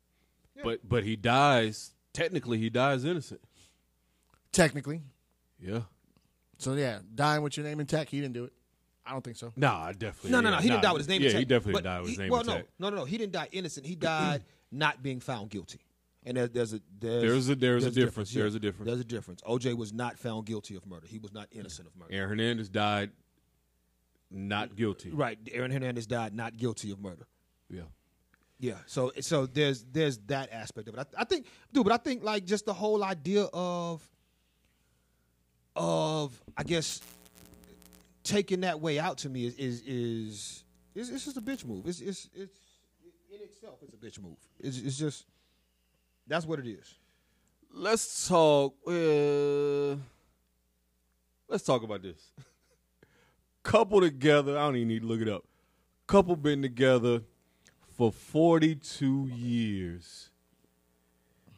Speaker 2: But but he dies. Technically, he dies innocent.
Speaker 4: technically.
Speaker 2: Yeah.
Speaker 4: So yeah, dying with your name intact. He didn't do it. I don't think so.
Speaker 2: Nah, definitely.
Speaker 3: No, no, no.
Speaker 2: yeah,
Speaker 3: He
Speaker 2: nah,
Speaker 3: didn't die with his name
Speaker 2: Yeah,
Speaker 3: intact.
Speaker 2: he definitely
Speaker 3: but
Speaker 2: died with his
Speaker 3: he-
Speaker 2: name
Speaker 3: well,
Speaker 2: intact.
Speaker 3: no, no, no, no. He didn't die innocent. He died [CLEARS THROAT] not being found guilty. And there, there's a there's,
Speaker 2: There's a- there's a difference.
Speaker 3: yeah.
Speaker 2: There's a difference.
Speaker 3: There's a difference. OJ was not found guilty of murder. He was not innocent of murder.
Speaker 2: Aaron Hernandez died not guilty.
Speaker 3: Right. Aaron Hernandez died not guilty of murder.
Speaker 2: Yeah.
Speaker 3: Yeah. So so there's there's that aspect of it. I, I think, dude. But I think like just the whole idea of of I guess taking that way out to me is is is it's, it's just a bitch move. It's it's it's in itself it's a bitch move. It's it's just that's what it is.
Speaker 2: Let's talk. Uh, let's talk about this. [LAUGHS] Couple together. I don't even need to look it up. Couple been together for 42 years.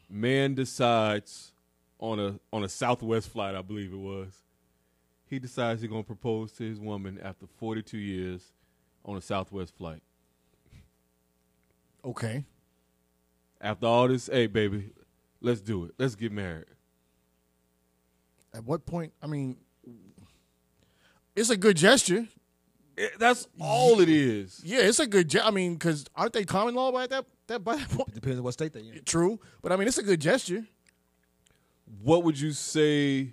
Speaker 2: Man decides on a on a Southwest flight, I believe it was. He decides he's gonna propose to his woman after 42 years on a Southwest flight.
Speaker 4: Okay.
Speaker 2: After all this, hey baby, let's do it. Let's get married.
Speaker 4: At what point? I mean, it's a good gesture.
Speaker 2: It- Eh, that's all it is.
Speaker 4: Yeah, it's a good. Ge- I mean, because aren't they common law by that that by that point? [LAUGHS]
Speaker 3: It depends on what state they in.
Speaker 4: True, but I mean, it's a good gesture.
Speaker 2: what would you say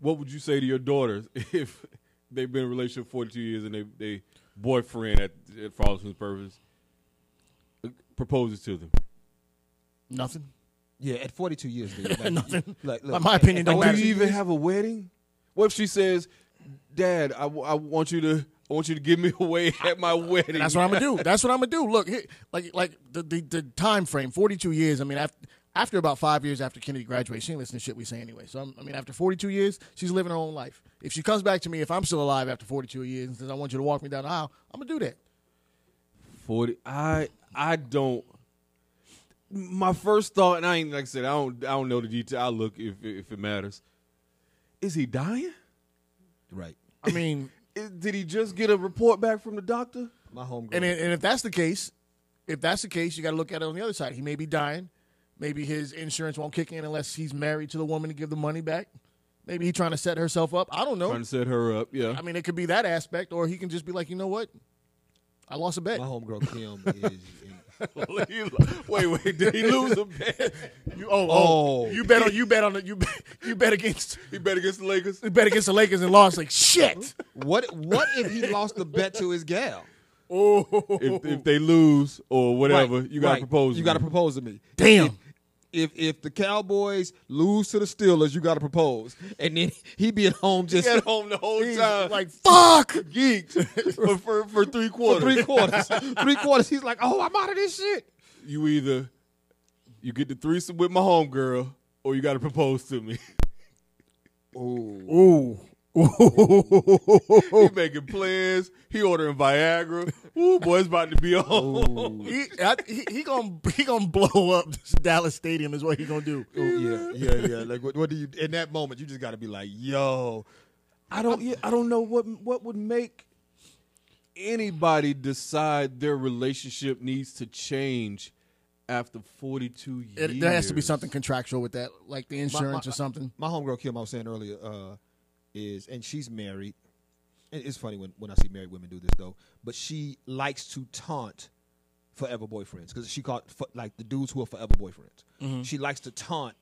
Speaker 2: what would you say to your daughters [LAUGHS] if they've been in a relationship 42 years and they they boyfriend at, at for all intents and purposes uh, proposes to them
Speaker 4: Nothing.
Speaker 3: Yeah, at 42 years, [LAUGHS] dude, like,
Speaker 4: [LAUGHS] Nothing.
Speaker 3: Like,
Speaker 4: My- my opinion don't
Speaker 3: at
Speaker 2: do
Speaker 4: matter.
Speaker 2: you even have a wedding what if she says dad I, w- I want you to I want you to give me [LAUGHS] away at my wedding
Speaker 4: That's what I'm gonna do. That's what I'm gonna do. Look, here, like like the, the the time frame, 42 years. I mean, after after about five years after Kennedy graduates, she ain't listening to shit we say anyway. So I'm, I mean, after 42 years, she's living her own life. If she comes back to me, if I'm still alive after 42 years, and says I want you to walk me down the aisle, I'm gonna do that.
Speaker 2: 40 I I don't my first thought and I ain't like I said I don't I don't know the detail I look if if it matters is he dying
Speaker 3: Right.
Speaker 4: I mean,
Speaker 2: Is- did he just get a report back from the doctor?
Speaker 3: My homegirl.
Speaker 4: and and if that's the case, if that's the case, you got to look at it on the other side. He may be dying. Maybe his insurance won't kick in unless he's married to the woman to give the money back. Maybe he trying to set herself up. I don't know.
Speaker 2: Trying to set her up, yeah.
Speaker 4: I mean, it could be that aspect, or he can just be like, you know what? I lost a bet.
Speaker 3: my homegirl Kim is. In,
Speaker 2: [LAUGHS] wait, wait, did he lose a bet?
Speaker 4: You, oh, oh,
Speaker 3: Oh.
Speaker 4: you bet on you bet on the, you bet, [LAUGHS] you bet against
Speaker 2: He bet against the Lakers.
Speaker 4: you bet against the Lakers and lost. Like shit.
Speaker 3: [LAUGHS] what what if he lost the bet to his gal?
Speaker 4: Oh,
Speaker 2: If, if they lose or whatever,
Speaker 3: Right,
Speaker 2: you gotta
Speaker 3: right.
Speaker 2: propose.
Speaker 3: You
Speaker 2: to
Speaker 3: got to
Speaker 2: me.
Speaker 3: propose to me.
Speaker 4: Damn.
Speaker 3: [LAUGHS] If, if if the Cowboys lose to the Steelers, you got to propose, and then he be at home just
Speaker 2: He at home the whole time, [LAUGHS]
Speaker 4: like fuck.
Speaker 2: geeks for, for for three
Speaker 3: for
Speaker 2: quarters.
Speaker 3: [LAUGHS] three quarters. three quarters. He's like, oh, I'm out of this shit.
Speaker 2: You either you get the threesome with my homegirl, or you gotta propose to me.
Speaker 4: Ooh.
Speaker 2: he making plans. He ordering Viagra. Ooh, boy, it's about to be on.
Speaker 4: He, I, he, he gonna he gonna blow up [LAUGHS] this Dallas Stadium is what he gonna do.
Speaker 3: Oh, yeah, yeah, yeah. Like, what, what do you in that moment? You just got to be like, yo,
Speaker 2: I don't. yeah, I don't know what what would make anybody decide their relationship needs to change after forty two years.
Speaker 4: It, there has to be something contractual with that, like the insurance or something.
Speaker 3: my homegirl Kim, I was saying earlier, uh, is and she's married. And it's funny when, when I see married women do this though, but she likes to taunt forever boyfriends because she caught fo- like the dudes who are forever boyfriends.
Speaker 2: Mm-hmm.
Speaker 3: She likes to taunt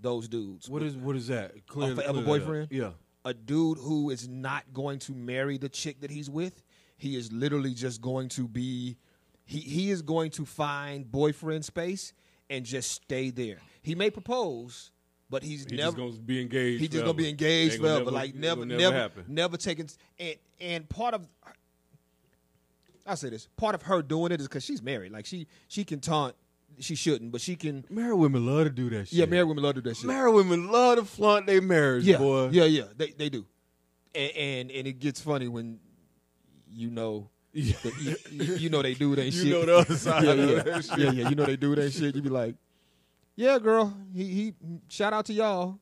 Speaker 3: those dudes.
Speaker 2: What is what is that? Clear,
Speaker 3: a
Speaker 2: clear
Speaker 3: forever
Speaker 2: that up.
Speaker 3: boyfriend?
Speaker 2: Yeah.
Speaker 3: A dude who is not going to marry the chick that he's with. He is literally just going to be he he is going to find boyfriend space and just stay there. He may propose, but he's,
Speaker 2: He's
Speaker 3: never
Speaker 2: just gonna be engaged.
Speaker 3: He's just
Speaker 2: forever.
Speaker 3: gonna be engaged
Speaker 2: Ain't gonna
Speaker 3: forever.
Speaker 2: never-
Speaker 3: like
Speaker 2: ain't
Speaker 3: never,
Speaker 2: gonna
Speaker 3: never,
Speaker 2: never
Speaker 3: never,
Speaker 2: happen.
Speaker 3: taking. And and part of, I say this. Part of her doing it is because she's married. Like she she can taunt. She shouldn't, but she can.
Speaker 2: Married women love to do that shit.
Speaker 3: Yeah, married women love to do that shit.
Speaker 2: Married women love to flaunt their marriage,
Speaker 3: yeah,
Speaker 2: boy.
Speaker 3: yeah, yeah. They they do. And and, and it gets funny when you know.
Speaker 2: Yeah.
Speaker 3: that you, you- [LAUGHS] you know they do that
Speaker 2: You
Speaker 3: shit.
Speaker 2: know the other side
Speaker 3: yeah,
Speaker 2: of
Speaker 3: yeah.
Speaker 2: that shit.
Speaker 3: Yeah, yeah. You know they do that shit. You be like, yeah, girl. He he. Shout out to y'all.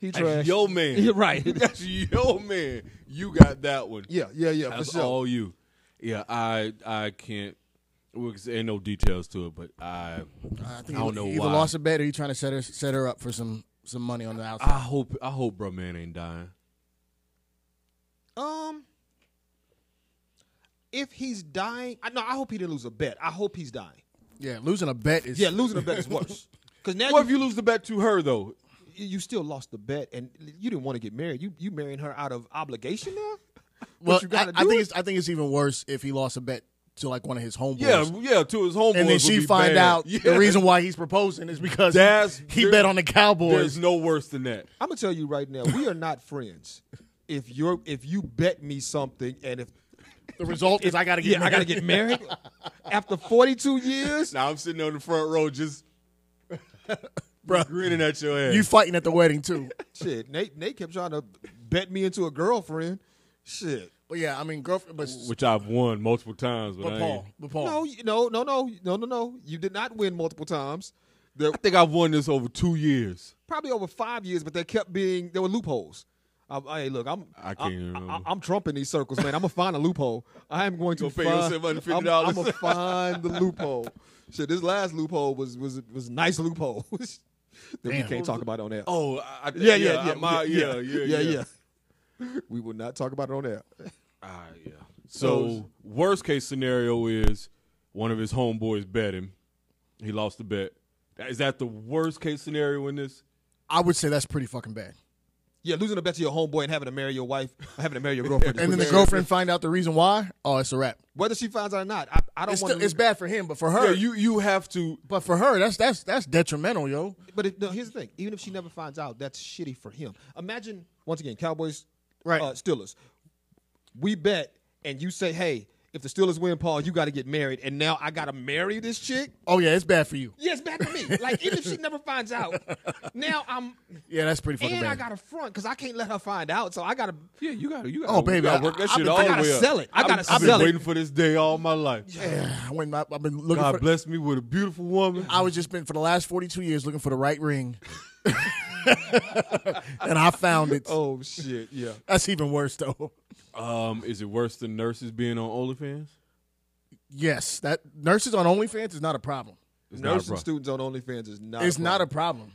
Speaker 3: He trash.
Speaker 2: That's your
Speaker 3: [LAUGHS]
Speaker 2: man.
Speaker 3: Yeah, right.
Speaker 2: That's your man. You got that one.
Speaker 3: Yeah, yeah, yeah.
Speaker 2: That's
Speaker 3: for sure.
Speaker 2: all you. Yeah, I I can't. well, 'cause Ain't no details to it, but I I,
Speaker 4: think
Speaker 2: don't
Speaker 4: he
Speaker 2: know
Speaker 4: either
Speaker 2: why.
Speaker 4: lost a bet or he trying to set her set her up for some some money on the outside.
Speaker 2: I hope I hope bro man ain't dying.
Speaker 3: Um, if he's dying, I no, I hope he didn't lose a bet. I hope he's dying.
Speaker 4: yeah, losing a bet is
Speaker 3: Yeah, losing a bet is worse. Because now
Speaker 2: What if
Speaker 3: you,
Speaker 2: you lose the bet to her though?
Speaker 3: you you still lost the bet, and you didn't want to get married. You you marrying her out of obligation now? But
Speaker 4: Well,
Speaker 3: you gotta
Speaker 4: I, I
Speaker 3: do
Speaker 4: think
Speaker 3: it.
Speaker 4: it's I think it's even worse if he lost a bet to like one of his homeboys.
Speaker 2: Yeah, yeah, to his homeboys.
Speaker 4: and then
Speaker 2: would
Speaker 4: she
Speaker 2: be
Speaker 4: find
Speaker 2: bad. [LAUGHS]
Speaker 4: out
Speaker 2: Yeah.
Speaker 4: the reason why he's proposing is because
Speaker 2: That's-
Speaker 4: he
Speaker 2: there-
Speaker 4: bet on the
Speaker 2: There's
Speaker 4: Cowboys.
Speaker 2: no worse than that.
Speaker 3: I'm gonna tell you right now, we are not friends. If you're if you bet me something and if
Speaker 4: the result is I gotta get
Speaker 3: yeah, I gotta get married after 42 years.
Speaker 2: Now I'm sitting on the front row
Speaker 4: [LAUGHS]
Speaker 2: just grinning at your ass.
Speaker 4: you fighting at the wedding too.
Speaker 3: Shit, Nate Nate kept trying to bet me into a girlfriend. Shit.
Speaker 4: But yeah, I mean girlfriend but,
Speaker 2: which I've won multiple times, but, I
Speaker 4: but
Speaker 2: ain't-
Speaker 4: Paul. But Paul.
Speaker 3: No, you- no, no, no, no, no, no. You did not win multiple times. There
Speaker 2: I think I've won this over two years.
Speaker 3: probably over five years, but there kept being there were loopholes. I, hey, look, I'm
Speaker 2: I can't even
Speaker 3: I'm, I,
Speaker 2: remember.
Speaker 3: I'm trumping these circles, man. I'm gonna find a loophole. I am going to
Speaker 5: Gonna pay
Speaker 3: find.
Speaker 5: yourself
Speaker 3: I'm,
Speaker 5: $150.
Speaker 3: I'm gonna find the loophole. Shit, this last loophole was was was a nice loophole [LAUGHS] that we
Speaker 4: Damn.
Speaker 3: can't talk about on air.
Speaker 2: Oh, I, I,
Speaker 3: yeah, yeah, yeah,
Speaker 2: my, yeah, yeah, yeah,
Speaker 3: yeah. We will not talk about it on air.
Speaker 2: Ah, yeah. So worst case scenario is one of his homeboys bet him. He lost the bet. Is that the worst case scenario in this?
Speaker 4: I would say that's pretty fucking bad.
Speaker 3: Yeah, losing a bet to your homeboy and having to marry your wife, or having to marry your girlfriend.
Speaker 4: And then the girlfriend find out the reason why. Oh, it's a wrap.
Speaker 3: whether she finds out or not, I, I don't
Speaker 4: It's,
Speaker 3: want
Speaker 4: still, it's bad for him, but for her,
Speaker 2: Yeah, you you have to.
Speaker 4: but for her, that's that's that's detrimental, yo.
Speaker 3: But if, no, here's the thing: even if she never finds out, that's shitty for him. Imagine once again, Cowboys,
Speaker 4: Right.
Speaker 3: Uh, Steelers. We bet, and you say, "Hey, if the Steelers win, Paul, you got to get married." And now I got to marry this chick.
Speaker 4: Oh yeah, it's bad for you.
Speaker 3: Yes, back to me. Like even if she never finds out, now I'm
Speaker 4: Yeah, that's pretty fucking
Speaker 3: and I
Speaker 4: bad.
Speaker 3: got to front because I can't let her find out. So I got to.
Speaker 2: Yeah, you got to. You got.
Speaker 4: Oh, baby,
Speaker 2: gotta work that
Speaker 4: I- I've
Speaker 2: shit
Speaker 4: been-
Speaker 2: all
Speaker 4: I
Speaker 2: the
Speaker 3: gotta
Speaker 2: way up.
Speaker 3: sell it. I
Speaker 2: I've-
Speaker 3: gotta
Speaker 2: I've
Speaker 3: sell it.
Speaker 2: been waiting for this day all my life.
Speaker 4: [SIGHS] I went, I, have been looking
Speaker 2: God
Speaker 4: for.
Speaker 2: bless me with a beautiful woman.
Speaker 4: I was just been for the last forty two years looking for the right ring, [LAUGHS] and I found it.
Speaker 3: Oh shit! Yeah.
Speaker 4: That's even worse though.
Speaker 2: Um, is it worse than nurses being on OnlyFans?
Speaker 4: Yes, that nurses on OnlyFans is not a problem.
Speaker 2: It's not a
Speaker 3: Nursing
Speaker 2: problem.
Speaker 3: students on OnlyFans is not.
Speaker 4: it's
Speaker 3: a
Speaker 4: not a
Speaker 3: problem.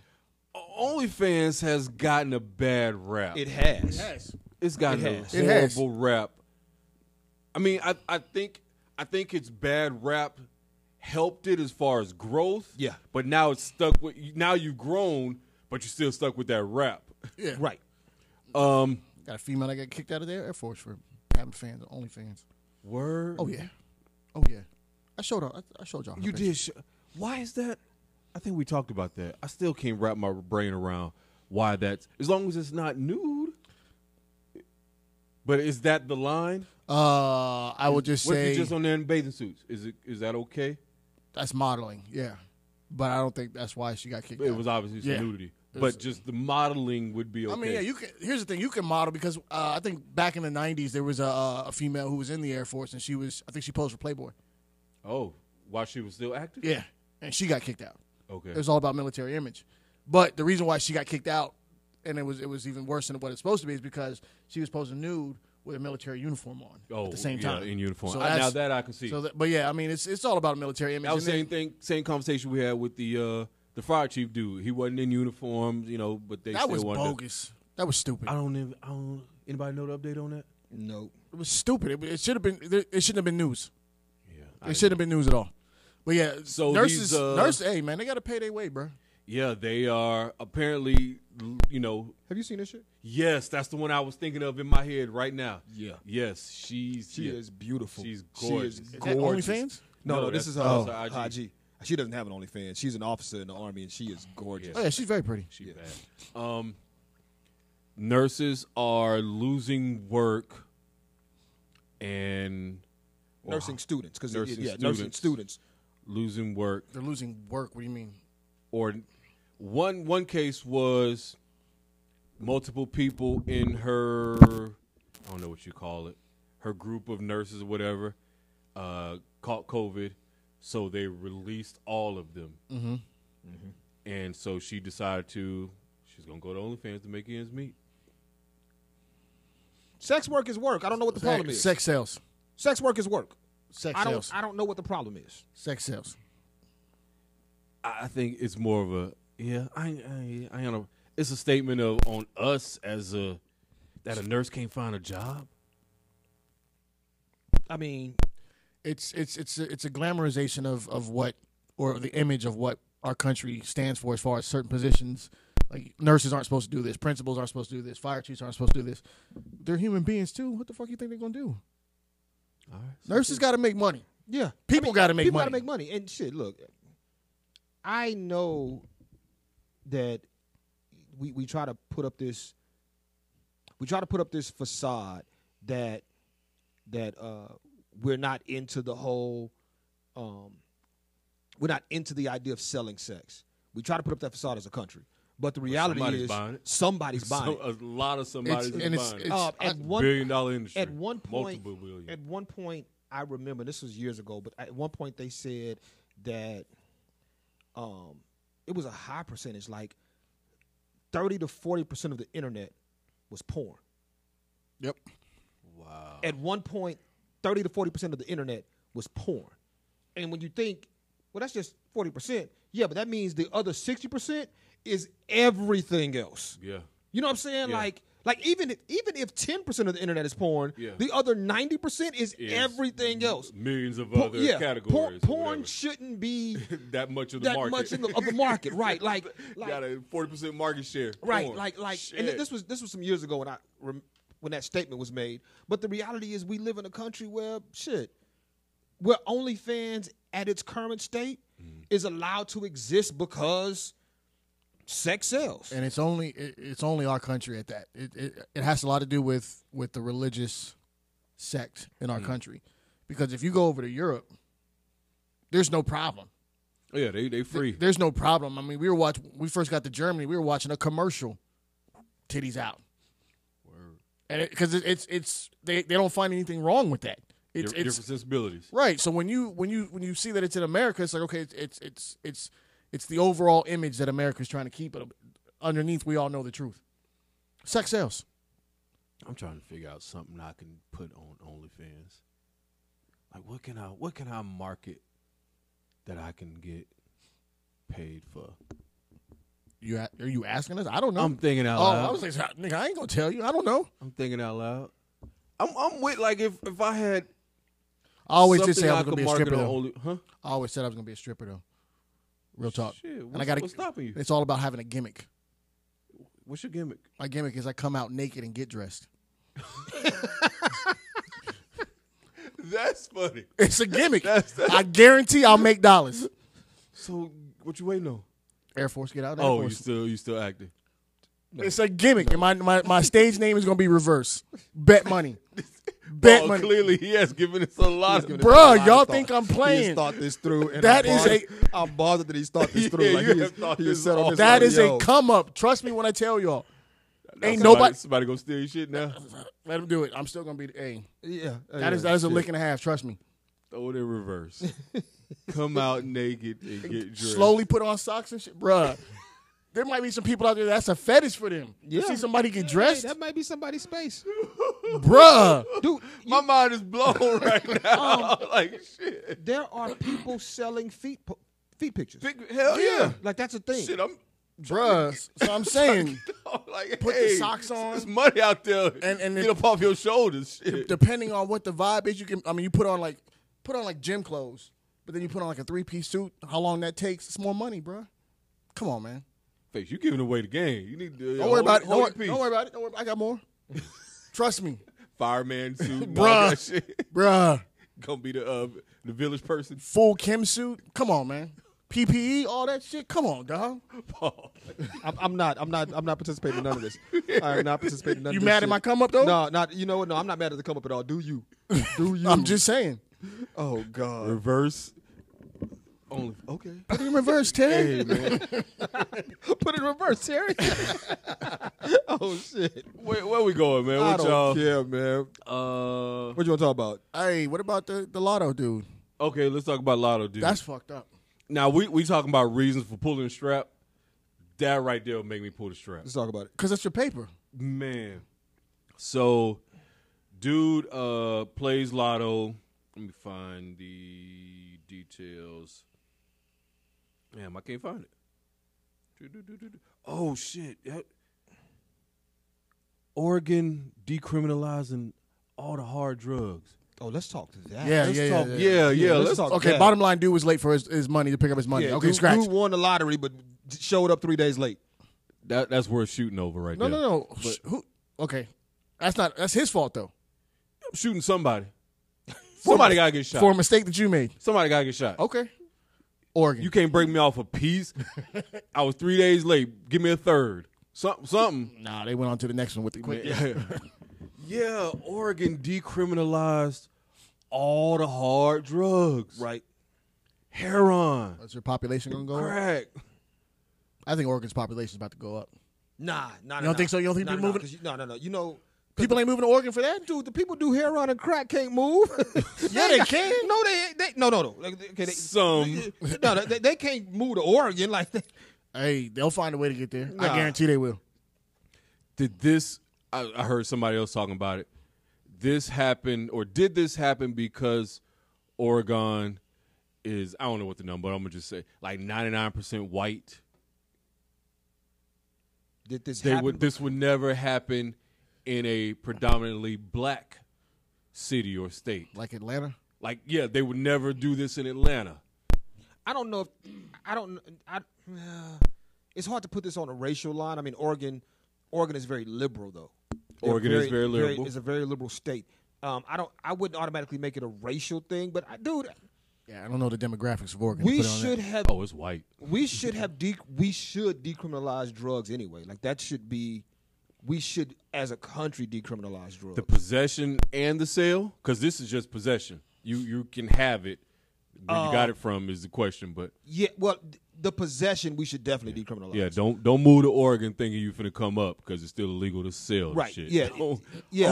Speaker 4: problem.
Speaker 2: OnlyFans has gotten a bad rap.
Speaker 3: It has.
Speaker 2: It's gotten
Speaker 3: It has.
Speaker 2: a
Speaker 4: It has.
Speaker 2: horrible rap. I mean, I, I think I think its bad rap helped it as far as growth.
Speaker 3: Yeah.
Speaker 2: But now it's stuck with now you've grown, but you're still stuck with that rap. [LAUGHS]
Speaker 4: Yeah,
Speaker 3: Right.
Speaker 2: Um
Speaker 4: Got a female that got kicked out of their Air Force for having fans on OnlyFans.
Speaker 2: word.
Speaker 4: Oh yeah, oh yeah. I showed her. I, I showed y'all. her
Speaker 2: You
Speaker 4: picture.
Speaker 2: did sh- why is that? I think we talked about that. I still can't wrap my brain around why that's as long as it's not nude. But is that the line?
Speaker 4: Uh, I would just
Speaker 2: What if
Speaker 4: say
Speaker 2: you're just on there in bathing suits? Is it is that okay?
Speaker 4: that's modeling. Yeah, but I don't think that's why she got kicked.
Speaker 2: It
Speaker 4: out.
Speaker 2: was obviously some
Speaker 4: Yeah.
Speaker 2: nudity, but just the modeling would be okay.
Speaker 4: I mean, yeah. You can. Here's the thing. You can model because uh, I think back in the '90s there was a, uh, a female who was in the Air Force and she was. I think she posed for Playboy.
Speaker 2: oh, while she was still active.
Speaker 4: Yeah, and she got kicked out.
Speaker 2: Okay.
Speaker 4: It was all about military image, but the reason why she got kicked out and it was it was even worse than what it's supposed to be is because she was posing nude with a military uniform on
Speaker 2: Oh,
Speaker 4: at the same
Speaker 2: yeah,
Speaker 4: time
Speaker 2: in uniform.
Speaker 4: So
Speaker 2: I- now
Speaker 4: that's-
Speaker 2: that I can see.
Speaker 4: So that, but yeah, I mean, it's it's all about military image.
Speaker 2: That was the
Speaker 4: And
Speaker 2: same
Speaker 4: then-
Speaker 2: thing. Same conversation we had with the uh, the fire chief dude. He wasn't in uniform, you know, but they
Speaker 4: that
Speaker 2: still
Speaker 4: was
Speaker 2: wanted to-
Speaker 4: bogus. That was stupid.
Speaker 2: I don't. Even, I don't. Anybody know the update on that?
Speaker 3: Nope.
Speaker 4: It was stupid. It, it should have been. It shouldn't have been news.
Speaker 2: Yeah.
Speaker 4: It shouldn't have been news at all. But yeah,
Speaker 2: So
Speaker 4: nurses,
Speaker 2: these, uh,
Speaker 4: nurse, hey man, they gotta pay their way, bro.
Speaker 2: yeah, they are apparently, you know.
Speaker 3: Have you seen this shit?
Speaker 2: Yes, that's the one I was thinking of in my head right now.
Speaker 3: Yeah.
Speaker 2: Yes, she's
Speaker 3: She
Speaker 2: yeah.
Speaker 3: is beautiful.
Speaker 2: She's
Speaker 3: She
Speaker 2: gorgeous.
Speaker 3: is
Speaker 2: Is that
Speaker 3: gorgeous.
Speaker 4: OnlyFans?
Speaker 3: No, no,
Speaker 2: No,
Speaker 3: this
Speaker 2: that's-
Speaker 3: is her,
Speaker 2: that's
Speaker 3: her
Speaker 2: her
Speaker 3: IG.
Speaker 2: IG.
Speaker 3: She doesn't have an OnlyFans. She's an officer in the army, and she is gorgeous.
Speaker 4: Oh yeah, she's very pretty.
Speaker 2: She bad. Um, nurses are losing work, and
Speaker 3: Nursing students, because
Speaker 2: Nursing
Speaker 3: yeah, nursing
Speaker 2: students.
Speaker 3: students.
Speaker 2: losing work,
Speaker 4: They're losing work. What do you mean?
Speaker 2: or one one case was multiple people in her I don't know what you call it, her group of nurses or whatever, uh, caught COVID, so they released all of them, mm-hmm. and so she decided to she's gonna go to OnlyFans to make ends meet.
Speaker 3: Sex work is work. I don't know what the problem
Speaker 4: Sex-
Speaker 3: is.
Speaker 4: Sex sales.
Speaker 3: Sex work is work.
Speaker 4: Sex
Speaker 3: I
Speaker 4: sales.
Speaker 3: don't. I don't know what the problem is.
Speaker 4: Sex sales.
Speaker 2: I I think it's more of a yeah. I I, I don't know. It's a statement of on us as a that a nurse can't find a job.
Speaker 3: I mean,
Speaker 4: It's it's it's a, it's a glamorization of of what or the image of what our country stands for as far as certain positions. Like nurses aren't supposed to do this. Principals aren't supposed to do this. Fire chiefs aren't supposed to do this. They're human beings too. What the fuck you think they're gonna do?
Speaker 2: All right.
Speaker 4: Nurses got to make money.
Speaker 3: Yeah,
Speaker 4: People gotta make
Speaker 3: people
Speaker 4: money.
Speaker 3: gotta make money. And shit, look, I know that we we try to put up this we try to put up this facade that that uh, we're not into the whole um, we're not into the idea of selling sex. We try to put up that facade as a country, but the reality
Speaker 2: somebody's
Speaker 3: is
Speaker 2: buying it.
Speaker 3: somebody's
Speaker 2: [LAUGHS]
Speaker 3: buying
Speaker 2: So
Speaker 3: it.
Speaker 2: a lot of somebody's
Speaker 4: It's-
Speaker 2: is
Speaker 4: and it's-
Speaker 2: buying
Speaker 4: it's-
Speaker 2: it.
Speaker 3: Uh, at one
Speaker 2: billion dollar industry.
Speaker 3: at one point,
Speaker 2: multiple billion.
Speaker 3: at one point, I remember this was years ago, but at one point they said that um, it was a high percentage, like thirty to forty percent of the internet was porn.
Speaker 4: Yep.
Speaker 3: At one point, thirty to forty percent of the internet was porn, and when you think, well, that's just forty percent. Yeah, but that means the other sixty percent is everything else.
Speaker 2: yeah,
Speaker 3: You know what I'm saying?
Speaker 2: Yeah.
Speaker 3: Like, like even if, even if 10% of the internet is porn,
Speaker 2: Yeah.
Speaker 3: the other 90% is,
Speaker 2: Is
Speaker 3: everything else.
Speaker 2: millions of
Speaker 3: Por-
Speaker 2: other
Speaker 3: yeah, por-
Speaker 2: categories. or
Speaker 3: porn
Speaker 2: whatever. [LAUGHS]
Speaker 3: shouldn't be
Speaker 2: that much of the
Speaker 3: that
Speaker 2: market.
Speaker 3: much in the, of the
Speaker 2: [LAUGHS]
Speaker 3: market, right? Like, like
Speaker 5: Got a forty percent market share.
Speaker 3: right,
Speaker 5: Porn.
Speaker 3: like, like,
Speaker 5: Shit.
Speaker 3: and thi- this was this was some years ago when I rem- when that statement was made. But the reality is, we live in a country where shit, where OnlyFans at its current state
Speaker 4: Mm.
Speaker 3: is allowed to exist because sex sells.
Speaker 4: and it's only it, it's only our country at that. It, it it has a lot to do with with the religious sect in our country, because if you go over to Europe, there's no problem.
Speaker 2: Oh, yeah, they they free.
Speaker 4: There's no problem. I mean, we were watching. We first got to Germany. We were watching a commercial, titties out, and because it, it's it's they they don't find anything wrong with that. It's
Speaker 2: Different
Speaker 4: it's
Speaker 2: sensibilities.
Speaker 4: Right. So when you when you when you see that it's in America, it's like okay, it's it's it's it's, it's the overall image that America's trying to keep. But underneath, we all know the truth. Sex sells.
Speaker 2: I'm trying to figure out something I can put on OnlyFans. Like what can I what can I market that I can get paid for?
Speaker 4: You a- are you asking us? I don't know.
Speaker 2: I'm Uh, thinking out
Speaker 4: oh,
Speaker 2: loud.
Speaker 4: I was like, nigga, I ain't gonna tell you. I don't know.
Speaker 2: I'm thinking out loud. I'm I'm with like if if I had
Speaker 4: I always did
Speaker 2: something
Speaker 4: say I was
Speaker 2: could
Speaker 4: gonna be a
Speaker 2: market
Speaker 4: stripper
Speaker 2: on
Speaker 4: though.
Speaker 2: Only, huh?
Speaker 4: I always said I was gonna be a stripper though. Real talk.
Speaker 2: Shit,
Speaker 4: and I
Speaker 2: what's-
Speaker 4: gotta,
Speaker 2: what's stopping you?
Speaker 4: It's all about having a gimmick.
Speaker 2: What's your gimmick?
Speaker 4: My gimmick is I come out naked and get dressed. [LAUGHS]
Speaker 5: that's funny.
Speaker 4: It's a gimmick. I guarantee I'll make dollars.
Speaker 2: So what you waiting on?
Speaker 4: Air Force, get out. Air
Speaker 2: Oh, you
Speaker 4: Force.
Speaker 2: still you still acting?
Speaker 4: It's a gimmick, and my, my, my stage name is gonna be reverse. Bet money, bet
Speaker 2: oh,
Speaker 4: money,
Speaker 2: clearly he has given us a lot of.
Speaker 4: Bruh, Y'all
Speaker 3: thought-
Speaker 4: think I'm
Speaker 3: He
Speaker 4: playing?
Speaker 3: has thought this through. And
Speaker 4: That
Speaker 3: I'm
Speaker 4: is
Speaker 3: bothered, a. I'm bothered that he's thought this
Speaker 5: [LAUGHS]
Speaker 3: through.
Speaker 5: Yeah,
Speaker 3: like
Speaker 5: you
Speaker 3: he
Speaker 5: have
Speaker 3: has,
Speaker 5: thought
Speaker 3: he
Speaker 5: this
Speaker 3: has set
Speaker 5: all-
Speaker 3: on this.
Speaker 4: That
Speaker 3: like,
Speaker 4: is a
Speaker 3: yo,
Speaker 4: come up. Trust me when I tell y'all.
Speaker 2: somebody,
Speaker 4: Ain't nobody
Speaker 2: Somebody gonna steal your shit now.
Speaker 4: let him do it. I'm still gonna be the A.
Speaker 3: Yeah,
Speaker 4: That is that is a lick and a half. Trust me.
Speaker 2: Throw it
Speaker 5: [LAUGHS]
Speaker 2: in reverse. Come out naked and get dressed.
Speaker 4: Slowly put on socks and shit,
Speaker 3: [LAUGHS]
Speaker 4: bruh. there might be some people out there that's a fetish for them. You
Speaker 3: Yeah.
Speaker 4: see somebody get dressed,
Speaker 3: that might be somebody's
Speaker 4: [LAUGHS]
Speaker 3: space,
Speaker 4: bruh.
Speaker 3: dude.
Speaker 5: My mind is blown [LAUGHS] right now.
Speaker 4: Um,
Speaker 5: [LAUGHS] like shit.
Speaker 3: There are people selling feet po- feet pictures.
Speaker 5: Big- hell yeah.
Speaker 3: like that's a thing.
Speaker 5: Shit, I'm
Speaker 4: bruh. So I'm saying,
Speaker 5: [LAUGHS] like
Speaker 4: Put the
Speaker 5: hey,
Speaker 4: socks on.
Speaker 5: There's money out there.
Speaker 4: And- and
Speaker 5: get
Speaker 4: if-
Speaker 5: up off your shoulders. Shit.
Speaker 4: depending on what the vibe is, you can. I mean, you put on like put on like gym clothes, but then you put on like a three piece suit. How long that takes? It's more money, bruh. Come on, man.
Speaker 2: Face, you giving away the game. You need to.
Speaker 4: Don't worry about it. Don't
Speaker 2: hold
Speaker 4: worry, don't worry about it. Don't worry. I got more. Trust me,
Speaker 5: Fireman suit. and all that
Speaker 2: [LAUGHS]
Speaker 4: bruh,
Speaker 5: shit.
Speaker 4: bruh.
Speaker 5: Gonna be the uh, the village person.
Speaker 4: Full Kim suit. Come on, man. PPE, all that shit. Come on, dog.
Speaker 3: I'm, I'm not. I'm not. I'm not participating in none of
Speaker 4: [LAUGHS]
Speaker 3: this. I'm not participating. In none
Speaker 4: You
Speaker 3: of this
Speaker 4: mad at
Speaker 3: shit.
Speaker 4: my come up though?
Speaker 3: No, not. You know what? No, I'm not mad at the come up at all. Do
Speaker 4: [LAUGHS]
Speaker 3: you? Do you?
Speaker 4: I'm just saying.
Speaker 3: Oh God.
Speaker 2: Reverse. Only. Okay.
Speaker 4: Put it in reverse, Terry.
Speaker 3: [LAUGHS] Put it in reverse, Terry. [LAUGHS] oh shit.
Speaker 2: Where, where we going, man?
Speaker 3: I
Speaker 2: What y'all?
Speaker 3: don't care, man.
Speaker 2: Uh.
Speaker 3: What you want to talk about?
Speaker 4: Hey, what about the, the lotto dude?
Speaker 2: Okay, let's talk about Lotto, dude.
Speaker 4: That's fucked up.
Speaker 2: now we we talking about reasons for pulling the strap. That right there will make me pull the strap.
Speaker 3: Let's talk about it.
Speaker 4: Because that's your paper.
Speaker 2: Man. So, dude uh plays lotto. Let me find the details. Damn, I can't find it. Do-do-do-do-do. Oh shit! That- Oregon decriminalizing all the hard drugs.
Speaker 3: Oh, let's talk to that.
Speaker 4: Yeah,
Speaker 3: let's
Speaker 4: yeah,
Speaker 3: talk,
Speaker 4: yeah,
Speaker 2: yeah. Yeah, yeah, let's-
Speaker 3: talk
Speaker 4: Okay,
Speaker 3: that.
Speaker 4: bottom line, dude was late for his, his money to pick up his money.
Speaker 3: Yeah,
Speaker 4: okay,
Speaker 3: dude,
Speaker 4: scratch.
Speaker 3: dude won the lottery, but showed up three days late.
Speaker 2: That that's worth shooting over right
Speaker 4: no,
Speaker 2: there.
Speaker 4: no, no, Sh- Who? Okay. That's not that's his fault though.
Speaker 2: Shooting somebody. Somebody gotta get shot.
Speaker 4: for a mistake that you made.
Speaker 2: Somebody gotta get shot.
Speaker 4: Okay, Oregon.
Speaker 2: You can't break me off a piece. I was three days late. Give me a third. Something. Something.
Speaker 4: [LAUGHS] nah, they went on to the next one with the quick.
Speaker 2: Yeah. yeah. Oregon decriminalized all the hard drugs.
Speaker 3: right?
Speaker 2: Heroin,
Speaker 4: [LAUGHS] Is your population gonna go? up?
Speaker 2: crack.
Speaker 4: I think Oregon's population is about to go up.
Speaker 3: Nah, nah.
Speaker 4: don't think so? You don't think
Speaker 3: nah,
Speaker 4: people
Speaker 3: nah,
Speaker 4: moving-
Speaker 3: 'cause you- No, no, no. You know,
Speaker 4: People ain't moving to Oregon for that.
Speaker 3: dude, the people do heroin and crack can't move. [LAUGHS]
Speaker 4: Yeah, they can.
Speaker 3: No, they, they no, no, no. Like, okay, they,
Speaker 2: Some.
Speaker 3: [LAUGHS] no, they, they can't move to Oregon like that.
Speaker 4: Hey, they'll find a way to get there.
Speaker 2: Nah.
Speaker 4: I guarantee they will.
Speaker 2: Did this? I, I heard somebody else talking about it. This happened, or did this happen because Oregon is? I don't know what the number. I'm gonna just say like 99 percent white.
Speaker 3: Did this
Speaker 2: They
Speaker 3: happen?
Speaker 2: would. This would never happen in a predominantly black city or state.
Speaker 4: Like Atlanta.
Speaker 2: Like, yeah, they would never do this in Atlanta.
Speaker 3: I don't know if I don't. I, uh, it's hard to put this on a racial line. I mean, Oregon, Oregon is very liberal though. They're
Speaker 2: Oregon is very liberal.
Speaker 3: It's a very liberal state. Um, I don't. I wouldn't automatically make it a racial thing, but I, dude,
Speaker 4: Yeah, I don't know the demographics of Oregon. to
Speaker 3: we
Speaker 4: put it on
Speaker 3: should
Speaker 4: that.
Speaker 3: have.
Speaker 2: Oh, it's white.
Speaker 3: we should have de- we should decriminalize drugs anyway. Like that should be we should as a country decriminalize drugs.
Speaker 2: The possession and the sale, because this is just possession. You you can have it. Where you
Speaker 3: Oh.
Speaker 2: got it from is the question, but
Speaker 3: yeah, well th- the possession we should definitely decriminalize.
Speaker 2: yeah, don't don't move to Oregon thinking you finna come up because it's still illegal to sell. the
Speaker 3: Right,
Speaker 2: Shit.
Speaker 3: yeah,
Speaker 2: Don't-
Speaker 3: yeah.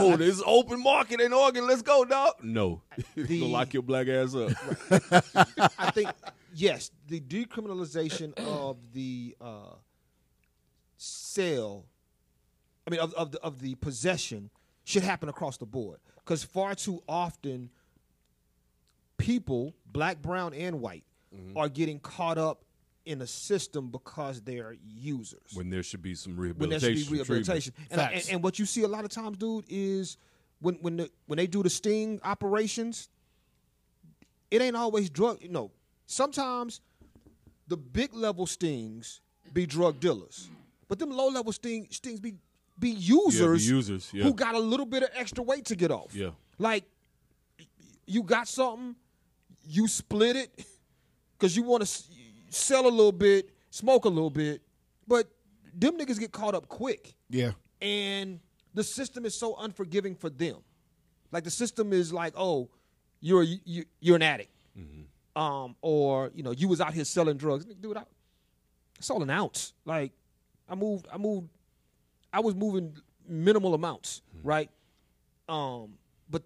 Speaker 2: [LAUGHS] Oh, there's open market in Oregon. Let's go, dog. No. [LAUGHS]
Speaker 3: The-
Speaker 2: Go lock your black ass up.
Speaker 3: I think yes, the decriminalization of the uh, sale, I mean of of the, of the possession, should happen across the board because far too often people, black, brown, and white, are getting caught up in a system because they're users.
Speaker 2: When there should be some
Speaker 3: when there should
Speaker 2: rehabilitation.
Speaker 3: be rehabilitation. And, I-
Speaker 4: Facts.
Speaker 3: and, and what you see a lot of times, dude, is when when the, when they do the sting operations, it ain't always drug. No, sometimes the big level stings be drug dealers, but them low level sting stings be be users,
Speaker 2: users, yeah.
Speaker 3: who got a little bit of extra weight to get off.
Speaker 2: Yeah.
Speaker 3: like you got something, you split it because you want to sell a little bit, smoke a little bit, but them niggas get caught up quick,
Speaker 4: Yeah.
Speaker 3: and the system is so unforgiving for them. Like the system is like, oh, you're a- you, you're an addict, um, or you know you was out here selling drugs, dude. I, I sold an ounce. Like I moved, I moved, I was moving minimal amounts, right? Um, but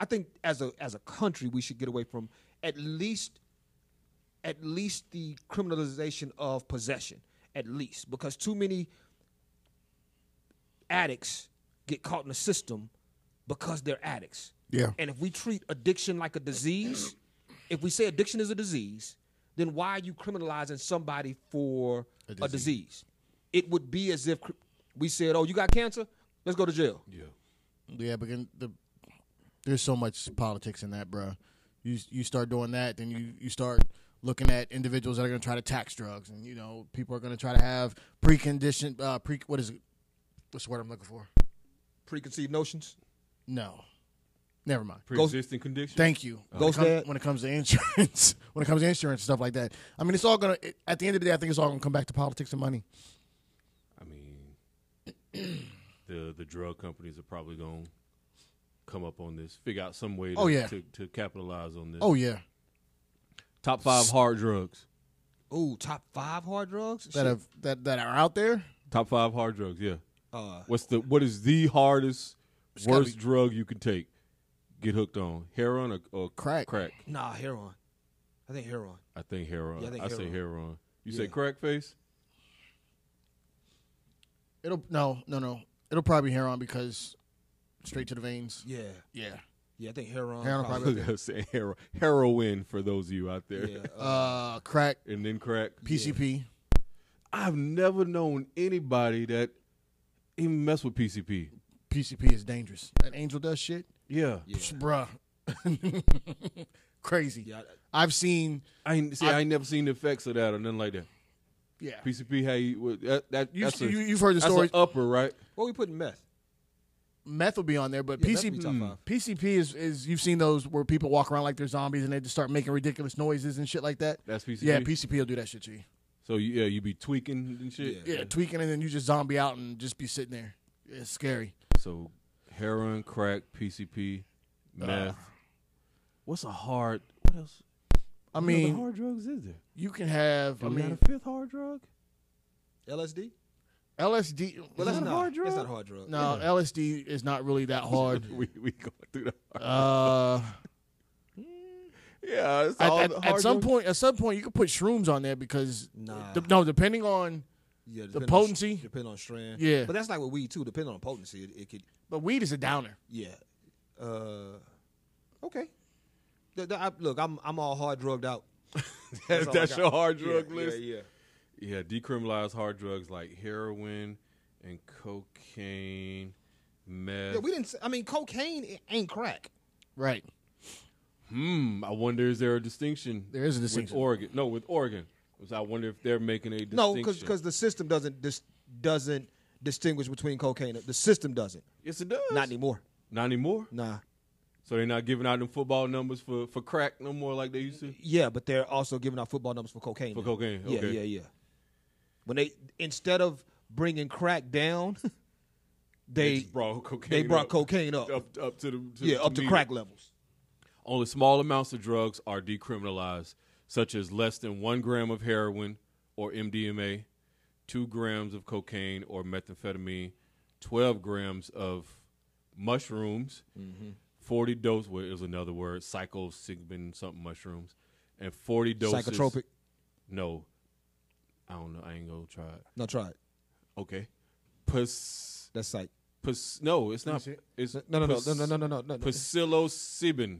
Speaker 3: I think as a as a country, we should get away from at least at least the criminalization of possession, at least because too many addicts get caught in the system because they're addicts.
Speaker 4: Yeah.
Speaker 3: And if we treat addiction like a disease, if we say addiction is a disease, then why are you criminalizing somebody for a disease? It would be as if cr- we said, "Oh, you got cancer? Let's go to jail."
Speaker 2: Yeah.
Speaker 4: Yeah, but then the, there's so much politics in that, bruh. You you start doing that, then you you start looking at individuals that are going to try to tax drugs, and you know people are going to try to have preconditioned uh, pre what is it? What's the word I'm looking for?
Speaker 3: Preconceived notions.
Speaker 4: No, never mind.
Speaker 2: Pre-existing condition.
Speaker 4: Thank you. When it,
Speaker 3: Ghost
Speaker 4: comes,
Speaker 3: dad?
Speaker 4: when it comes to insurance, [LAUGHS] when it comes to insurance and stuff like that, I mean, it's all gonna. It, at the end of the day, I think it's all gonna come back to politics and money.
Speaker 2: I mean, [CLEARS THROAT] the the drug companies are probably going to come up on this, figure out some way to,
Speaker 4: Oh, yeah.
Speaker 2: to, to capitalize on this.
Speaker 4: Oh yeah,
Speaker 2: Top five hard drugs.
Speaker 3: Ooh, top five hard drugs
Speaker 4: that have that that are out there.
Speaker 2: Top five hard drugs. Yeah.
Speaker 3: Uh,
Speaker 2: What's the what is the hardest
Speaker 4: gotta
Speaker 2: worst drug you can take? Get hooked on heroin or, or
Speaker 4: Crack.
Speaker 2: Crack.
Speaker 3: Nah, heroin. I think heroin.
Speaker 2: I think heroin.
Speaker 3: Yeah, I think
Speaker 2: say
Speaker 3: heroin.
Speaker 2: heroin. You say
Speaker 3: Yeah.
Speaker 2: crack face?
Speaker 4: It'll no no no. It'll probably be heroin because straight to the veins.
Speaker 3: Yeah,
Speaker 4: Yeah.
Speaker 3: yeah, I think heroin.
Speaker 4: Heroin probably-
Speaker 2: I say hero, heroin for those of you out there.
Speaker 3: yeah, uh,
Speaker 4: Uh, crack,
Speaker 2: [LAUGHS] And then crack.
Speaker 4: PCP.
Speaker 2: I've never known anybody that even mess with PCP.
Speaker 4: PCP is dangerous. That angel dust shit,
Speaker 2: Yeah.
Speaker 4: Psh, bruh, [LAUGHS] crazy.
Speaker 3: yeah.
Speaker 4: I've seen.
Speaker 2: I ain't see. I, ain't never seen the effects of that or nothing like that.
Speaker 4: Yeah,
Speaker 2: PCP, how you what- that, that
Speaker 4: you,
Speaker 2: that's a,
Speaker 4: you, you've heard the
Speaker 2: that's a
Speaker 4: stories.
Speaker 2: upper right?
Speaker 3: What we putting meth?
Speaker 4: meth will be on there, but
Speaker 3: Yeah, meth
Speaker 4: PCP,
Speaker 3: will be top five.
Speaker 4: PCP is is you've seen those where people walk around like they're zombies and they just start making ridiculous noises and shit like that.
Speaker 2: That's PCP?
Speaker 4: Yeah, PCP will do that shit to you.
Speaker 2: So you- yeah, you be tweaking and shit.
Speaker 4: Yeah, tweaking and then you just zombie out and just be sitting there. It's scary.
Speaker 2: So heroin, crack, PCP, meth. Uh, What's a hard? What else?
Speaker 4: I
Speaker 2: What other
Speaker 4: mean,
Speaker 2: hard drugs is there?
Speaker 4: you can have. I
Speaker 2: Do we got
Speaker 4: mean,
Speaker 2: a fifth hard drug?
Speaker 3: LSD?
Speaker 4: LSD.
Speaker 3: Well, that's
Speaker 2: that a
Speaker 3: not
Speaker 2: hard
Speaker 3: That's
Speaker 2: drug?
Speaker 3: not a hard drug.
Speaker 4: No, LSD is not
Speaker 2: [LAUGHS]
Speaker 4: really that
Speaker 2: [LAUGHS]
Speaker 4: hard.
Speaker 2: We we going through the hard. [LAUGHS]
Speaker 3: [LAUGHS]
Speaker 4: Uh,
Speaker 5: Yeah, it's
Speaker 4: at,
Speaker 5: all
Speaker 4: at-
Speaker 5: the
Speaker 4: at
Speaker 5: hard
Speaker 4: some
Speaker 5: drugs.
Speaker 4: point, at some point, you can put shrooms on there because
Speaker 3: Nah.
Speaker 4: de- no, depending on.
Speaker 3: Yeah,
Speaker 4: The
Speaker 3: depending on-
Speaker 4: potency?
Speaker 3: depending on strand.
Speaker 4: Yeah.
Speaker 3: but that's like with weed too. Depending on potency, it, it could.
Speaker 4: But weed is a downer.
Speaker 3: Yeah. Uh, okay. The- the- I- look, I'm I'm all hard drugged [LAUGHS] out.
Speaker 2: That's,
Speaker 3: all I got.
Speaker 2: your hard drug
Speaker 3: yeah,
Speaker 2: list.
Speaker 3: Yeah, yeah.
Speaker 2: Yeah, decriminalize hard drugs like heroin and cocaine, meth.
Speaker 3: Yeah, we didn't. s- I mean, cocaine i- ain't crack.
Speaker 4: Right.
Speaker 2: Hmm. I wonder is there a distinction?
Speaker 4: There is a distinction.
Speaker 2: with Oregon. No, with Oregon. 'Cause I wonder if they're making a distinction.
Speaker 3: No, because the system doesn't dis, doesn't distinguish between cocaine. The system doesn't.
Speaker 2: yes, it does.
Speaker 3: Not anymore.
Speaker 2: Not anymore.
Speaker 3: Nah.
Speaker 2: So they're not giving out them football numbers for, for crack no more like they used to.
Speaker 3: Yeah, but they're also giving out football numbers for cocaine.
Speaker 2: For
Speaker 3: now.
Speaker 2: cocaine,
Speaker 3: Yeah,
Speaker 2: okay.
Speaker 3: yeah, yeah. When they instead of bringing crack [LAUGHS] down, they
Speaker 2: just brought cocaine.
Speaker 3: they brought
Speaker 2: up,
Speaker 3: cocaine up.
Speaker 2: up up to the to,
Speaker 3: yeah, up to
Speaker 2: meet
Speaker 3: crack
Speaker 2: it.
Speaker 3: levels.
Speaker 2: Only small amounts of drugs are decriminalized, such as less than one gram of heroin or MDMA, two grams of cocaine or methamphetamine, 12 grams of mushrooms,
Speaker 3: Mm-hmm.
Speaker 2: 40 doses, well, is another word, psilocybin something mushrooms, and 40 doses.
Speaker 3: Psychotropic.
Speaker 2: No. I don't know. I ain't going to try it.
Speaker 3: No, try it.
Speaker 2: Okay. Pus.
Speaker 3: That's psych.
Speaker 2: Pus. No, it's not. It's
Speaker 3: No, no, no,
Speaker 2: pus-
Speaker 3: no, no, no, no, no, no.
Speaker 2: Psilocybin.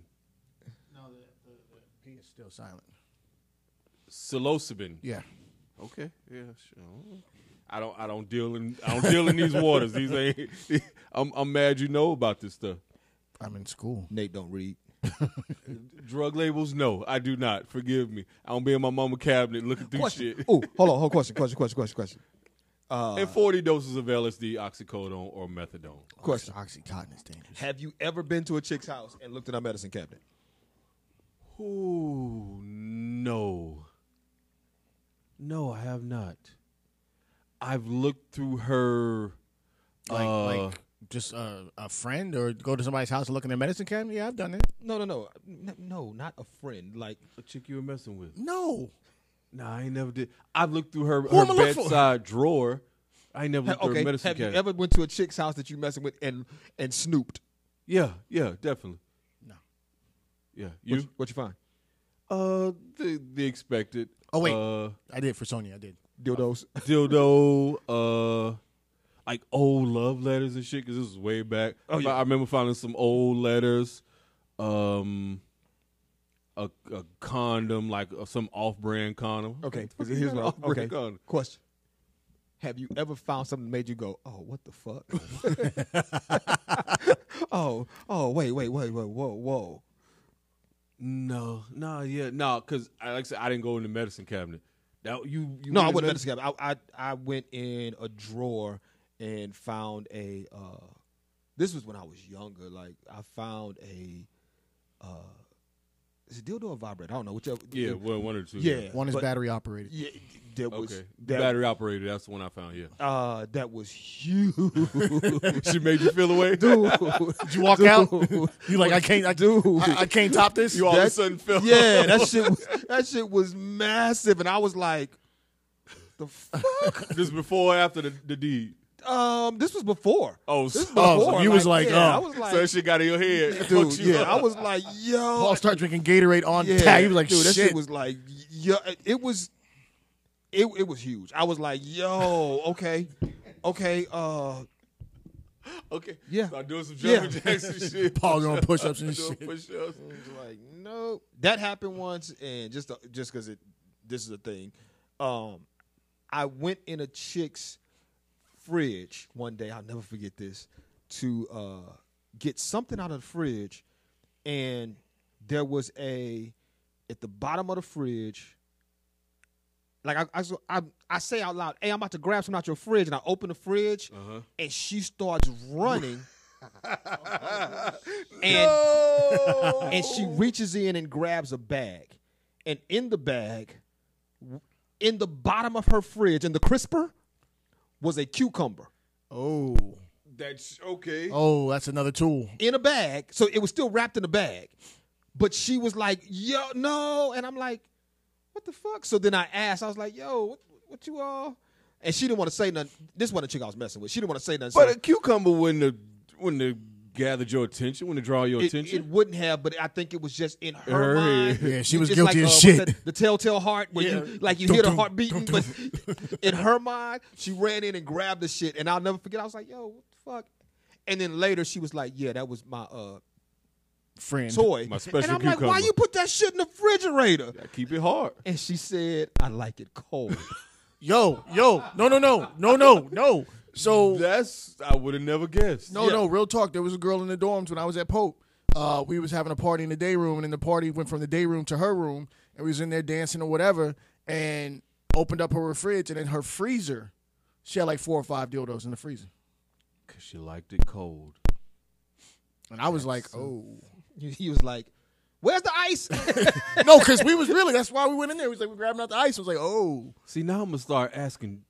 Speaker 4: No, the, the, is still silent.
Speaker 2: Psilocybin.
Speaker 4: Yeah.
Speaker 2: Okay. Yeah. Sure. I don't. I don't deal in. I don't deal in [LAUGHS] these waters. These ain't. I'm. I'm mad. You know about this stuff.
Speaker 4: I'm in school.
Speaker 3: Nate don't [LAUGHS] read.
Speaker 2: Drug labels? No, I do not. Forgive me. I don't be in my mama cabinet looking through
Speaker 3: Question.
Speaker 2: shit.
Speaker 3: Oh, hold on. Hold question. Question. Question. Question. Question.
Speaker 2: and 40 doses of LSD, oxycodone, or methadone.
Speaker 3: [LAUGHS] Question.
Speaker 4: Oxycontin is dangerous.
Speaker 3: Have you ever been to a chick's house and looked in her medicine cabinet?
Speaker 2: Ooh, no. No, I have not. I've looked through her.
Speaker 4: Like, like just uh, a friend or go to somebody's house and look in their medicine cabinet? Yeah, I've done it.
Speaker 3: No, no, no, N- no, not a friend. Like
Speaker 2: A chick you were messing with.
Speaker 4: No.
Speaker 2: Nah, I ain't never did. I've looked through her,
Speaker 4: am I
Speaker 2: her
Speaker 4: looking for?
Speaker 2: bedside drawer. I ain't never looked through
Speaker 3: okay,
Speaker 2: her medicine
Speaker 3: have
Speaker 2: cabinet.
Speaker 3: you ever went to a chick's house that you messing with and and snooped?
Speaker 2: Yeah, yeah, definitely.
Speaker 4: No.
Speaker 2: Yeah,
Speaker 3: What
Speaker 2: you.
Speaker 3: what you find?
Speaker 2: Uh, the the expected.
Speaker 4: Oh, wait.
Speaker 2: Uh,
Speaker 4: I did for Sonya. I did.
Speaker 3: Dildos.
Speaker 2: [LAUGHS] dildo. Uh, like old love letters and shit. Because this was way back. Oh
Speaker 3: yeah.
Speaker 2: I remember finding some old letters. Um. A, a condom, like uh, some off-brand condom.
Speaker 3: Okay,
Speaker 2: What the fuck
Speaker 3: here's
Speaker 2: is that
Speaker 3: what. I'm-
Speaker 2: off-brand
Speaker 3: Okay,
Speaker 2: condom?
Speaker 3: question. Have you ever found something that made you go, "Oh, what the [LAUGHS] fuck"? oh, oh, wait, wait, wait, wait, whoa, whoa.
Speaker 2: No, no, yeah, no, because I like I said, I didn't go in the medicine cabinet. That you, you
Speaker 3: No, I
Speaker 2: went in
Speaker 3: wouldn't medicine cabinet. I, I I went in a drawer and found a. Uh, this was when I was younger. Like I found a. Uh, is it dildo or vibrator? I don't know. Whichever.
Speaker 2: Yeah, well, one or two.
Speaker 3: Yeah.
Speaker 4: One is
Speaker 3: but-
Speaker 4: battery operated.
Speaker 3: Yeah. That was
Speaker 2: Okay.
Speaker 3: that,
Speaker 2: Battery operated. That's the one I found. Yeah.
Speaker 3: Uh, that was huge, dude.
Speaker 2: [LAUGHS] she made you feel away.
Speaker 4: Did you walk out? You like, I can't, I,
Speaker 3: Dude.
Speaker 4: I, I can't top this?
Speaker 2: You all of a
Speaker 3: That-
Speaker 2: sudden felt.
Speaker 4: [LAUGHS]
Speaker 3: Yeah, that shit. Was, that shit was massive, and I was like, "The fuck."
Speaker 2: [LAUGHS] This is before or after the, the deed.
Speaker 3: Um, this was before.
Speaker 2: Oh,
Speaker 3: this was
Speaker 2: so-
Speaker 4: oh, so
Speaker 3: before.
Speaker 4: you was like,
Speaker 3: yeah,
Speaker 4: oh.
Speaker 3: I was like,
Speaker 2: so that shit got in your head. It [LAUGHS]
Speaker 3: dude,
Speaker 2: fucked you
Speaker 3: yeah,
Speaker 2: up.
Speaker 3: I was like, yo,
Speaker 4: Paul started drinking Gatorade on
Speaker 3: yeah,
Speaker 4: tap. He was like,
Speaker 3: dude, that
Speaker 4: shit.
Speaker 3: shit was like, yo, it was, it it was huge. I was like, yo, okay, okay, uh,
Speaker 2: okay.
Speaker 3: Yeah.
Speaker 2: Start doing some
Speaker 3: Yeah.
Speaker 2: Jumping Jackson shit.
Speaker 3: [LAUGHS]
Speaker 4: Paul doing push-ups and
Speaker 2: Doing
Speaker 4: shit.
Speaker 2: push-ups.
Speaker 3: like no, that happened once, and just uh, just because it, this is a thing, um, I went in a chick's fridge one day. I'll never forget this to uh get something out of the fridge, and there was a at the bottom of the fridge. Like I, I, so- I, I say out loud, "Hey, I'm about to grab something out your fridge," and I open the fridge, and she starts running and and she reaches in and grabs a bag, and in the bag, w- in the bottom of her fridge, in the crisper, was a cucumber
Speaker 4: Oh,
Speaker 5: That's okay.
Speaker 4: oh, that's another tool.
Speaker 3: in a bag. So it was still wrapped in a bag, but she was like, "Yo, no," and I'm like, "What the fuck?" So then I asked, I was like, "Yo, what, what you all?" And she didn't want to say nothing. This wasn't a chick I was messing with. She didn't want to say nothing. so-
Speaker 2: But a cucumber wouldn't have, wouldn't have gathered your attention, wouldn't have draw your
Speaker 3: it, it
Speaker 2: attention.
Speaker 3: wouldn't have, but I think it was just in her
Speaker 2: Her
Speaker 3: mind.
Speaker 2: head.
Speaker 4: Yeah, she was
Speaker 3: It's
Speaker 4: guilty
Speaker 3: like,
Speaker 4: as
Speaker 3: uh,
Speaker 4: shit.
Speaker 3: what's that- the telltale heart, where
Speaker 4: Yeah.
Speaker 3: you like you
Speaker 4: Dum,
Speaker 3: hear the
Speaker 4: dum,
Speaker 3: heart beating,
Speaker 4: dum,
Speaker 3: but [LAUGHS] in her mind, she ran in and grabbed the shit, and I'll never forget. I was like, "Yo, what the fuck?" And then later, she was like, "Yeah, that was my uh
Speaker 4: Friend.
Speaker 3: toy."
Speaker 2: My special
Speaker 3: and I'm like, "Why
Speaker 2: cucumber."
Speaker 3: you put that shit in the refrigerator?"
Speaker 2: Keep it hard.
Speaker 3: And she said, "I like it cold."
Speaker 4: Yo, yo, no, no, no, no, no, no. So
Speaker 2: That's I would have never guessed.
Speaker 4: No, no, real talk. There was a girl in the dorms when I was at Pope. Uh, we was having a party in the day room, and then the party went from the day room to her room, and we was in there dancing or whatever, and opened up her fridge, and in her freezer, she had like four or five dildos in the freezer,
Speaker 2: Cause she liked it cold.
Speaker 4: and I was like, oh,
Speaker 3: he he was like, "Where's the ice?"
Speaker 4: no, because we was really that's why we went in there. We was like, we grabbing out the ice. I was like, oh,
Speaker 2: See, now I'm gonna start asking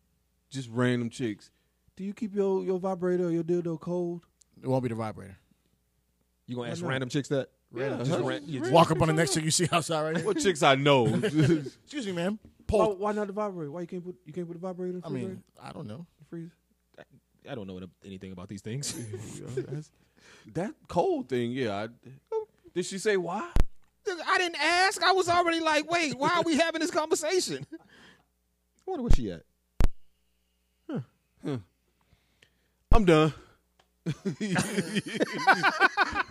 Speaker 2: just random chicks. Do you keep your, your vibrator or your dildo cold?
Speaker 4: it won't be the vibrator.
Speaker 3: you gonna ask random chicks that?
Speaker 2: Yeah, Uh-huh.
Speaker 3: Just
Speaker 2: huh?
Speaker 3: ran- you-
Speaker 2: Really?
Speaker 4: Walk up on the next thing you see outside right now.
Speaker 2: What chicks I know? [LAUGHS] why,
Speaker 4: Excuse me, ma'am. Paul.
Speaker 2: why not the vibrator? Why you can't put you can't put the vibrator in the
Speaker 4: I mean, I don't know.
Speaker 2: freezer?
Speaker 3: I don't know anything about these things.
Speaker 2: Yeah, that's- that cold thing, yeah. I, did she say why?
Speaker 3: I didn't ask. I was already like, wait, why are we having this conversation? I wonder where she at.
Speaker 2: I'm done. [LAUGHS]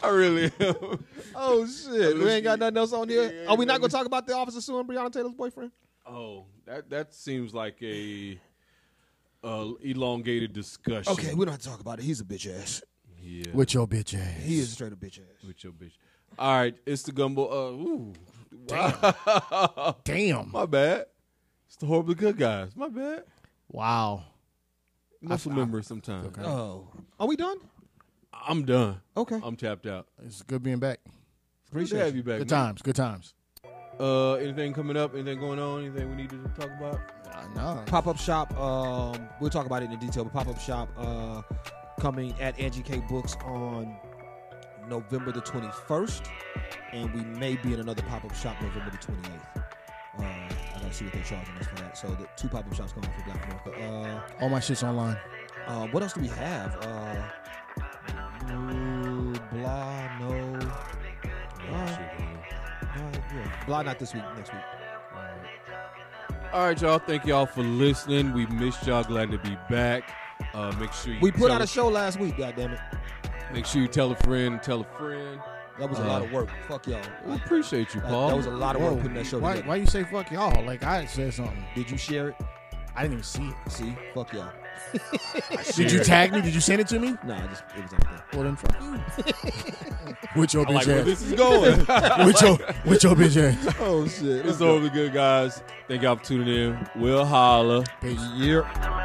Speaker 2: I really am.
Speaker 3: Oh shit, we ain't got nothing else on here. Are we not gonna talk about the officer suing Breonna Taylor's boyfriend?
Speaker 2: Oh, that that seems like a uh, elongated discussion.
Speaker 3: Okay, we don't have to talk about it. He's a bitch ass.
Speaker 2: yeah.
Speaker 4: With your bitch ass.
Speaker 3: He is straight a bitch ass.
Speaker 2: with your bitch. All right, it's the gumbo. Uh, ooh,
Speaker 4: Damn.
Speaker 2: my bad. It's the horribly good guys. My bad.
Speaker 4: Wow.
Speaker 2: Muscle memory sometimes.
Speaker 3: Oh, are we done?
Speaker 2: I'm done.
Speaker 3: Okay.
Speaker 2: I'm tapped out.
Speaker 4: It's good being back.
Speaker 2: Appreciate to have you back.
Speaker 4: Good
Speaker 2: man.
Speaker 4: times. Good times.
Speaker 2: Uh, anything coming up? Anything going on? Anything we need to talk about?
Speaker 4: Uh, nah.
Speaker 3: Pop up shop. Um, we'll talk about it in detail. But pop up shop uh, coming at Angie K Books on November the twenty first, and we may be in another pop up shop November the twenty eighth. Uh, I gotta see what they're charging us for that. So the two pop up shops going on for Black America.
Speaker 4: All my shit's online.
Speaker 3: Uh, uh, what else do we have? Uh, ooh, blah no. Uh, uh, yeah. Blah not this week. Next week.
Speaker 2: All right, y'all. Thank y'all for listening. We missed y'all. Glad to be back. Uh, make sure you
Speaker 3: We put
Speaker 2: tell
Speaker 3: out a show last week. God damn it.
Speaker 2: Make sure you tell a friend. Tell a friend.
Speaker 3: That was a
Speaker 2: Uh,
Speaker 3: lot of work. Fuck y'all.
Speaker 2: We appreciate you,
Speaker 3: That,
Speaker 2: Paul.
Speaker 3: that was a lot of work
Speaker 4: Whoa,
Speaker 3: putting that show
Speaker 4: why,
Speaker 3: together.
Speaker 4: why you say fuck y'all? Like I said something.
Speaker 3: Did you share it?
Speaker 4: I didn't even see it.
Speaker 3: See, fuck y'all.
Speaker 4: Did you tag me? Did you send it to me?
Speaker 3: Nah, I just it was out there.
Speaker 4: Well then fuck you. with your bitch
Speaker 2: like where
Speaker 4: ass.
Speaker 2: this is
Speaker 3: [LAUGHS]
Speaker 2: going.
Speaker 4: with your with your bitch ass.
Speaker 3: Oh shit! [LAUGHS]
Speaker 2: It's over good, guys. Thank y'all for tuning in. We'll holla.
Speaker 4: Peace.
Speaker 3: Yeah.